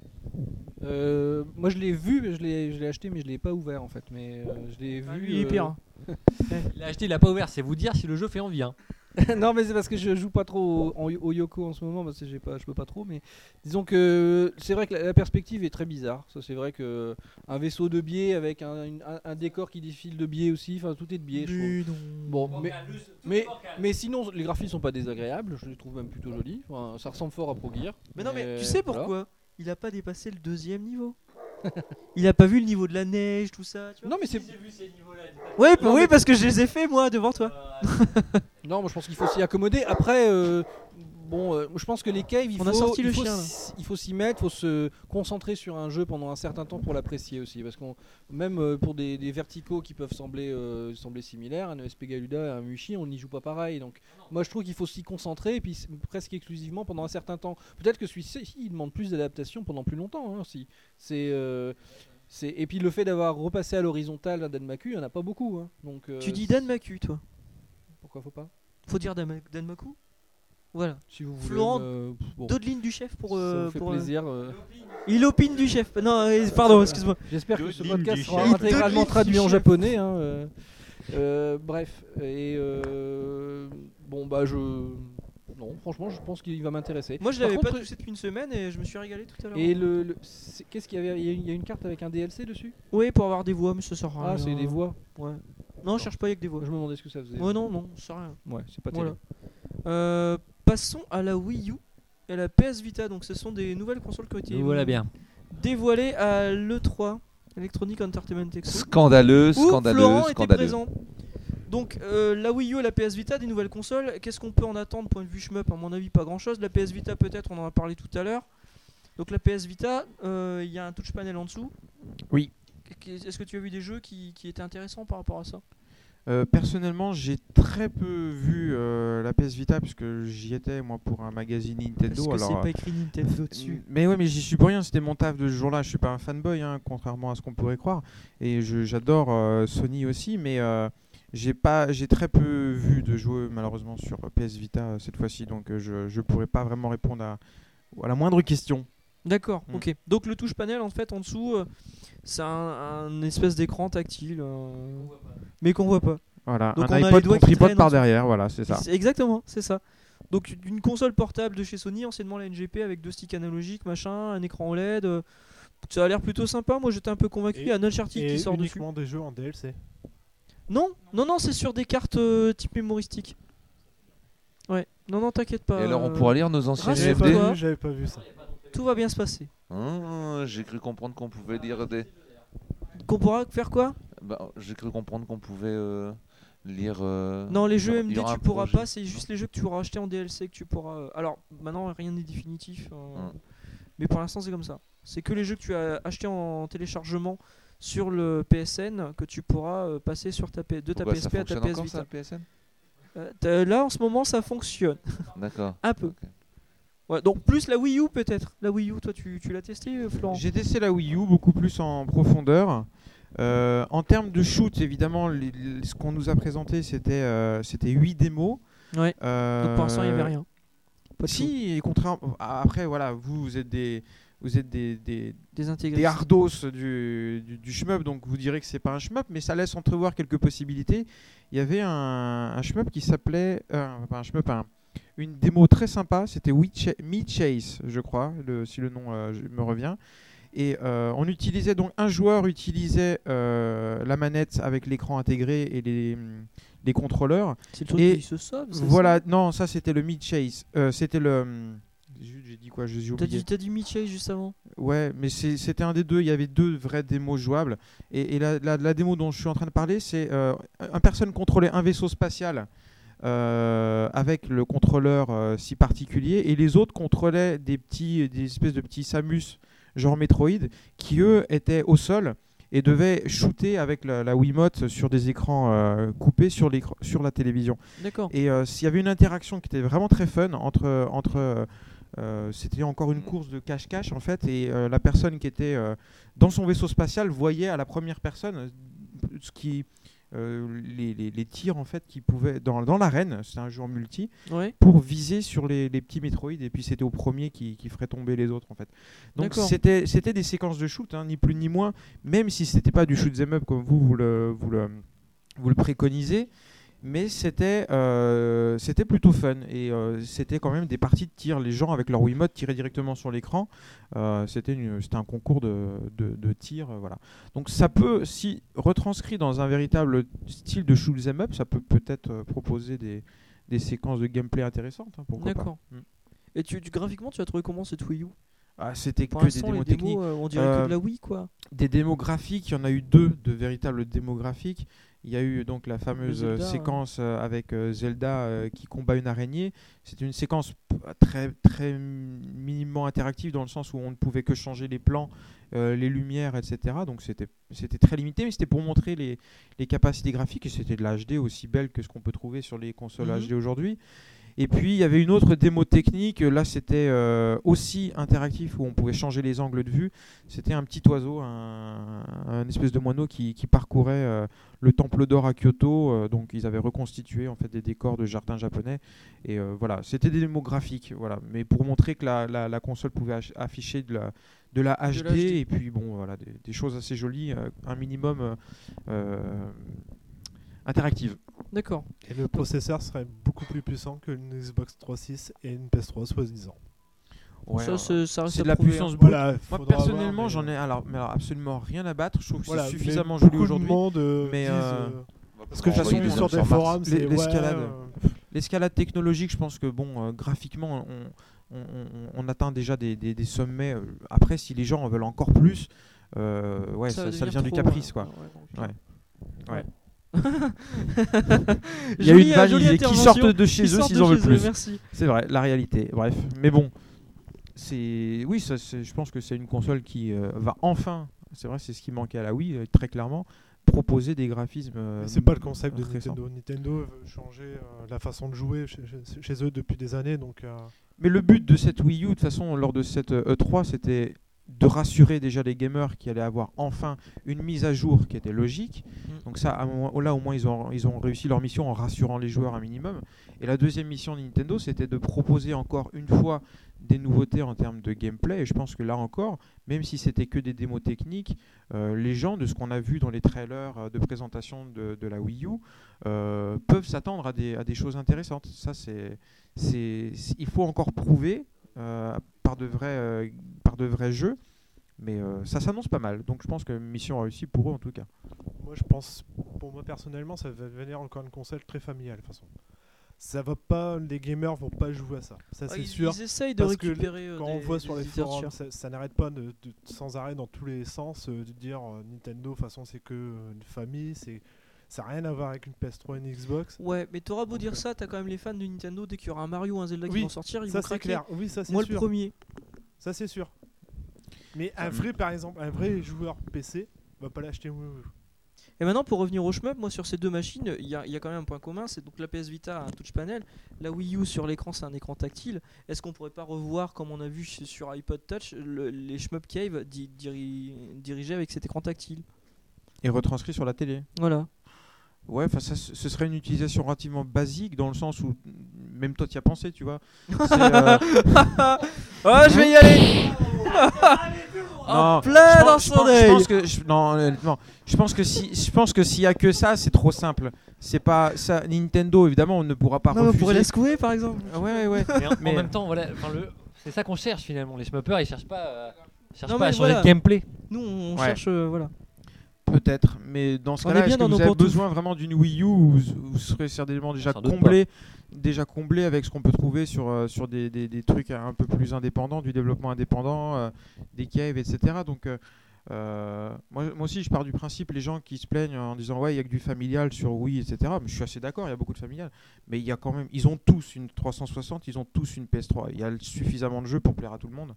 S4: Euh, moi je l'ai vu, mais je l'ai je l'ai acheté, mais je l'ai pas ouvert en fait. Mais euh, je l'ai vu.
S1: Lui il est
S4: euh, [LAUGHS]
S1: pire. hein.
S2: Il l'a acheté, il l'a pas ouvert. C'est vous dire si le jeu fait envie. hein.
S4: non, mais c'est parce que je joue pas trop au, en- au Yoko en ce moment, parce que j'ai pas, je peux pas trop. Mais disons que c'est vrai que la, la perspective est très bizarre. Ça, c'est vrai que un vaisseau de biais avec un, une- un- un décor qui défile de biais aussi. Enfin, tout est de biais. je trouve. Bon,
S2: bah,
S4: mais, mais, mais sinon, les graphismes sont pas désagréables. Je les trouve même plutôt jolis. Enfin, ça ressemble fort à Pro Gear.
S1: Mais non, mais
S4: Mais
S1: tu sais
S4: Euh, voilà.
S1: pourquoi Il a pas dépassé le deuxième niveau. [LAUGHS] il a pas vu le niveau de la neige, tout ça. Tu vois
S4: Non, mais c'est.
S1: ouais, bah oui, parce que je les ai fait moi devant toi. [LAUGHS]
S4: Non, moi je pense qu'il faut s'y accommoder. Après, euh, bon, euh, je pense que les caves, il
S1: On
S4: faut,
S1: a sorti
S4: il
S1: le
S4: faut
S1: chien, là.
S4: s- il faut s'y mettre, il faut se concentrer sur un jeu pendant un certain temps pour l'apprécier aussi, parce qu'on même euh, pour des, des verticaux qui peuvent sembler euh, sembler similaires, un ESP Galuda, un Mushi, on n'y joue pas pareil. Donc, moi je trouve qu'il faut s'y concentrer et puis s- presque exclusivement pendant un certain temps. Peut-être que celui-ci, il demande plus d'adaptation pendant plus longtemps. hein, si c'est euh, c'est- et puis le fait d'avoir repassé à l'horizontale un Danmaku, il n'y en a pas beaucoup. hein. Donc, euh,
S1: tu dis Dan Maku, toi.
S4: pourquoi faut pas
S1: Faut dire Dan, Dan Maku Voilà.
S4: Si vous voulez,
S1: Florent,
S4: euh, pff, bon.
S1: D'autres lignes du chef pour.
S4: ça
S1: euh,
S4: vous fait
S1: pour, euh,
S4: plaisir. euh,
S1: Il opine du chef. Non, euh, pardon, excuse-moi.
S4: J'espère que
S8: Deux
S4: ce
S8: lignes
S4: podcast
S8: du
S4: sera
S8: chef.
S4: intégralement traduit en japonais. hein, euh. Euh, bref, et euh, bon bah je non, franchement, je pense qu'il va m'intéresser.
S1: Moi, je
S4: Par
S1: l'avais pas
S4: contre,
S1: touché depuis une semaine et je me suis régalé tout à l'heure.
S4: Et le, le- c'est- qu'est-ce qu'il y avait Il y a une- il y a une carte avec un DLC dessus
S1: Oui, pour avoir des voix, mais ça sert à rien.
S4: Ah, c'est des voix.
S1: Ouais. Non, je cherche pas avec des voix.
S4: Je me demandais ce que ça faisait.
S1: Ouais, non, non, ça sert à rien.
S4: Ouais, c'est pas
S1: Voilà.
S4: terrible.
S1: Euh, passons à la Wii U et à la PS Vita. Donc, ce sont des nouvelles consoles qui ont été
S2: Nous voilà bien.
S1: dévoilées à l'E3, Electronic Entertainment Expo.
S9: Scandaleux,
S1: où
S9: scandaleux,
S1: Florent était
S9: scandaleux.
S1: présent. Donc euh, la Wii U et la PS Vita, des nouvelles consoles, qu'est-ce qu'on peut en attendre point de vue shmup À mon avis, pas grand-chose. La PS Vita, peut-être, on en a parlé tout à l'heure. Donc la PS Vita, euh, il y a un touch panel en dessous.
S3: Oui.
S1: Qu- Est-ce que tu as vu des jeux qui, qui étaient intéressants par rapport à ça
S3: Euh, personnellement, j'ai très peu vu euh, la PS Vita puisque j'y étais moi pour un magazine Nintendo. alors, euh,
S1: écrit Nintendo
S3: Mais ouais, mais j'y suis pour rien. C'était mon taf de ce jour-là. Je suis pas un fanboy, hein, contrairement à ce qu'on pourrait croire. Et je- j'adore euh, Sony aussi, mais euh, j'ai pas, j'ai très peu vu de joueurs malheureusement sur PS Vita euh, cette fois-ci, donc euh, je je pourrais pas vraiment répondre à à la moindre question.
S1: D'accord,
S3: Mm.
S1: ok. Donc le touch panel, en fait, en dessous, euh, c'est un, un espèce d'écran tactile, euh, mais qu'on voit pas.
S3: Voilà,
S1: Donc on
S3: un
S1: a les
S3: iPod
S1: doigts
S3: qu'on
S1: qui
S3: tripote
S1: traînent en
S3: par
S1: dessous.
S3: derrière, voilà, c'est ça.
S1: C'est- Exactement, c'est ça. Donc une console portable de chez Sony, anciennement la NGP, avec deux sticks analogiques, machin, un écran OLED. euh, ça a l'air plutôt sympa. Moi, j'étais un peu convaincu.
S5: Et-
S1: Il y a un Uncharted
S5: Et
S1: qui sort dessus.
S5: uniquement des jeux en DLC.
S1: Non, non, non, c'est sur des cartes euh, type mémoristique. Ouais. Non, non, t'inquiète pas.
S9: Et alors, on
S1: euh,
S9: pourra lire nos anciens
S5: J'avais
S1: Rassure-toi.
S5: pas
S9: FD
S5: vu, j'avais pas vu ça.
S1: Tout va bien se passer.
S9: Hein, J'ai cru comprendre qu'on pouvait lire des.
S1: Qu'on pourra faire quoi
S9: Bah, J'ai cru comprendre qu'on pouvait euh, lire. euh,
S1: Non, les
S9: il y
S1: jeux
S9: aura- il
S1: MD,
S9: y aura
S1: tu
S9: un
S1: pourras
S9: projet.
S1: pas. C'est juste les jeux que tu auras acheté en DLC que tu pourras. euh, Alors, maintenant, rien n'est définitif. euh,
S9: Hum.
S1: Mais pour l'instant, c'est comme ça. C'est que les jeux que tu as achetés en téléchargement sur le PSN que tu pourras euh, passer sur ta P- de ta
S9: Pourquoi, ça
S1: PSP à ta
S9: fonctionne
S1: PS
S9: encore,
S1: Vita.
S9: ça, le PSN
S1: Euh, t'as- là, en ce moment, ça fonctionne. [LAUGHS]
S9: D'accord.
S1: Un peu.
S9: ok.
S1: Ouais, donc, plus la Wii U, peut-être. La Wii U, toi, tu, tu l'as testé, euh, Florent
S3: J'ai testé la Wii U beaucoup plus en profondeur. Euh, en termes de shoot, évidemment, les- les- ce qu'on nous a présenté, c'était euh, c'était 8 démos.
S1: Ouais.
S3: Euh,
S1: Donc, pour l'instant, il n'y avait rien. Pas de
S3: Si, et contraire- après, voilà, vous, vous êtes des, vous êtes des, des,
S1: Des
S3: des
S1: intégristes.
S3: hardos du, du, du shmup, donc vous direz que c'est pas un shmup, mais ça laisse entrevoir quelques possibilités. Il y avait un, un shmup qui s'appelait, euh, pas un shmup, un- une démo très sympa, c'était We Cha- Me Chase, je crois, le- si le nom euh, je- me revient. Et euh, on utilisait donc un joueur utilisait euh, la manette avec l'écran intégré et les, mm, les contrôleurs.
S1: C'est le truc
S3: Et
S1: qui se sauve. c'est ça
S3: Voilà, non, ça c'était le Mid Chase. Euh, c'était le. hum, zut, J'ai dit quoi J'ai j'ai
S1: T'as
S3: oublié.
S1: dit, t'as dit Mitchell juste avant.
S3: Ouais, mais c'est- c'était un des deux. Il y avait deux vraies démos jouables. Et, et la, la- la démo dont je suis en train de parler, c'est euh, un personne contrôlait un vaisseau spatial euh, avec le contrôleur euh, si particulier, et les autres contrôlaient des petits, des espèces de petits Samus genre Metroid qui eux étaient au sol et devaient shooter avec la, la Wiimote sur des écrans euh, coupés sur, l'écran- sur la télévision.
S1: D'accord.
S3: Et euh, s'il y avait une interaction qui était vraiment très fun entre. entre euh, euh, c'était encore
S1: Mm.
S3: une course de cache-cache en fait, et euh, la personne qui était euh, dans son vaisseau spatial voyait à la première personne euh, ce qui. euh, les, les- les tirs en fait qui pouvaient dans, dans l'arène, c'est un jeu en multi,
S1: Ouais.
S3: pour viser sur les, les petits Metroid et puis c'était au premier qui, qui ferait tomber les autres en fait. Donc
S1: D'accord.
S3: c'était c'était des séquences de shoot, hein, ni plus ni moins, même si c'était pas du shoot 'em up comme vous vous le, vous le, vous le préconisez, mais c'était euh, c'était plutôt fun et euh, c'était quand même des parties de tir. Les gens avec leur Wiimote tiraient directement sur l'écran. Euh, c'était une- c'était un concours de, de, de tir, euh, voilà. Donc ça peut, si retranscrit dans un véritable style de shoot 'em up, ça peut peut-être euh, proposer des des séquences de gameplay intéressantes, hein, pourquoi pas.
S1: D'accord.
S3: Mm.
S1: Et tu, tu- graphiquement, tu as trouvé comment cette Wii U
S3: Ah, c'était que
S1: Pour
S3: des
S1: l'instant,
S3: démos
S1: les
S3: techniques.
S1: démos, euh, on dirait que
S3: Euh,
S1: de la Wii, quoi.
S3: des démographiques, il y en a eu deux de véritables démographiques. Il y a eu donc la fameuse
S1: Zelda,
S3: euh,
S1: hein.
S3: séquence euh, avec euh, Zelda euh, qui combat une araignée. C'est une séquence p- très très mm, minimement interactive dans le sens où on ne pouvait que changer les plans, euh, les lumières, etc. Donc c'était c'était très limité, mais c'était pour montrer les, les capacités graphiques et c'était de la HD aussi belle que ce qu'on peut trouver sur les consoles
S1: Mhm.
S3: HD aujourd'hui. Et puis il y avait une autre démo technique. Là c'était euh, aussi interactif où on pouvait changer les angles de vue. C'était un petit oiseau, un, un espèce de moineau qui, qui parcourait euh, le temple d'or à Kyoto. euh, donc ils avaient reconstitué en fait des décors de jardins japonais. Et euh, voilà, c'était des démos graphiques, voilà. Mais pour montrer que la, la- la console pouvait ach- afficher de la, de la HD,
S1: la HD.
S3: et puis bon, voilà, des, des choses assez jolies, euh, un minimum euh, euh, interactive.
S1: D'accord.
S5: Et le processeur serait beaucoup plus puissant que une Xbox 3.6 et une PS3 soi-disant.
S1: ça, c'est- ça reste
S3: c'est
S1: à
S3: de la
S1: prouver, hein.
S3: puissance brute.
S5: Voilà,
S3: Moi personnellement, j'en ai alors, mais alors absolument rien à battre. Je trouve que c'est suffisamment joli
S5: joué
S3: aujourd'hui. mais,
S5: mais beaucoup de monde, euh,
S3: euh,
S5: disent, euh,
S9: Parce
S1: Bah,
S5: parce que
S3: on
S5: j'ai
S3: va y
S5: vu
S3: venir
S5: sur
S3: sur
S5: des forums,
S3: Les-
S5: c'est ouais,
S3: l'escalade.
S5: euh,
S3: L'escalade technologique, je pense que bon, euh, graphiquement, on, on- on- on atteint déjà des, des- des sommets. Euh, Après, si les gens en veulent encore plus, euh, ouais, ça,
S1: va
S3: ça vient
S1: devenir
S3: du
S1: trop,
S3: caprice,
S1: ouais.
S3: quoi.
S1: Ouais, euh, ouais,
S3: Ouais. Ouais.
S1: donc,
S3: [LAUGHS] Il y a
S1: jolie- euh,
S3: une valise
S1: jolie
S3: et qui
S1: intervention.
S3: sortent de chez
S1: Ils
S3: eux
S1: sortent
S3: s'ils
S1: de
S3: en veulent
S1: chez eux,
S3: plus.
S1: Merci.
S3: C'est vrai, la réalité. Bref, mais bon, c'est oui, ça, c'est- je pense que c'est une console qui euh, va enfin. C'est vrai, c'est ce qui manquait à la Wii euh, très clairement. Proposer des graphismes. euh,
S5: Mais c'est pas le concept de
S3: récents.
S5: Nintendo. Nintendo veut changer euh, la façon de jouer chez, chez- chez eux depuis des années. Donc, euh,
S3: Mais le but de cette Wii U, de toute façon, lors de cette euh, E3, c'était de rassurer déjà les gamers qui allaient avoir enfin une mise à jour qui était logique.
S1: Mm.
S3: Donc ça, à moins- là au moins, ils ont, ils ont réussi leur mission en rassurant les joueurs un minimum. Et la deuxième mission de Nintendo, c'était de proposer encore une fois des nouveautés en termes de gameplay. Et je pense que là encore, même si c'était que des démos techniques, euh, les gens, de ce qu'on a vu dans les trailers euh, de présentation de, de la Wii U, euh, peuvent s'attendre à des, à des choses intéressantes. Ça, c'est c'est c'est- il faut encore prouver euh, par de vrais euh, par de vrais jeux mais euh, ça s'annonce pas mal donc je pense que mission réussie pour eux en tout cas
S5: moi, je pense, pour moi personnellement, ça va devenir encore une console très familiale. De toute façon, ça va pas, les gamers vont pas jouer à ça. Ça, c'est
S1: Ah, ils,
S5: sûr.
S1: ils essayent de
S5: parce que
S1: récupérer. euh,
S5: Quand
S1: des,
S5: on voit sur
S1: des
S5: les
S1: researchers.
S5: forums, ça, ça n'arrête pas de, de- sans arrêt dans tous les sens euh, de dire euh, Nintendo, de toute façon, c'est que euh, une famille, c'est ça n'a rien à voir avec une PS3 et une Xbox.
S1: Ouais, mais t'auras
S3: euh,
S1: beau dire ça, t'as quand même les fans de Nintendo. Dès qu'il y aura un Mario ou un Zelda qui
S5: Oui,
S1: vont sortir, ils
S5: ça
S1: vont
S5: c'est
S1: craquer.
S5: clair. Oui, ça c'est
S1: Moi, le
S5: sûr.
S1: premier.
S5: Ça c'est sûr. Mais
S3: Mm.
S1: Mm.
S5: un vrai, par exemple, un vrai joueur PC va pas l'acheter. oui, oui.
S1: Et maintenant, pour revenir au shmup, moi sur ces deux machines, il y a, il y a quand même un point commun, c'est donc la PS Vita a un touch panel, la Wii U sur l'écran c'est un écran tactile. Est-ce qu'on pourrait pas revoir, comme on a vu chez- sur iPod Touch, le- les shmup cave di- diri- dirigés avec cet écran tactile
S3: et retranscrit sur la télé
S1: Voilà.
S3: ouais enfin ça ce ce serait une utilisation relativement basique dans le sens où
S1: [LAUGHS]
S3: même toi t'y as pensé tu vois C'est, euh,
S1: Oh, je vais y aller En
S3: Non,
S1: plein
S3: je pense-
S1: dans
S3: je
S1: son
S3: pense- je
S1: œil.
S3: pense que je- non, honnêtement, je pense que si je pense que s'il y a que ça, c'est trop simple. C'est pas ça Nintendo évidemment, on ne pourra pas
S1: Non, on
S3: refuser.
S1: pourrait la secouer par exemple.
S3: Ah ouais, ouais, ouais.
S2: Mais en, en
S3: Mais-
S2: même temps, voilà, enfin, le- c'est ça qu'on cherche finalement. Les schmuppers, ils cherchent pas, euh, ils cherchent
S1: Non,
S2: pas à
S1: mais
S2: changer
S1: voilà.
S2: de gameplay.
S1: Nous, on
S3: Ouais.
S1: cherche. euh, voilà.
S3: Peut-être, mais dans ce
S1: On est
S3: cas-là,
S1: bien
S3: est-ce que
S1: dans
S3: vous
S1: nos
S3: avez
S1: pantoufles.
S3: besoin vraiment d'une Wii U ou vous- vous serez certainement déjà
S2: Sans doute
S3: comblé, déjà comblé avec ce qu'on peut trouver sur, euh, sur des, des- des trucs un peu plus indépendants, du développement indépendant, euh, des caves, etc. Donc, euh, euh, moi, moi aussi, je pars du principe, les gens qui se plaignent en disant ouais, il y a que du familial sur Wii, etc. Mais je suis assez d'accord, il y a beaucoup de familial, mais il y a quand même, ils ont tous une 360, ils ont tous une PS3. Il y a suffisamment de jeux pour plaire à tout le monde.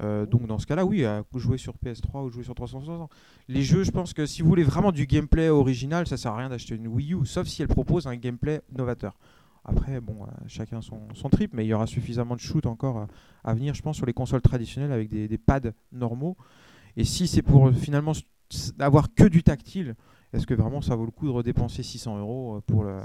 S3: Euh, donc dans ce cas-là, oui, à jouer sur PS3 ou jouer sur 360. Les jeux, je pense que si vous voulez vraiment du gameplay original, ça sert à rien d'acheter une Wii U, sauf si elle propose un gameplay novateur. Après, bon, euh, chacun son, son trip, mais il y aura suffisamment de shoot encore euh, à venir, je pense, sur les consoles traditionnelles avec des, des pads normaux. Et si c'est pour euh, finalement s- s- avoir que du tactile, est-ce que vraiment ça vaut le coup de redépenser 600 euros euh, pour le...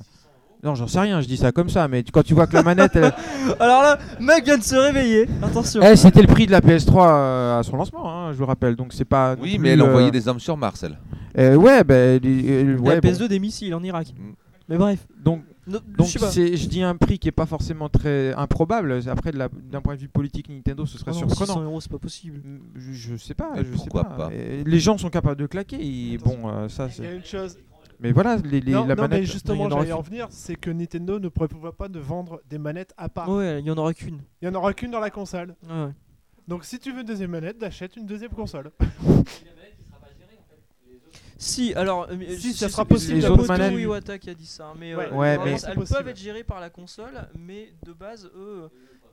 S3: Non, j'en sais rien, je dis ça comme ça, mais tu- quand tu vois que la manette, elle,
S1: Alors là, mec vient de se réveiller. Attention.
S3: Eh, c'était le prix de la PS3 euh, à son lancement, hein, je vous rappelle. Donc c'est pas. non
S9: Oui,
S3: plus,
S9: mais elle
S3: euh,
S9: envoyait des hommes sur Mars, elle.
S3: euh, ouais, ben les- euh, ouais,
S1: la
S3: bon.
S1: PS2 des missiles en Irak.
S9: Mm.
S1: Mais bref.
S3: Donc
S1: No-
S3: donc
S1: je sais pas.
S3: c'est, je dis un prix qui est pas forcément très improbable. Après, de la- d'un point de vue politique, Nintendo, ce serait
S1: Ah non,
S3: surprenant. Mm,
S1: 600 euros, c'est pas possible. Euh,
S3: Je, je sais pas,
S9: Mais
S3: je sais
S9: pourquoi
S3: Euh, pas.
S9: pas
S3: Et les gens sont capables de claquer. et bon, euh, ça.
S5: Il y a
S3: C'est...
S5: une chose.
S3: Mais voilà, les, les-
S5: non,
S3: la
S5: non,
S3: manette.
S5: mais justement,
S3: il y en aura
S5: j'allais en venir, c'est que Nintendo ne prévoit pas de vendre des manettes à part.
S1: Ouais, il y en aura qu'une.
S5: Il y en aura qu'une dans la console.
S1: Ouais, ouais.
S5: Donc si tu veux une deuxième manette, achète une deuxième
S1: [LAUGHS]
S5: console.
S1: Si, alors, euh, mais-
S5: Si,
S1: je-
S5: ça
S1: je
S5: sera
S1: sais plus
S5: possible,
S1: si
S3: les
S1: c'est
S3: autres
S1: Makoto
S3: manettes.
S1: Iwata qui a dit ça, mais, euh,
S5: Ouais,
S3: Ouais,
S1: normalement,
S3: mais-
S5: c'est
S1: elles peuvent
S5: possible.
S1: être gérées par la console, mais de base, eux,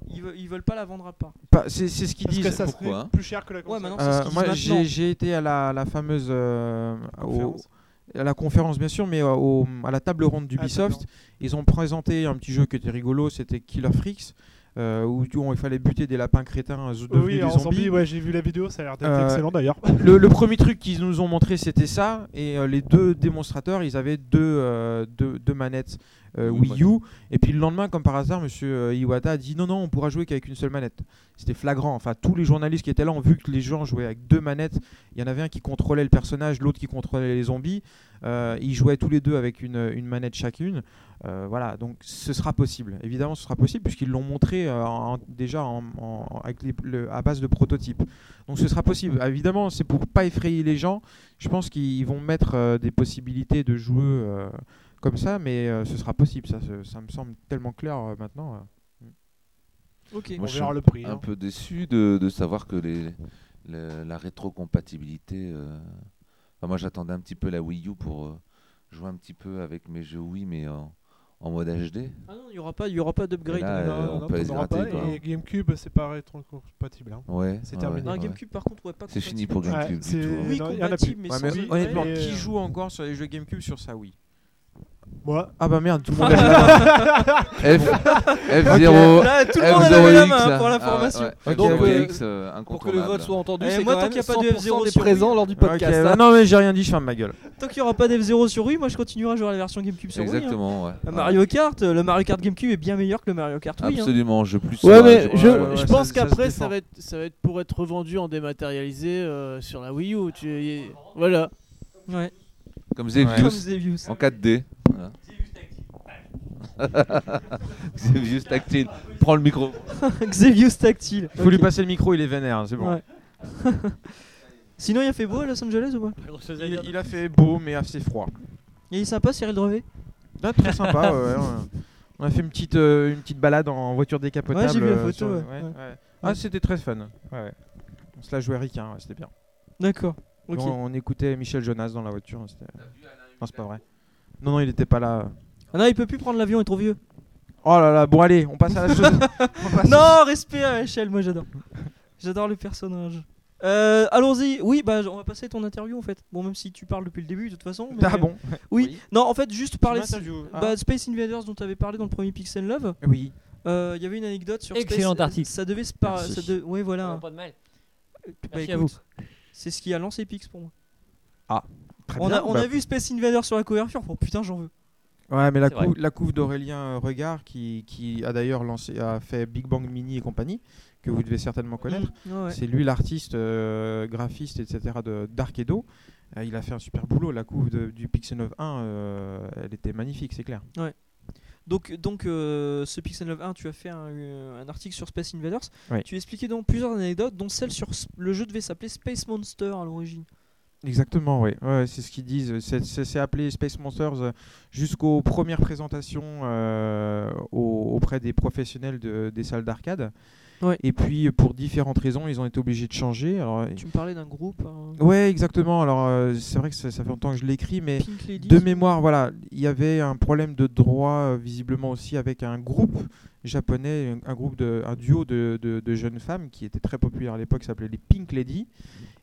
S1: ils, veulent- ils veulent pas la vendre à part.
S3: pas- Bah, c'est, c'est ce qu'ils
S5: Parce
S3: disent.
S5: que ça serait
S9: pourquoi, hein.
S5: plus cher que la console.
S1: maintenant,
S3: Euh,
S1: c'est ce qu'ils
S3: moi,
S1: disent
S3: j'ai,
S1: maintenant.
S3: j'ai été à la, la fameuse euh, au-
S5: Conférence.
S3: à la conférence bien sûr, mais euh, au- à la table ronde
S5: Ah,
S3: d'Ubisoft,
S5: d'accord.
S3: ils ont présenté un petit jeu qui était rigolo, c'était Killer Freaks, euh, où, où il fallait buter des lapins crétins euh, devenus
S5: oui,
S3: des
S5: en
S3: zombies.
S5: zombie, ouais, j'ai vu la vidéo, ça a l'air d'être
S3: Euh,
S5: excellent d'ailleurs.
S3: [LAUGHS] Le, le premier truc qu'ils nous ont montré, c'était ça, et euh, les deux démonstrateurs, ils avaient deux, euh, deux, deux manettes euh,
S9: Oui,
S3: Wii U, et puis le lendemain, comme par hasard, Monsieur euh, Iwata a dit non, non, on pourra jouer qu'avec une seule manette. C'était flagrant. Enfin, tous les journalistes qui étaient là ont vu que les gens jouaient avec deux manettes. Il y en avait un qui contrôlait le personnage, l'autre qui contrôlait les zombies. Euh, ils jouaient tous les deux avec une, une manette chacune. Euh, voilà, donc ce sera possible. Évidemment, ce sera possible puisqu'ils l'ont montré euh, en- déjà en- en- avec les- le- à base de prototypes. Donc ce sera possible. Ah, Évidemment, c'est pour pas effrayer les gens. Je pense qu'ils vont mettre euh, des possibilités de jouer euh, comme ça, mais euh, ce sera possible. Ça, ce- ça me semble tellement clair euh, maintenant. euh.
S1: Ok.
S9: Moi,
S5: On
S9: je suis
S5: verra
S9: un-
S5: le prix.
S9: un
S5: hein.
S9: peu déçu de, de savoir que les, le- la rétrocompatibilité. euh, enfin, moi, j'attendais un petit peu la Wii U pour euh, jouer un petit peu avec mes jeux Wii, mais en, en mode HD.
S1: Ah non, il y aura pas, il y aura pas d'upgrade.
S9: Et là,
S1: hein.
S9: euh, on peut
S5: t'en
S9: les
S5: auras
S9: gratter,
S5: pas,
S9: quoi.
S5: Et GameCube, c'est pas rétrocompatible. hein.
S9: Ouais.
S5: C'est
S9: ouais,
S5: terminé.
S9: ouais,
S1: Non,
S9: ouais.
S1: GameCube par contre, ouais, pas.
S9: C'est fini
S1: compatible.
S9: pour GameCube.
S5: Ouais,
S9: du
S5: c'est-
S9: tout, hein. ouais.
S1: Oui,
S5: Non, il y en a
S1: compatible, mais
S3: Ouais,
S1: sans
S3: mais
S1: upgrade.
S3: honnêtement,
S5: mais,
S3: qui
S5: euh,
S3: joue encore sur les jeux GameCube sur sa Wii
S5: Moi,
S3: Ah bah
S1: [LAUGHS]
S3: merde, tout le monde a la main.
S9: F, F0.
S1: Là, tout le monde a levé la main hein,
S9: F0X.
S1: pour l'information.
S9: Donc,
S4: Donc, euh, Pour que le
S9: incontournable.
S4: vote soit entendu,
S1: Eh,
S4: c'est
S1: moi,
S4: quand
S1: tant
S4: même
S1: qu'il y a pas de
S4: 100%
S1: F0
S4: des
S1: sur
S4: présents
S1: lui.
S4: lors du
S3: Ok,
S4: podcast. hein.
S3: bah non mais j'ai rien dit, je ferme ma gueule.
S1: Tant qu'il y aura pas d'F0 sur Wii, moi je continuerai à jouer à la version GameCube sur Wii. hein.
S9: Exactement, ouais.
S1: À Mario Kart, euh, le Mario Kart GameCube est bien meilleur que le Mario Kart Wii. hein.
S9: Absolument, je plus.
S6: Ouais,
S9: sauvage,
S6: mais
S9: ouais,
S6: je,
S9: ouais,
S6: je
S9: ouais, ça-
S6: pense
S3: ça se
S6: qu'après,
S3: défend.
S6: ça, va être- ça va être pour être revendu en dématérialisé euh, sur la Wii U. Tu, y- voilà.
S1: Ouais.
S9: Comme
S3: Ouais.
S9: Zevius
S1: Comme Zevius.
S9: en 4D.
S1: [LAUGHS]
S9: Voilà. Zevius tactile. Prends le
S1: [LAUGHS]
S9: micro.
S1: Xevius tactile.
S3: Faut lui
S1: Ok.
S3: passer le micro, il est vénère, c'est bon.
S1: Ouais. [LAUGHS] Sinon, il a fait beau à Los Angeles ou pas
S3: Il, il a fait beau mais assez froid.
S1: Il est sympa, Cyril Drevet
S3: Ah, très
S1: [LAUGHS]
S3: sympa, ouais, ouais, ouais. On a fait une petite, euh, une petite balade en voiture décapotable.
S1: Ouais, j'ai vu la
S3: euh,
S1: photo,
S3: sur-
S1: ouais, ouais.
S3: Ah, c'était très fun. Ouais, ouais. On se la jouait ricain, ouais, c'était bien.
S1: D'accord. Ok.
S3: On, on écoutait Michel Jonas dans la voiture. hein, c'était- Non, c'est pas vrai. Non, non, il était pas là.
S1: Ah non, il peut plus prendre l'avion, il est trop vieux.
S3: Oh là là, bon allez, on passe à la
S1: [LAUGHS]
S3: chose. On passe-
S1: Non, respect à Michel, moi j'adore. J'adore le personnage. Euh, Allons-y. Oui, bah on va passer ton interview en fait. Bon, même si tu parles depuis le début, de toute façon. mais- euh,
S3: Ah bon
S1: Oui.
S3: Oui.
S1: Non, en fait, juste parler.
S3: Tu m'interviews, hein
S1: Bah, Space Invaders dont tu avais parlé dans le premier Pixel Love,
S3: Oui.
S1: euh, il y avait une anecdote sur
S2: Excellent
S1: Space- euh,
S2: article.
S1: Ça devait se par...
S8: Merci.
S1: ça de- Ouais, voilà.
S2: Pas de mal.
S1: Bah,
S2: Merci à
S1: écoute,
S2: vous.
S1: C'est ce qui a lancé Pix pour moi.
S3: Ah, Très
S1: On,
S3: bien.
S1: a, on
S3: bah,
S1: a vu Space Invaders sur la couverture. Oh putain, j'en veux.
S3: Ouais, mais la,
S2: C'est vrai.
S3: couve- la couve d'Aurélien euh, Regard, qui, qui a d'ailleurs lancé, a fait Big Bang Mini et compagnie, que vous devez certainement
S2: Mm.
S3: connaître. C'est lui l'artiste, euh, graphiste, etc. de- d'Arkedo. Euh, il a fait un super boulot. La couve de- du Pixel 9 1, euh, elle était magnifique, c'est clair.
S1: Donc, donc euh, ce Pixel Love 1, tu as fait un, euh, un article sur Space Invaders.
S3: Ouais.
S1: Tu expliquais donc plusieurs anecdotes, dont celle sur s- le jeu devait s'appeler Space Monster à l'origine.
S3: Exactement, oui. c'est ce qu'ils disent. C'est- C'est c'est appelé Space Monsters euh, jusqu'aux premières présentations euh, au- auprès des professionnels de- des salles d'arcade.
S1: Ouais.
S3: Et puis, pour différentes raisons, ils ont été obligés de changer. Alors,
S1: Tu me parlais d'un groupe, hein,
S3: ouais, exactement. Alors, euh, c'est vrai que ça, ça fait longtemps que je l'écris, mais
S1: Pink Ladies.
S3: de mémoire, voilà, il y avait un problème de droit euh, visiblement aussi avec un groupe japonais, un, un groupe de, un duo de, de- de jeunes femmes qui était très populaire à l'époque, s'appelait les Pink Lady,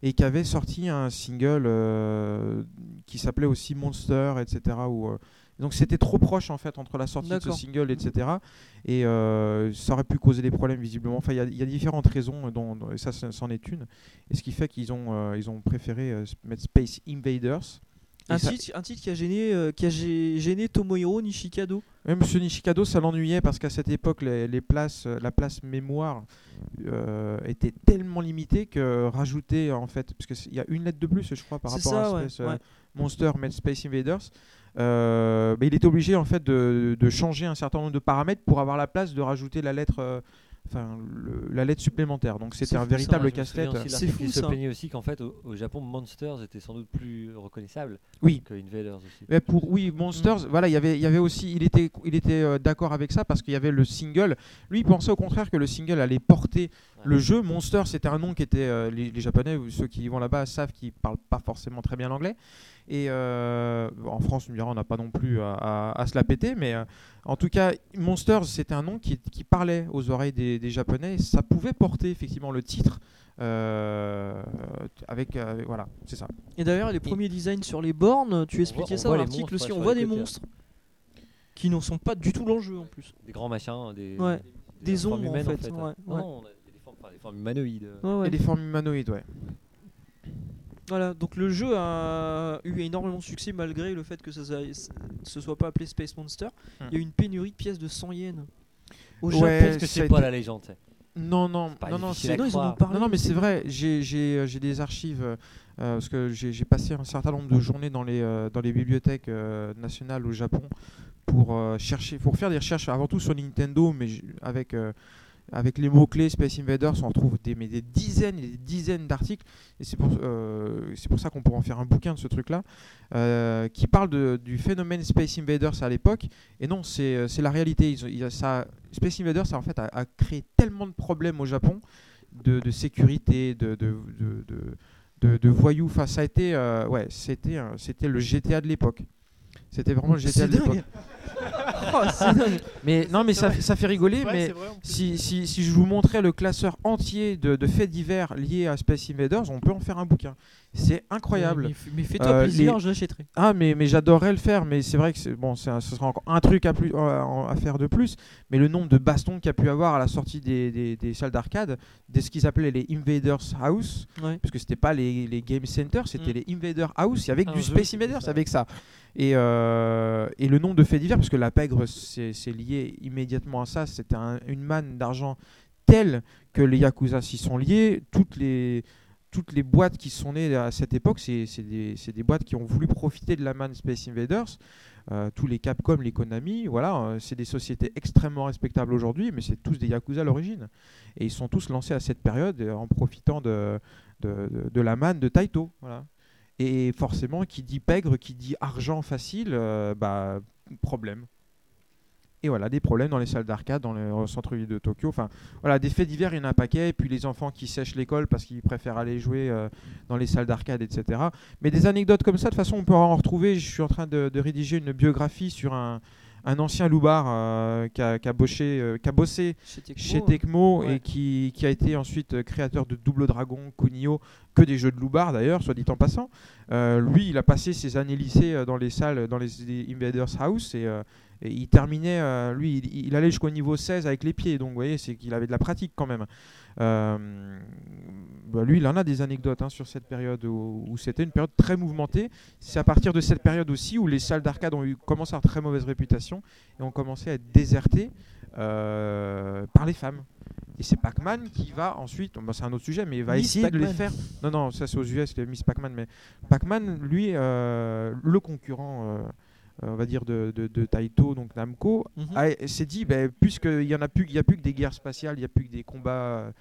S3: et qui avait sorti un single euh, qui s'appelait aussi Monster, etc. Ou euh, donc c'était trop proche en fait entre la sortie de ce
S1: D'accord.
S3: single, etc. Et euh, ça aurait pu causer des problèmes visiblement. Enfin, il y a- il y, a différentes raisons, dont, dont- et ça ça- c'en est une. Et ce qui fait qu'ils ont, euh, ils ont préféré euh, s- mettre Space Invaders. Et
S1: un,
S3: ça-
S1: titre, un titre qui a gêné, euh, qui a gê- gêné Tomohiro Nishikado.
S3: oui, Monsieur Nishikado, ça l'ennuyait parce qu'à cette époque, les, les places, euh, la place mémoire euh, était tellement limitée que rajouter en fait, parce que c'est- il y a une lettre de plus, je crois, par
S1: C'est
S3: rapport
S1: ça,
S3: à
S1: ouais,
S3: Space euh,
S1: ouais.
S3: Monster, mais Space Invaders, euh, bah, il est obligé en fait de, de changer un certain nombre de paramètres pour avoir la place de rajouter la lettre, euh, enfin le- la lettre supplémentaire. Donc
S1: C'est
S3: c'était un
S1: fou, ça,
S3: véritable
S2: Ouais, je me souviens
S3: casse-tête.
S2: aussi de
S1: C'est
S2: l'article,
S1: fou,
S2: Il se
S1: ça.
S2: plaignait aussi qu'en fait, au, au Japon, Monsters était sans doute plus reconnaissable
S3: Oui.
S2: que Invaders aussi.
S3: Mais pour oui, Monsters, voilà, il y avait, il y avait aussi, il était, il était euh, d'accord avec ça parce qu'il y avait le single. Lui, il pensait au contraire que le single allait porter le jeu. Monsters, c'était un nom qui était, euh, les, les Japonais ou ceux qui y vont là-bas savent qu'ils parlent pas forcément très bien l'anglais. Et euh, en France, tu me diras, on n'a pas non plus à, à- à se la péter, mais euh, en tout cas, Monsters, c'était un nom qui, qui parlait aux oreilles des, des Japonais. et Ça pouvait porter effectivement le titre euh, avec, euh, voilà, c'est ça.
S1: Et d'ailleurs, les premiers designs sur les bornes, euh, tu
S2: On
S1: expliquais
S2: voit- on
S1: ça dans
S2: voit les
S1: l'article
S2: monstres,
S1: aussi.
S2: ouais,
S1: On
S2: sur
S1: voit
S2: les
S1: des
S2: côtés. hein.
S1: monstres qui n'en sont pas du tout l'enjeu en plus.
S2: Des grands machins, des,
S1: Ouais. Des
S2: formes
S1: ombres, en
S2: humaines,
S1: fait,
S2: hein.
S1: ouais,
S2: Non,
S1: ouais.
S2: non, on a- il y a des formes, enfin, des formes humanoïdes.
S3: Et les formes humanoïdes, ouais.
S1: Voilà, donc le jeu a eu énormément de succès malgré le fait que ça ne se soit pas appelé Space Monster.
S3: Hmm.
S1: Il y a eu une pénurie de pièces de 100 yens au
S3: Ouais,
S1: Japon.
S2: Parce que
S3: ça a
S2: c'est pas
S3: été-
S2: la légende. c'est-
S3: Non, non,
S2: pas
S3: non, non,
S2: difficile à
S3: c'est-
S1: Non, ils en ont
S2: croire.
S1: parlé.
S3: non, non, mais c'est vrai. J'ai, j'ai, euh, j'ai des archives euh, euh, parce que j'ai, j'ai passé un certain nombre de journées dans les euh, dans les bibliothèques euh, nationales au Japon pour euh, chercher, pour faire des recherches avant tout sur Nintendo, mais j- avec euh, avec les mots-clés Space Invaders, on retrouve des, mais des dizaines et des dizaines d'articles. Et c'est pour, euh, c'est pour ça qu'on pourrait en faire un bouquin de ce truc-là, euh, qui parle de- du phénomène Space Invaders à l'époque. Et non, c'est euh, c'est la réalité. Ils ont- il y a ça, Space Invaders, ça, en fait, a, a créé tellement de problèmes au Japon, de, de sécurité, de, de, de, de- de- de voyous. Enfin, ça a été, euh, ouais, c'était un- c'était le GTA de l'époque. C'était vraiment le GTA
S1: C'est
S3: de l'époque. [LAUGHS]
S1: dingue. Oh, c'est dingue.
S3: Mais non, mais ça, ça fait rigoler.
S5: Ouais,
S3: mais
S5: c'est vrai, en plus.
S3: si, si- si je vous montrais le classeur entier de, de faits divers liés à Space Invaders, on peut en faire un bouquin. C'est incroyable.
S1: Mais, mais fais-toi
S3: Euh,
S1: plaisir,
S3: les-
S1: je l'achèterai.
S3: Ah, mais, mais j'adorerais le faire, mais c'est vrai que c'est- bon, c'est un- ce sera encore un truc à, plus, euh, à, à faire de plus. Mais le nombre de bastons qu'il y a pu avoir à la sortie des, des- des salles d'arcade, de ce qu'ils appelaient les Invaders House,
S1: Ouais.
S3: parce que c'était pas les, les Game Center, c'était
S1: Mm. Ah,
S3: les Invader House, et avec
S2: Un
S3: du
S2: jeu,
S3: Space
S2: c'était
S3: Invaders,
S2: ça.
S3: avec ça. Et, euh, et le nombre de faits divers, parce que la pègre, c'est c'est lié immédiatement à ça, c'était un- une manne d'argent telle que les Yakuza s'y sont liés, toutes les, toutes les boîtes qui sont nées à cette époque, c'est c'est des, c'est des boîtes qui ont voulu profiter de la manne Space Invaders, euh, tous les Capcom, les Konami, voilà, euh, c'est des sociétés extrêmement respectables aujourd'hui, mais c'est tous des Yakuza à l'origine. Et ils sont tous lancés à cette période euh, en profitant de, de, de- de la manne de Taito. Voilà. Et forcément, qui dit pègre, qui dit argent facile, euh, bah, problème. Et voilà, des problèmes dans les salles d'arcade, dans le centre-ville de Tokyo. Enfin, voilà, des faits divers, il y en a un paquet. Et puis les enfants qui sèchent l'école parce qu'ils préfèrent aller jouer euh, dans les salles d'arcade, etc. Mais des anecdotes comme ça, de toute façon, on peut en retrouver. Je suis en train de, de rédiger une biographie sur un, un ancien loupard euh, qui, a, qui a bossé, euh, qui a bossé
S1: C'était
S3: chez Tecmo
S1: Ouais.
S3: et qui, qui a été ensuite euh, créateur de Double Dragon, Kunio, que des jeux de Loubar d'ailleurs, soit dit en passant. Euh, lui, il a passé ses années lycée euh, dans les salles, dans les, les Invaders House et, euh, et il terminait, euh, lui, il, il allait jusqu'au niveau 16 avec les pieds, donc vous voyez, c'est qu'il avait de la pratique quand même. Euh, bah, lui, il en a des anecdotes hein, sur cette période où, où c'était une période très mouvementée. C'est à partir de cette période aussi où les salles d'arcade ont eu, commencé à avoir très mauvaise réputation et ont commencé à être désertées euh, par les femmes. Et c'est Pac-Man qui va ensuite, bon, c'est un autre sujet, mais il va
S2: Miss
S3: essayer de les
S2: Pac-Man.
S3: faire. Non, non, ça c'est aux US, les Miss Pac-Man, mais Pac-Man, lui, euh, le concurrent, euh, euh, on va dire, de, de, de Taito, donc Namco,
S4: Mhm.
S3: a- s'est dit, ben, puisqu'il n'y en a plus, il y a plus que des guerres spatiales, il n'y a plus que des combats euh,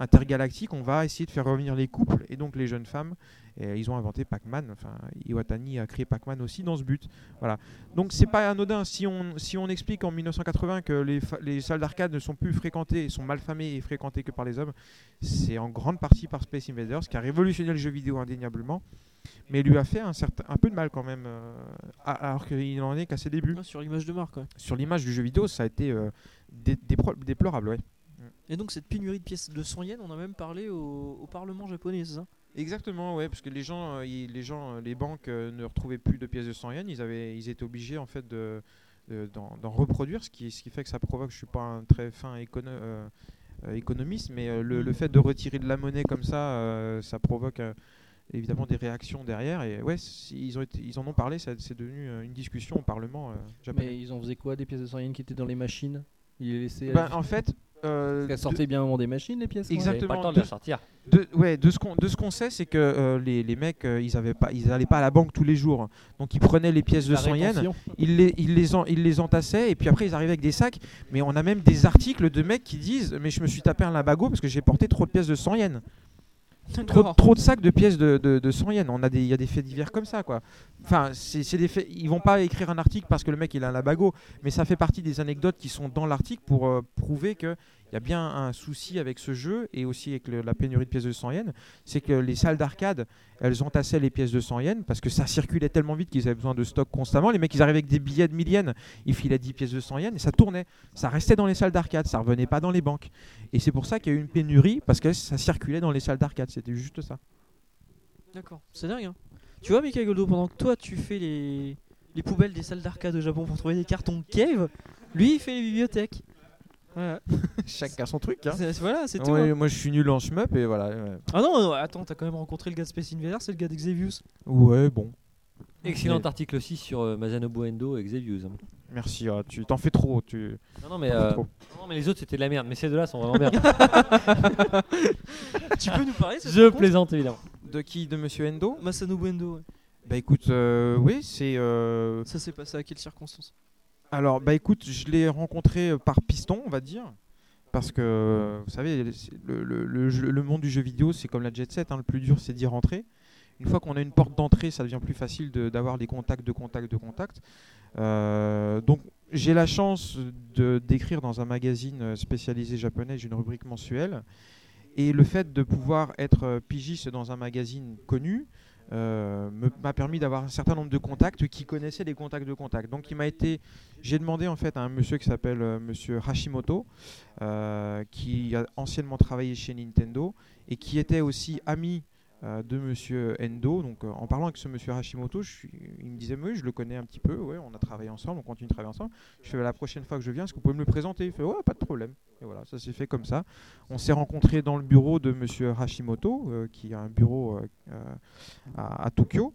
S3: intergalactiques, on va essayer de faire revenir les couples et donc les jeunes femmes. Et euh, ils ont inventé Pac-Man, enfin, Iwatani a créé Pac-Man aussi dans ce but. Voilà. Donc c'est pas anodin, si on, si on explique en 1980 que les, fa- les salles d'arcade ne sont plus fréquentées, sont mal famées et fréquentées que par les hommes, c'est en grande partie par Space Invaders, qui a révolutionné le jeu vidéo indéniablement, mais lui a fait un, certain, un peu de mal quand même, euh, a- alors qu'il en est qu'à ses débuts.
S4: Ah, Sur l'image de marque. ouais.
S3: Sur l'image du jeu vidéo, ça a été euh, dé- dépro- déplorable, ouais.
S1: Mm.
S4: Et donc cette pénurie de pièces de 100 yens, on a même parlé au, au Parlement japonais, c'est ça
S3: Exactement, ouais, parce que les gens, euh, ils- les, gens euh, les banques euh, ne retrouvaient plus de pièces de 100 yens, ils, avaient, ils étaient obligés en fait de- de- d'en d'en reproduire, ce qui, ce qui fait que ça provoque, je suis pas un très fin écono- euh, euh, économiste, mais euh, le, le fait de retirer de la monnaie comme ça, euh, ça provoque euh, évidemment des réactions derrière, et ouais, c- ils, ont été- ils en ont parlé, ça- c'est devenu euh, une discussion au Parlement euh, japonais.
S4: Mais ils en faisaient quoi des pièces de 100 yens qui étaient dans les machines Ils les laissaient.
S3: Ben, en fait, euh,
S4: Elles
S3: de-
S4: sortaient bien au moment des machines, les pièces. quoi.
S3: Exact.
S2: J'avais pas le temps
S3: Exactement,
S2: de la
S3: deux- De,
S2: sortir.
S3: ouais, de ce qu'on de ce qu'on sait, c'est que euh, les, les mecs, euh, ils avaient pas, ils allaient pas à la banque tous les jours. Donc ils prenaient les pièces de
S4: La
S3: 100 yens,
S4: rétention.
S3: ils les ils les en- ils les entassaient et puis après ils arrivaient avec des sacs. Mais on a même des articles de mecs qui disent, mais je me suis tapé un labago parce que j'ai porté trop de pièces de 100 yens, trop,
S4: D'accord.
S3: trop de sacs de pièces de, de, de 100 yens. On a des il y a des faits divers comme ça quoi. Enfin c'est c'est des faits, ils vont pas écrire un article parce que le mec il a un labago, mais ça fait partie des anecdotes qui sont dans l'article pour euh, prouver que il y a bien un souci avec ce jeu et aussi avec le- la pénurie de pièces de 100 yens, c'est que les salles d'arcade, elles entassaient les pièces de 100 yens parce que ça circulait tellement vite qu'ils avaient besoin de stock constamment. Les mecs, ils arrivaient avec des billets de 1000 yens, ils filaient 10 pièces de 100 yens et ça tournait. Ça restait dans les salles d'arcade, ça revenait pas dans les banques. Et c'est pour ça qu'il y a eu une pénurie parce que ça circulait dans les salles d'arcade, c'était juste ça.
S1: D'accord, c'est dingue. hein. Tu vois, Mika Goldo, pendant que toi tu fais les, les poubelles des salles d'arcade au Japon pour trouver des cartons cave, lui il fait les bibliothèques. [LAUGHS] Voilà,
S3: Chacun son truc.
S1: c'est voilà, c'est tout. hein.
S3: moi, je suis nul en shmup et voilà. Ouais,
S1: Ah non, non, attends, t'as quand même rencontré le gars de Space Invaders, c'est le gars d'Exevius.
S3: Ouais, bon.
S2: Ah, Excellent
S3: Mais-
S2: article aussi sur euh, Masanobu Endo et Xevious. hein.
S3: Merci, ah, tu t'en fais trop. Tu...
S2: Non, non, mais,
S3: Pas
S2: euh,
S3: trop.
S2: non, mais les autres c'était de la merde, mais ces deux-là sont vraiment bien.
S1: tu peux nous parler ça te
S2: Je
S1: compte
S2: plaisante évidemment.
S3: De qui De Monsieur Endo
S1: Masanobu Endo, ouais.
S3: Bah écoute, euh, oui, c'est euh,
S1: ça s'est passé à quelles circonstances
S3: Alors, bah écoute, je l'ai rencontré euh, par piston, on va dire. Parce que, euh, vous savez, c'est- le, le- le jeu- le monde du jeu vidéo, c'est comme la jet set. hein, le plus dur, c'est d'y rentrer. Une fois qu'on a une porte d'entrée, ça devient plus facile de- d'avoir les contacts, de contacts, de contacts. Euh, donc, j'ai la chance de d'écrire dans un magazine euh, spécialisé japonais, j'ai une rubrique mensuelle. Et le fait de pouvoir être euh, pigiste dans un magazine connu, euh, me- m'a permis d'avoir un certain nombre de contacts qui connaissaient les contacts de contacts. Donc il m'a été, j'ai demandé en fait à un monsieur qui s'appelle euh, Monsieur Hashimoto, euh, qui a anciennement travaillé chez Nintendo et qui était aussi ami euh, de Monsieur Endo. Donc euh, en parlant avec ce Monsieur Hashimoto, je suis- il me disait oui, je le connais un petit peu, ouais, on a travaillé ensemble, on continue de travailler ensemble. Je fais la prochaine fois que je viens, est-ce que vous pouvez me le présenter Il fait ouais, pas de problème. Et voilà, ça s'est fait comme ça. On s'est rencontrés dans le bureau de Monsieur Hashimoto, euh, qui a un bureau euh, euh, à, à Tokyo.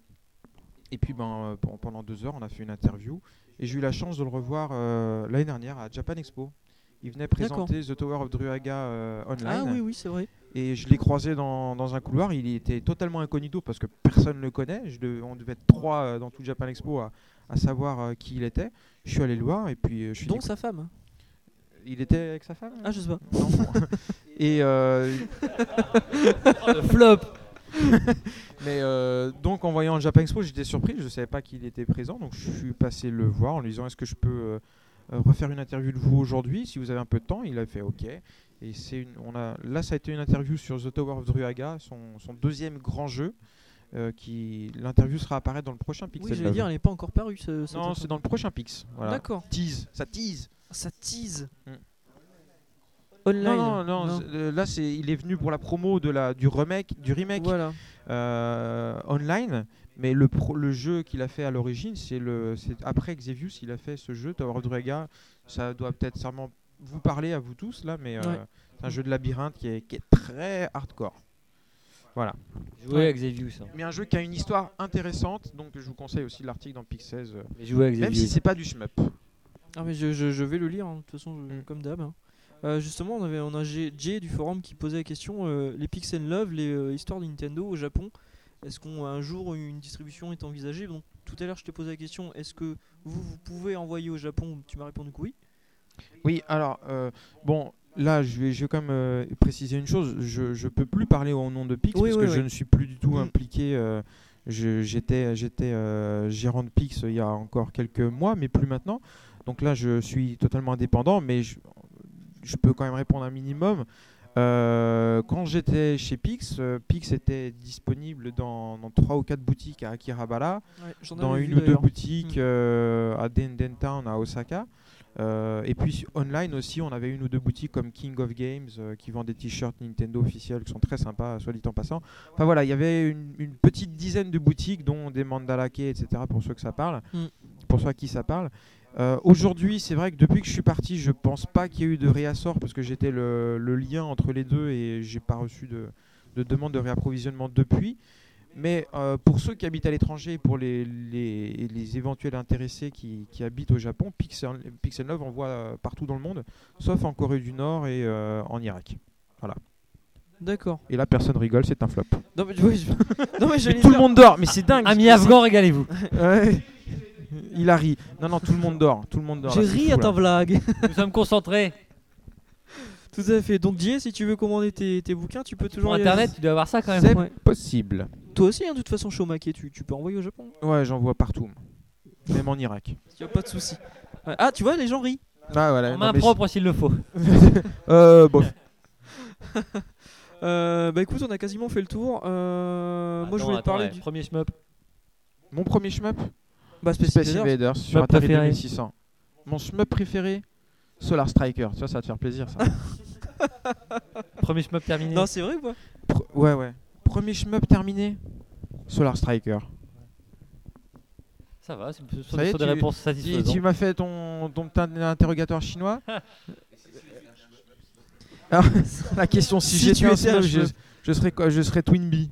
S3: Et puis ben, euh, pen- pendant deux heures, on a fait une interview. Et j'ai eu la chance de le revoir euh, l'année dernière à Japan Expo. Il venait
S1: D'accord.
S3: présenter The Tower of Druaga euh, online.
S1: Ah oui, oui, c'est vrai.
S3: Et je l'ai croisé dans, dans un couloir. Il était totalement incognito parce que personne ne le connaît. Je dev- on devait être trois euh, dans tout Japan Expo à, à savoir euh, qui il était. Je suis allé le voir et puis euh, je suis
S1: Dont
S3: dit-
S1: sa femme. hein.
S3: il était avec sa femme. hein
S1: Ah, je sais pas.
S3: Non. [LAUGHS] et euh,
S1: [LAUGHS] Flop
S3: [LAUGHS] Mais euh, donc en voyant le Japan Expo, j'étais surpris, je ne savais pas qu'il était présent, donc je suis passé le voir en lui disant est-ce que je peux euh, euh, refaire une interview de vous aujourd'hui si vous avez un peu de temps Il a fait ok. Et c'est une, on a, là, ça a été une interview sur The Tower of Druaga, son, son deuxième grand jeu. euh, qui l'interview sera apparaître dans le prochain Pixel.
S1: Oui, j'allais
S3: Love.
S1: dire, elle n'est pas encore parue. ce- cette
S3: non,
S1: info.
S3: c'est dans le prochain Pix. Voilà.
S1: D'accord,
S3: Tease, ça tease.
S1: ça tease.
S3: Mm.
S1: Online.
S3: Non, non, non, c'est- euh, là c'est, il est venu pour la promo de la du remake, du remake
S1: Voilà.
S3: euh, online, mais le, pro- le jeu qu'il a fait à l'origine, c'est le c'est après Xevious, il a fait ce jeu Tower of Draga. Ça doit peut-être sûrement vous parler à vous tous là, mais euh,
S1: Ouais.
S3: c'est un jeu de labyrinthe qui est, qui est très hardcore.
S2: Jouer à Xevious. hein.
S3: Mais un jeu qui a une histoire intéressante, donc je vous conseille aussi l'article dans Pix 16, euh,
S2: Mais jouer à
S3: même
S2: Xevious.
S3: si c'est pas du shmup.
S1: Ah mais je, je- je vais le lire, hein, de toute façon, je-
S3: Mm.
S1: comme d'hab. hein. Euh, justement, on avait on a Jay Jay du forum qui posait la question euh, les Pix and Love, les euh, histoires de Nintendo au Japon, est-ce qu'un jour une distribution est envisagée Donc tout à l'heure, je te posais la question est-ce que vous, vous pouvez envoyer au Japon Tu m'as répondu que oui.
S3: Oui, alors, euh, bon, là, je vais, je vais quand même euh, préciser une chose. Je ne peux plus parler au nom de Pix
S1: Oui,
S3: parce
S1: oui,
S3: que je
S1: oui.
S3: ne suis plus du tout
S1: Mm.
S3: impliqué. euh, je- J'étais j'étais, euh, gérant de Pix il y a encore quelques mois, mais plus maintenant. Donc là, je suis totalement indépendant, mais je, je peux quand même répondre un minimum. Euh, quand j'étais chez Pix, euh, Pix était disponible dans, dans trois ou quatre boutiques à Akihabara, dans une ou deux boutiques euh, à Denden Town à Osaka. Euh, et puis online aussi, on avait une ou deux boutiques comme King of Games euh, qui vendent des t-shirts Nintendo officiels qui sont très sympas, soit dit en passant. Enfin voilà, il y avait une, une petite dizaine de boutiques, dont des mandalakés, etc. pour ceux que ça parle,
S1: Mm.
S3: pour ceux à qui ça parle. Euh, Aujourd'hui, c'est vrai que depuis que je suis parti, je pense pas qu'il y ait eu de réassort parce que j'étais le, le lien entre les deux et j'ai pas reçu de, de demande de réapprovisionnement depuis. Mais euh, pour ceux qui habitent à l'étranger, et pour les, les, les éventuels intéressés qui, qui habitent au Japon, Pixel, Pixel 9 envoie euh, partout dans le monde, sauf en Corée du Nord et euh, en Irak.
S1: D'accord.
S3: Et là, personne rigole, c'est un flop.
S1: Non mais, oui,
S3: [LAUGHS]
S1: je- non, mais j'allais
S3: tout le
S1: dire-
S3: monde dort, mais c'est dingue.
S2: Amis afghans, régalez-vous.
S3: Ouais. Il a ri. Non, non, tout le monde dort. Tout le monde dort.
S1: J'ai
S3: là, c'est
S1: ri
S3: fou,
S1: à
S3: là.
S1: ta blague.
S2: [LAUGHS] Nous sommes concentrés.
S1: [LAUGHS] Tout à fait. Donc Jay, si tu veux commander tes, tes bouquins, tu peux toujours
S2: Sur
S1: y
S2: internet, tu dois avoir ça quand même.
S3: C'est
S1: Ouais.
S3: possible.
S1: Toi aussi, hein, de toute façon, Shomake, tu, tu peux envoyer au Japon.
S3: Ouais, j'en vois partout. Même en Irak.
S1: Y a pas de souci. Ouais. Ah, tu vois, les gens rient.
S3: Ah, voilà.
S2: En
S3: non,
S2: main
S3: mais-
S2: propre s'il
S3: [LAUGHS]
S2: le faut.
S3: Euh,
S1: [LAUGHS]
S3: bon.
S1: Euh, bah écoute, on a quasiment fait le tour. Euh, moi, je
S2: Attends,
S1: voulais te
S2: attends,
S1: parler
S2: ouais,
S1: du
S2: Premier shmup.
S3: Mon premier shmup,
S1: bah, Space
S3: Space
S1: Invaders.
S3: Invaders sur
S2: Shmup
S3: Atari
S2: préféré.
S3: 2600. Mon shmup préféré, Solar Striker. Tu vois, ça va te faire plaisir, ça.
S2: Premier shmup terminé.
S1: Non, c'est vrai ou pas
S3: Pr- [LAUGHS] ouais, ouais. Premier shmup terminé, Solar Striker.
S2: Ça va, c'est ce sont
S3: Ça y est,
S2: des
S3: tu-
S2: réponses
S3: Tu,
S2: satisfaisantes.
S3: tu
S2: [LAUGHS]
S3: m'as fait ton, ton petit interrogatoire chinois Ah, La question si,
S1: Si tu
S3: j'étais un
S1: étais
S3: shmup,
S1: un
S3: je,
S1: shmup.
S3: je serais quoi Je serais Twin Bee.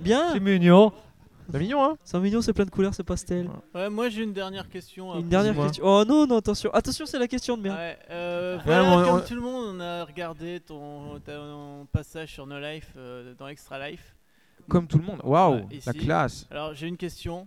S1: Bien
S2: C'est mignon.
S3: C'est mignon, hein
S1: 5 millions, c'est plein de couleurs, c'est pastel.
S6: Ouais, moi j'ai une dernière question.
S1: Une
S6: après.
S1: dernière
S3: dis-moi.
S1: question. Oh non, non, attention. Attention, c'est la question de merde.
S6: Ouais, euh, voilà,
S3: mais on-
S6: comme
S3: on-
S6: tout le monde, on a regardé ton, ton passage sur No Life euh, dans Extra Life.
S3: Comme tout le monde. Waouh,
S6: Ouais, ici.
S3: la classe.
S6: Alors j'ai une question.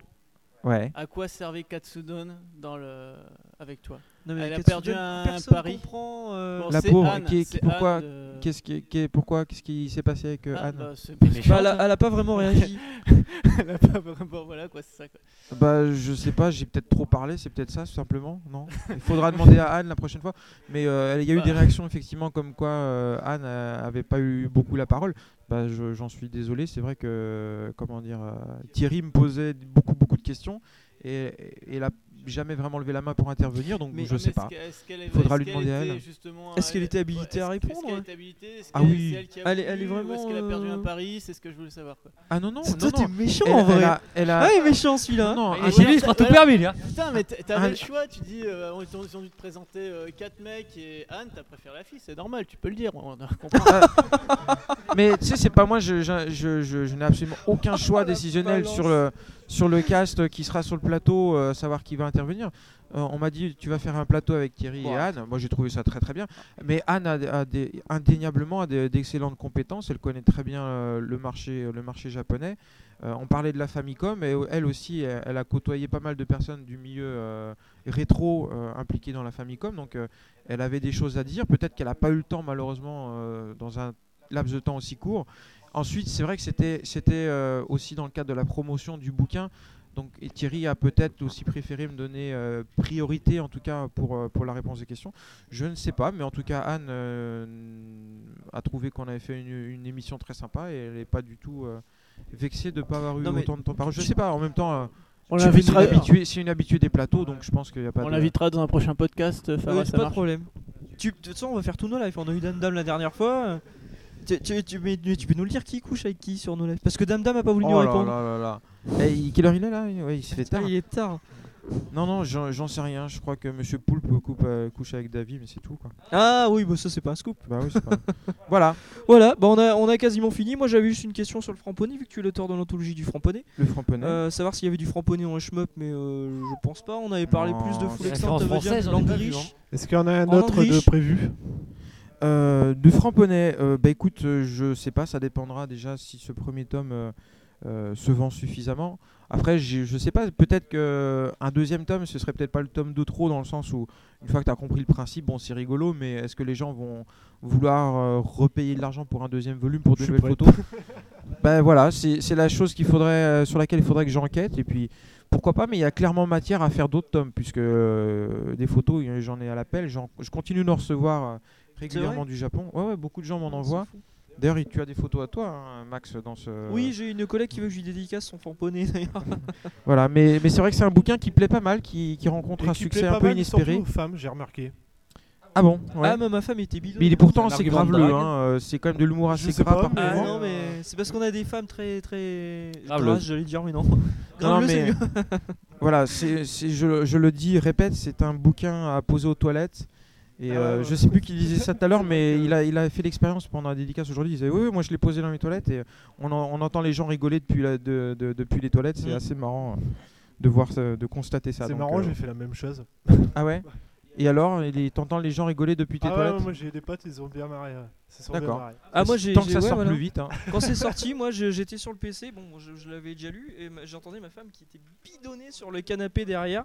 S3: Ouais.
S6: À quoi servait Katsudon dans le... avec toi
S1: Non, mais
S6: Elle a
S1: Katsuden,
S6: perdu un
S1: personne
S6: pari.
S1: comprend, euh,
S6: Bon,
S3: La
S6: c'est
S3: pauvre,
S6: Anne,
S3: qui est-
S6: c'est
S3: pourquoi-
S6: Anne de-
S3: Qu'est-ce qui, qu'est- pourquoi Qu'est-ce qui s'est passé avec euh,
S6: Ah,
S3: Anne
S6: bah, c'est-
S1: bah, elle, a, elle a pas vraiment réagi.
S6: [LAUGHS] Elle a pas vraiment- Voilà quoi, c'est ça quoi.
S3: Bah, je sais pas, j'ai peut-être trop parlé, c'est peut-être ça, tout simplement, non Il faudra demander à Anne la prochaine fois. Mais euh, il y a eu
S6: Bah.
S3: des réactions, effectivement, comme quoi euh, Anne euh, avait pas eu beaucoup la parole. Bah, je- j'en suis désolé, c'est vrai que, euh, comment dire, euh, Thierry me posait beaucoup, beaucoup de questions et, et elle a jamais vraiment levé la main pour intervenir, donc
S1: Mais-
S3: je
S6: Ah,
S3: sais
S6: mais
S3: pas.
S6: est-ce que- est-ce qu'elle-
S3: Faudra
S6: est-ce
S3: lui
S6: qu'elle
S3: demander à
S6: était
S3: elle.
S6: justement
S1: Est-ce qu'elle était
S6: ouais,
S1: habilitée à
S6: est-ce-
S1: répondre,
S6: Est-ce qu'elle
S1: ouais.
S6: était habilitée Est-ce
S3: Ah
S6: qu'elle-
S3: oui.
S6: c'est elle qui a
S1: Elle est- elle est
S6: voulu ou Est-ce
S1: vraiment,
S6: qu'elle a perdu un
S1: euh,
S6: pari C'est ce que je voulais savoir quoi.
S3: Ah non, non,
S1: C'est-
S3: non,
S1: toi, t'es
S3: non.
S1: méchant
S3: Elle-
S1: en vrai.
S3: elle a- elle a-
S1: Ah, il est méchant celui-là.
S3: non, non,
S6: Et
S3: elle-
S2: Ah, chez lui, il sera tout
S6: Voilà.
S2: permis, lui. hein.
S6: Putain, mais t-
S3: Ah,
S6: t'avais le
S3: elle-
S6: choix, tu dis, euh, on- ils ont ils ont dû te présenter 4 mecs et Anne, t'as préféré la fille, c'est normal, tu peux le dire, on comprend. [LAUGHS]
S3: Mais tu sais, c'est pas moi, je, je, je- je- je n'ai absolument aucun choix décisionnel
S1: balance.
S3: sur le, sur le cast qui sera sur le plateau, euh, savoir qui va intervenir. Euh, on m'a dit, tu vas faire un plateau avec Thierry et
S1: Ouais.
S3: Anne. Moi, j'ai trouvé ça très très bien. Mais Anne a, a des, indéniablement a des- d'excellentes compétences. Elle connaît très bien euh, le, marché, le marché japonais. Euh, on parlait de la Famicom, et elle aussi, elle, elle a côtoyé pas mal de personnes du milieu euh, rétro euh, impliquées dans la Famicom. Donc, euh, elle avait des choses à dire. Peut-être qu'elle n'a pas eu le temps, malheureusement, euh, dans un laps de temps aussi court. Ensuite, c'est vrai que c'était c'était euh, aussi dans le cadre de la promotion du bouquin. Donc et Thierry a peut-être aussi préféré me donner euh, priorité, en tout cas pour, euh, pour la réponse des questions. Je ne sais pas, mais en tout cas Anne euh, a trouvé qu'on avait fait une, une émission très sympa et elle n'est pas du tout euh, vexée de ne pas avoir eu
S1: Non, mais
S3: autant de temps par Je sais pas, en même temps, euh,
S6: On
S3: c'est une
S6: l'invitera
S3: habituée- c'est une habituée des plateaux, donc je pense qu'il n'y a pas
S6: On
S3: de...
S6: l'invitera dans un prochain podcast, euh, Farah,
S1: Ouais, c'est
S6: ça
S1: pas de
S6: marche.
S1: problème. Tu, de toute façon, on va faire tout nos lives. On a eu Dame Dame la dernière fois. euh, Tu, tu, tu- mais tu peux nous le dire qui couche avec qui sur nos lives Parce que Dame Dame a pas voulu nous
S3: Oh là
S1: répondre.
S3: là là là. Eh, il- quelle heure il est là Ouais, Il se fait tard.
S1: Ah, il est tard.
S3: Non, non, j'en j'en sais rien. Je crois que Monsieur Poulpe coupe, euh, couche avec David, mais c'est tout. Quoi.
S1: Ah oui, bah ça c'est pas un scoop.
S3: Bah oui, c'est pas.
S1: [LAUGHS]
S3: voilà,
S1: Voilà, bah on a, on a quasiment fini. Moi j'avais juste une question sur le framponnet, vu que tu es l'auteur de l'anthologie du framponnet.
S3: le framponnet.
S1: Euh, savoir s'il y avait du framponnet dans les shmup, mais euh, je pense pas. On avait parlé
S3: Non,
S1: plus de
S3: c'est
S1: full
S2: la
S1: extent,
S2: référence
S1: ça veut dire
S2: française,
S1: de
S2: on l'a
S1: langue
S2: pas vu, hein.
S1: riche. Euh,
S5: Est-ce qu'il y en a un
S1: En
S5: autre de
S1: Autriche.
S5: prévu
S3: Euh, du Framponnet, euh, bah écoute, euh, je sais pas, ça dépendra déjà si ce premier tome euh, euh, se vend suffisamment. Après, j'ai- je sais pas, peut-être qu'un deuxième tome, ce serait peut-être pas le tome de trop, dans le sens où, une fois que tu as compris le principe, bon, c'est rigolo, mais est-ce que les gens vont vouloir euh, repayer de l'argent pour un deuxième volume pour de
S5: Je suis
S3: nouvelles
S5: prêt.
S3: photos
S5: [LAUGHS]
S3: Ben voilà, c'est c'est la chose qu'il faudrait, euh, sur laquelle il faudrait que j'enquête, et puis pourquoi pas, mais il y a clairement matière à faire d'autres tomes, puisque euh, des photos, euh, j'en ai à l'appel, j'en- je continue d'en recevoir. euh, régulièrement du Japon. Ouais, ouais, beaucoup de gens m'en envoient. D'ailleurs, il- tu as des photos à toi, hein, Max, dans ce.
S1: Oui, j'ai une collègue qui veut que je lui dédicace son framponnet d'ailleurs.
S3: [LAUGHS] Voilà, mais, mais c'est vrai que c'est un bouquin qui plaît pas mal, qui, qui rencontre
S5: Et
S3: un
S5: qui
S3: succès
S5: plaît
S3: un
S5: pas
S3: peu
S5: mal, surtout
S3: inespéré.
S5: aux femmes, j'ai remarqué.
S3: Ah bon ouais.
S1: Ah, mais ma femme était bidon.
S3: Mais il est pourtant assez
S1: argument de
S3: graveleux,
S1: drague.
S3: hein, euh, c'est quand même de l'humour assez
S5: sais
S3: gras
S5: pas,
S3: par
S5: mais-
S1: Ah
S3: moment.
S1: non, mais c'est parce qu'on a des femmes très très.
S2: Graveleuses.
S1: Graveleuses, j'allais dire, mais non.
S3: Non,
S1: Graveleux, c'est
S3: mais-
S1: [LAUGHS] mieux.
S5: [LAUGHS]
S3: Voilà, c'est c'est- je, je le dis, répète, c'est un bouquin à poser aux toilettes. Et
S5: Ah
S3: euh,
S5: ouais,
S3: je
S5: ouais.
S3: sais plus qui disait ça tout à
S5: [LAUGHS]
S3: l'heure, mais
S5: Donc, euh,
S3: il a, il a fait l'expérience pendant la dédicace aujourd'hui. Il disait Oui, oui, moi je l'ai posé dans mes toilettes et on, en- on entend les gens rigoler depuis, la- de- de- depuis les toilettes. C'est
S1: Mm.
S3: assez marrant euh, de voir, ça- de constater ça.
S5: C'est
S3: donc,
S5: marrant,
S3: euh,
S5: j'ai fait la même chose.
S3: Ah ouais Et alors, il est- t'entends les gens rigoler depuis tes
S5: Ah ouais,
S3: toilettes
S5: moi j'ai des potes, ils ont bien marré. ouais. Ils sont
S3: D'accord.
S5: bien marrés.
S1: Ah, moi j'ai.
S3: Tant que
S1: j'ai-
S3: ça
S1: ouais,
S3: sort
S1: voilà.
S3: plus vite. hein.
S1: Quand c'est sorti, moi je- j'étais sur le PC, bon, je, je l'avais déjà lu, et ma- j'entendais ma femme qui était bidonnée sur le canapé derrière,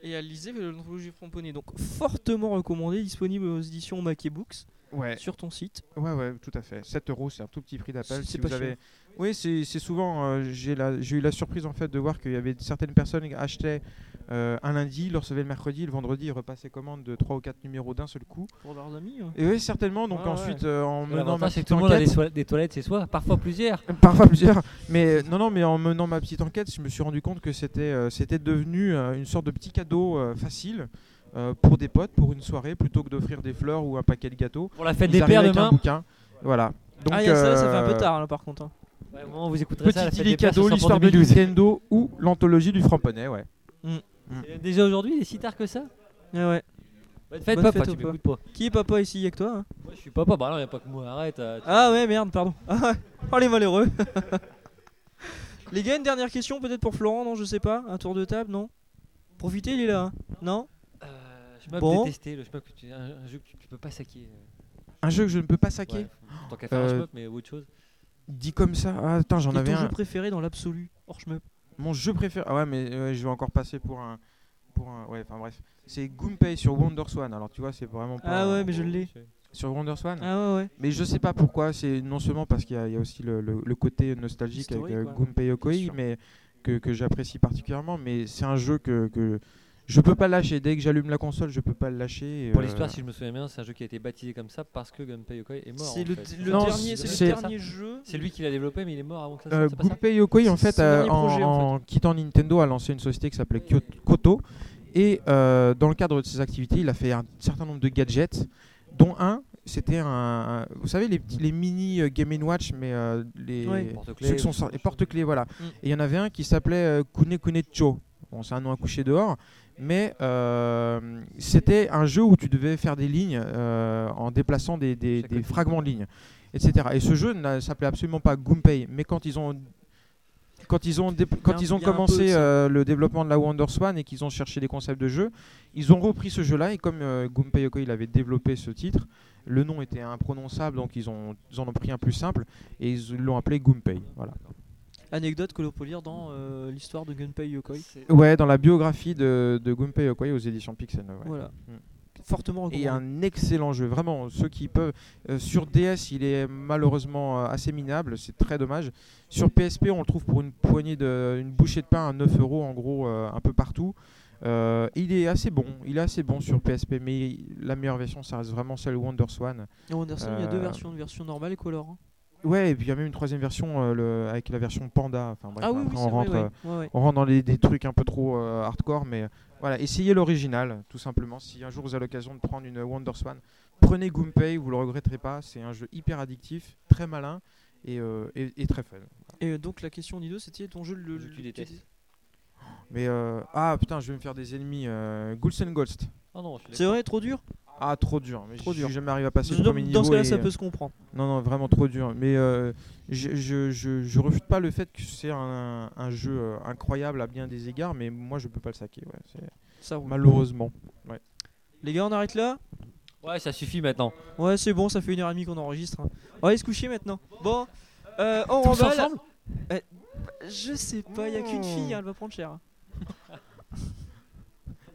S1: et elle lisait l'anthologie framponnet. Donc, fortement recommandé, disponible aux éditions Maquet Books,
S3: Ouais,
S1: sur ton site.
S3: ouais, ouais, tout à fait. 7 euros, c'est un tout petit prix d'appel.
S1: C'est-
S3: Si
S1: c'est
S3: vous
S1: pas
S3: avez... Oui, c'est c'est souvent. euh, J'ai la- j'ai eu la surprise en fait de voir qu'il y avait certaines personnes qui achetaient euh, un lundi, le recevaient le mercredi, le vendredi, ils repassaient commande de 3 ou 4 numéros d'un seul coup.
S1: Pour leurs amis. ouais.
S3: Et oui, certainement. Donc
S1: Ah Ouais, ouais.
S3: ensuite, euh, en menant ma
S2: L'avantage, c'est que
S3: petite
S2: tout le monde a
S3: enquête.
S2: des, soi- des toilettes chez soi, parfois plusieurs.
S3: [LAUGHS] Parfois plusieurs. Mais euh, non, non, mais en menant ma petite enquête, je me suis rendu compte que c'était euh, c'était devenu euh, une sorte de petit cadeau euh, facile euh, pour des potes, pour une soirée, plutôt que d'offrir des fleurs ou un paquet de gâteaux.
S2: Pour la fête
S3: Ils
S2: des
S3: arrivaient
S2: pères
S3: avec un
S2: demain.
S3: bouquin. Voilà. Donc,
S1: ah, il y a ça, ça fait un
S3: euh,
S1: peu tard là par contre. hein.
S2: Ouais, au moment où vous écouterez ça, la
S3: Petit
S2: fête
S3: idée
S2: des pères,
S3: cadeau,
S2: ce sera
S3: l'histoire
S2: pour
S3: de
S2: 2012.
S3: Nintendo ou l'anthologie du Framponnet, ouais.
S2: Et Déjà aujourd'hui, il est si tard que ça
S1: Ah Mm. ouais.
S2: Bonne fête,
S1: Bonne
S2: papa,
S1: fête
S2: tu
S1: au papa.
S2: m'écoutes pas.
S1: Qui est papa ici avec toi hein
S2: Moi, je suis papa, bah non, y a pas que moi, arrête. euh, tu-
S1: Ah ouais, merde, pardon. [LAUGHS] Ah ouais. oh les malheureux. [LAUGHS] les gars, une dernière question peut-être pour Florent, non, je sais pas. Un tour de table, non Profitez, il est là. hein non
S2: Euh, je m'aime
S1: Bon.
S2: détester, le shmup que tu- un, un jeu que tu, tu peux pas saquer. euh,
S3: Un jeu que je ne peux pas saquer.
S2: ouais, faut- Tant qu'à faire un
S3: Euh,
S2: shmup, mais autre chose.
S3: Dit comme ça, ah, attends, j'en
S1: Quel est
S3: avais
S1: ton
S3: un.
S1: jeu préféré dans l'absolu Or, je me.
S3: Mon jeu préféré. Ah ouais, mais euh, je vais encore passer pour un. Pour un... Ouais, enfin bref. C'est Goompei sur WonderSwan. Alors tu vois, c'est vraiment pas.
S2: hein.
S1: Ah ouais, mais je l'ai.
S3: Sur WonderSwan
S1: Ah ouais, ouais.
S3: Mais je sais pas pourquoi, c'est non seulement parce qu'il y, a- il y a aussi le, le- le côté nostalgique avec
S1: Historique,
S3: euh,
S1: quoi.
S3: Gunpei
S1: Bien
S3: Yokoi,
S1: sûr.
S3: mais que, que j'apprécie particulièrement, mais c'est un jeu que, que je peux pas lâcher. Dès que j'allume la console, je peux pas le lâcher. et,
S2: Pour
S3: euh,
S2: l'histoire, si je me souviens bien, c'est un jeu qui a été baptisé comme ça parce que Gunpei Yokoi est mort.
S1: C'est
S2: en
S1: le,
S2: fait.
S1: le
S3: Non,
S1: dernier, c'est
S3: c'est-
S1: le dernier jeu.
S2: C'est lui qui l'a développé, mais il est mort avant que ça
S3: euh,
S2: sorte. c'est pas ça
S3: Gunpei Yokoi, en
S1: C'est
S3: fait,
S1: son
S3: euh,
S1: dernier
S3: en,
S1: projet, en
S3: en quittant Nintendo, a lancé une société qui s'appelait Kyo- Koto. Et euh, dans le cadre de ses activités, il a fait un certain nombre de gadgets, dont un, c'était un, un- Vous savez, les, petits- les mini euh, Game Watch, mais euh, les.
S1: Ouais.
S2: Porte-clés,
S3: Ceux qui sont sortis- les porte-clés, voilà.
S1: Mm.
S3: Et il y en avait un qui s'appelait euh, Kune Kune Cho. Bon, c'est un nom à coucher dehors, mais euh, c'était un jeu où tu devais faire des lignes euh, en déplaçant des, des-
S2: Chaque
S3: des
S2: côté.
S3: fragments de lignes, etc. Et ce jeu ne s'appelait absolument pas Gunpei, mais quand ils ont quand ils ont, dé- quand
S1: un-
S3: ils ont
S1: il y a un peu de
S3: commencé
S1: ça.
S3: euh, le développement de la WonderSwan et qu'ils ont cherché des concepts de jeu, ils ont repris ce jeu-là et comme euh, Gunpei Yokoi il avait développé ce titre, le nom était imprononçable donc ils, ont, ils en ont pris un plus simple et ils l'ont appelé Gunpei. Voilà.
S1: Anecdote que l'on peut lire dans euh, l'histoire de Gunpei Yokoi.
S3: Ouais, dans la biographie de, de Gunpei Yokoi aux éditions Pixel. ouais.
S1: Voilà.
S3: Mm.
S1: Fortement recommandé.
S3: Et un excellent jeu, vraiment. Ceux qui peuvent. euh, sur DS, il est malheureusement euh, assez minable, c'est très dommage. Sur PSP, on le trouve pour une poignée de. une bouchée de pain à 9 euros, en gros, euh, un peu partout. Euh, il est assez bon, il est assez bon sur PSP, mais la meilleure version, ça reste vraiment celle WonderSwan.
S1: Et Anderson, il y a deux
S3: Euh,
S1: versions, une version normale et color. hein.
S3: Ouais, et puis il y a même une troisième version euh, le- avec la version Panda. Enfin, bref,
S1: Ah oui,
S3: après,
S1: oui,
S3: on
S1: c'est vrai.
S3: rentre. euh,
S1: Ouais, ouais, ouais.
S3: on rentre dans les- des trucs un peu trop euh, hardcore, mais euh, voilà, essayez l'original, tout simplement. Si un jour vous avez l'occasion de prendre une WonderSwan, prenez Goompei, vous le regretterez pas. C'est un jeu hyper addictif, très malin et, euh, et- et très fun.
S1: Et euh, donc la question Nido, c'était ton jeu le.
S2: Le jeu que tu détestes.
S3: Mais euh, ah putain, je vais me faire des ennemis. Euh, Ghouls and Ghosts.
S2: Ah non, je suis
S1: C'est vrai, trop dur.
S3: Ah, trop dur. Mais
S1: Trop
S3: je
S1: dur.
S3: suis jamais arrivé à passer le
S1: Dans,
S3: premier niveau.
S1: dans ce cas-là,
S3: et-
S1: ça peut se comprendre.
S3: Non, non, vraiment trop dur. Mais euh, je, je, je, je refuse pas le fait que c'est un, un jeu euh, incroyable à bien des égards, mais moi je peux pas le saquer. ouais, c'est-
S1: Ça roule.
S3: Malheureusement.
S1: Les gars, on arrête là.
S2: Ouais, ça [LAUGHS] suffit maintenant.
S1: Ouais, c'est bon, ça fait une heure et demie qu'on enregistre. hein. On va aller se coucher maintenant. Bon, euh, on
S2: Tous
S1: remballe.
S2: ensemble
S1: Euh, Je sais pas, il a qu'une fille, hein, elle va prendre cher.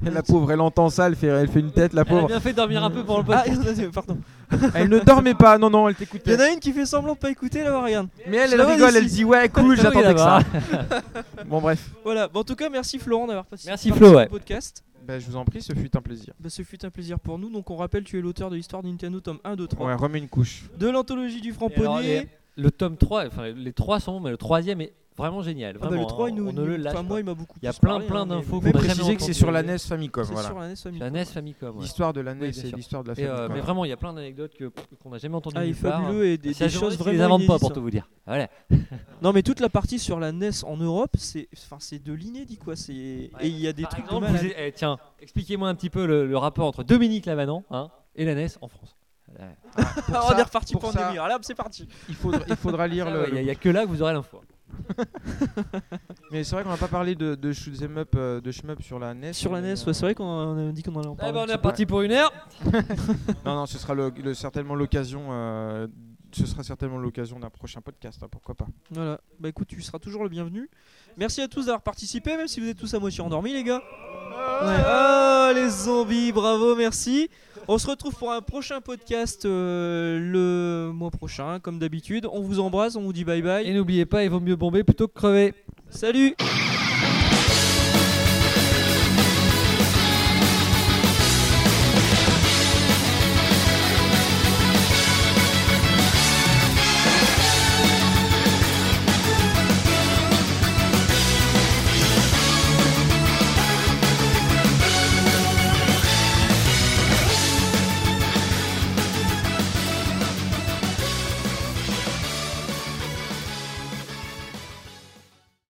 S3: La pauvre, elle entend ça, elle fait, elle fait une tête, la
S2: Elle a
S3: pauvre.
S2: bien fait de [LAUGHS] dormir un peu pendant le
S1: Ah, [LAUGHS]
S2: podcast.
S1: pardon.
S3: [LAUGHS] Elle ne dormait pas, non, non, elle
S1: Il y
S3: t'écoutait.
S1: en a une qui fait semblant de pas écouter, là, regarde.
S3: Mais elle,
S1: Je
S3: elle
S1: la vois
S3: rigole,
S1: d'ici.
S3: elle se dit ouais,
S2: Ah oui,
S3: cool, j'attendais que ça.
S2: là-bas.
S3: [LAUGHS] Bon, bref.
S1: Voilà, Bon, en tout cas, merci Florent d'avoir passé
S2: Merci
S1: participé
S2: Flo, ouais.
S1: au podcast.
S3: Bah, je vous en prie, ce fut un plaisir.
S1: Bah, ce fut un plaisir pour nous. Donc, on rappelle, tu es l'auteur de l'histoire de Nintendo tome 1, 2, 3.
S3: Ouais, remets une couche.
S1: De l'anthologie du
S2: Et alors, les-
S1: Framponnier.
S2: Le tome 3, enfin les trois sont bons, mais le troisième est vraiment génial.
S1: Ah bah,
S2: Vraiment,
S1: le 3,
S2: hein,
S1: il nous.
S2: on ne le lâche
S1: enfin,
S2: pas.
S1: moi, il m'a beaucoup
S2: Il y a
S1: plus
S2: plein,
S1: parlé,
S2: plein
S1: hein, mais
S2: d'infos
S1: bon.
S3: Mais
S2: qu'on a jamais
S3: préciser que c'est
S2: entendu.
S3: sur la NES Famicom,
S1: C'est
S3: voilà.
S1: sur la NES Famicom.
S2: La NES Famicom. ouais.
S3: L'histoire de la NES
S2: Oui, bien
S3: et
S2: sûr.
S3: l'histoire de la
S2: Et, euh,
S3: Famicom.
S2: mais vraiment, il y a plein d'anecdotes que- qu'on n'a jamais entendues.
S1: Ah, il est
S2: nulle part.
S1: fabuleux et des,
S2: C'est la
S1: des choses
S2: journaliste qui
S1: vraiment.
S2: les invente pas pour
S1: inédites,
S2: tout vous dire. Voilà.
S1: hein. [LAUGHS] Non, mais toute la partie sur la NES en Europe, c'est enfin, c'est de l'inédit quoi. c'est- Et il y a des
S2: Par
S1: trucs de
S2: exemple,
S1: malade. [LAUGHS]
S2: vous êtes- eh, tiens, expliquez-moi un petit peu le, le rapport entre Dominique Lavanant hein, et la NES en France. Voilà.
S3: Pour
S1: Ah, [LAUGHS] on
S3: ça-
S1: est reparti
S3: pour
S1: pour, un
S3: ça-
S1: demi-heure. Là, c'est parti.
S3: il, faudra, il faudra
S2: [LAUGHS] Ça,
S3: lire
S2: ouais,
S3: le.
S2: Il n'y a, que là que vous aurez l'info.
S3: Mais c'est vrai qu'on n'a pas parlé de, de shoot'em up, euh, de shmup sur la NES.
S1: [LAUGHS] Sur la E
S3: mais,
S1: NES, ouais,
S3: euh,
S1: c'est vrai qu'on en a dit qu'on en allait en
S2: Eh
S1: parler.
S2: ben, on
S1: un petit
S2: est
S1: peu.
S2: parti pour
S1: [LAUGHS]
S2: une heure.
S3: [LAUGHS] Non, non, ce sera le- le- certainement l'occasion. euh, ce sera certainement l'occasion d'un prochain podcast, hein, pourquoi pas.
S1: Voilà. Bah écoute, tu seras toujours le bienvenu. Merci à tous d'avoir participé, même si vous êtes tous à moitié endormis, les gars. Ouais. Oh, les zombies, bravo, merci. On se retrouve pour un prochain podcast euh, le mois prochain, comme d'habitude. On vous embrasse, on vous dit bye
S2: Et
S1: bye.
S2: n'oubliez pas, il vaut mieux bomber plutôt que crever.
S1: Salut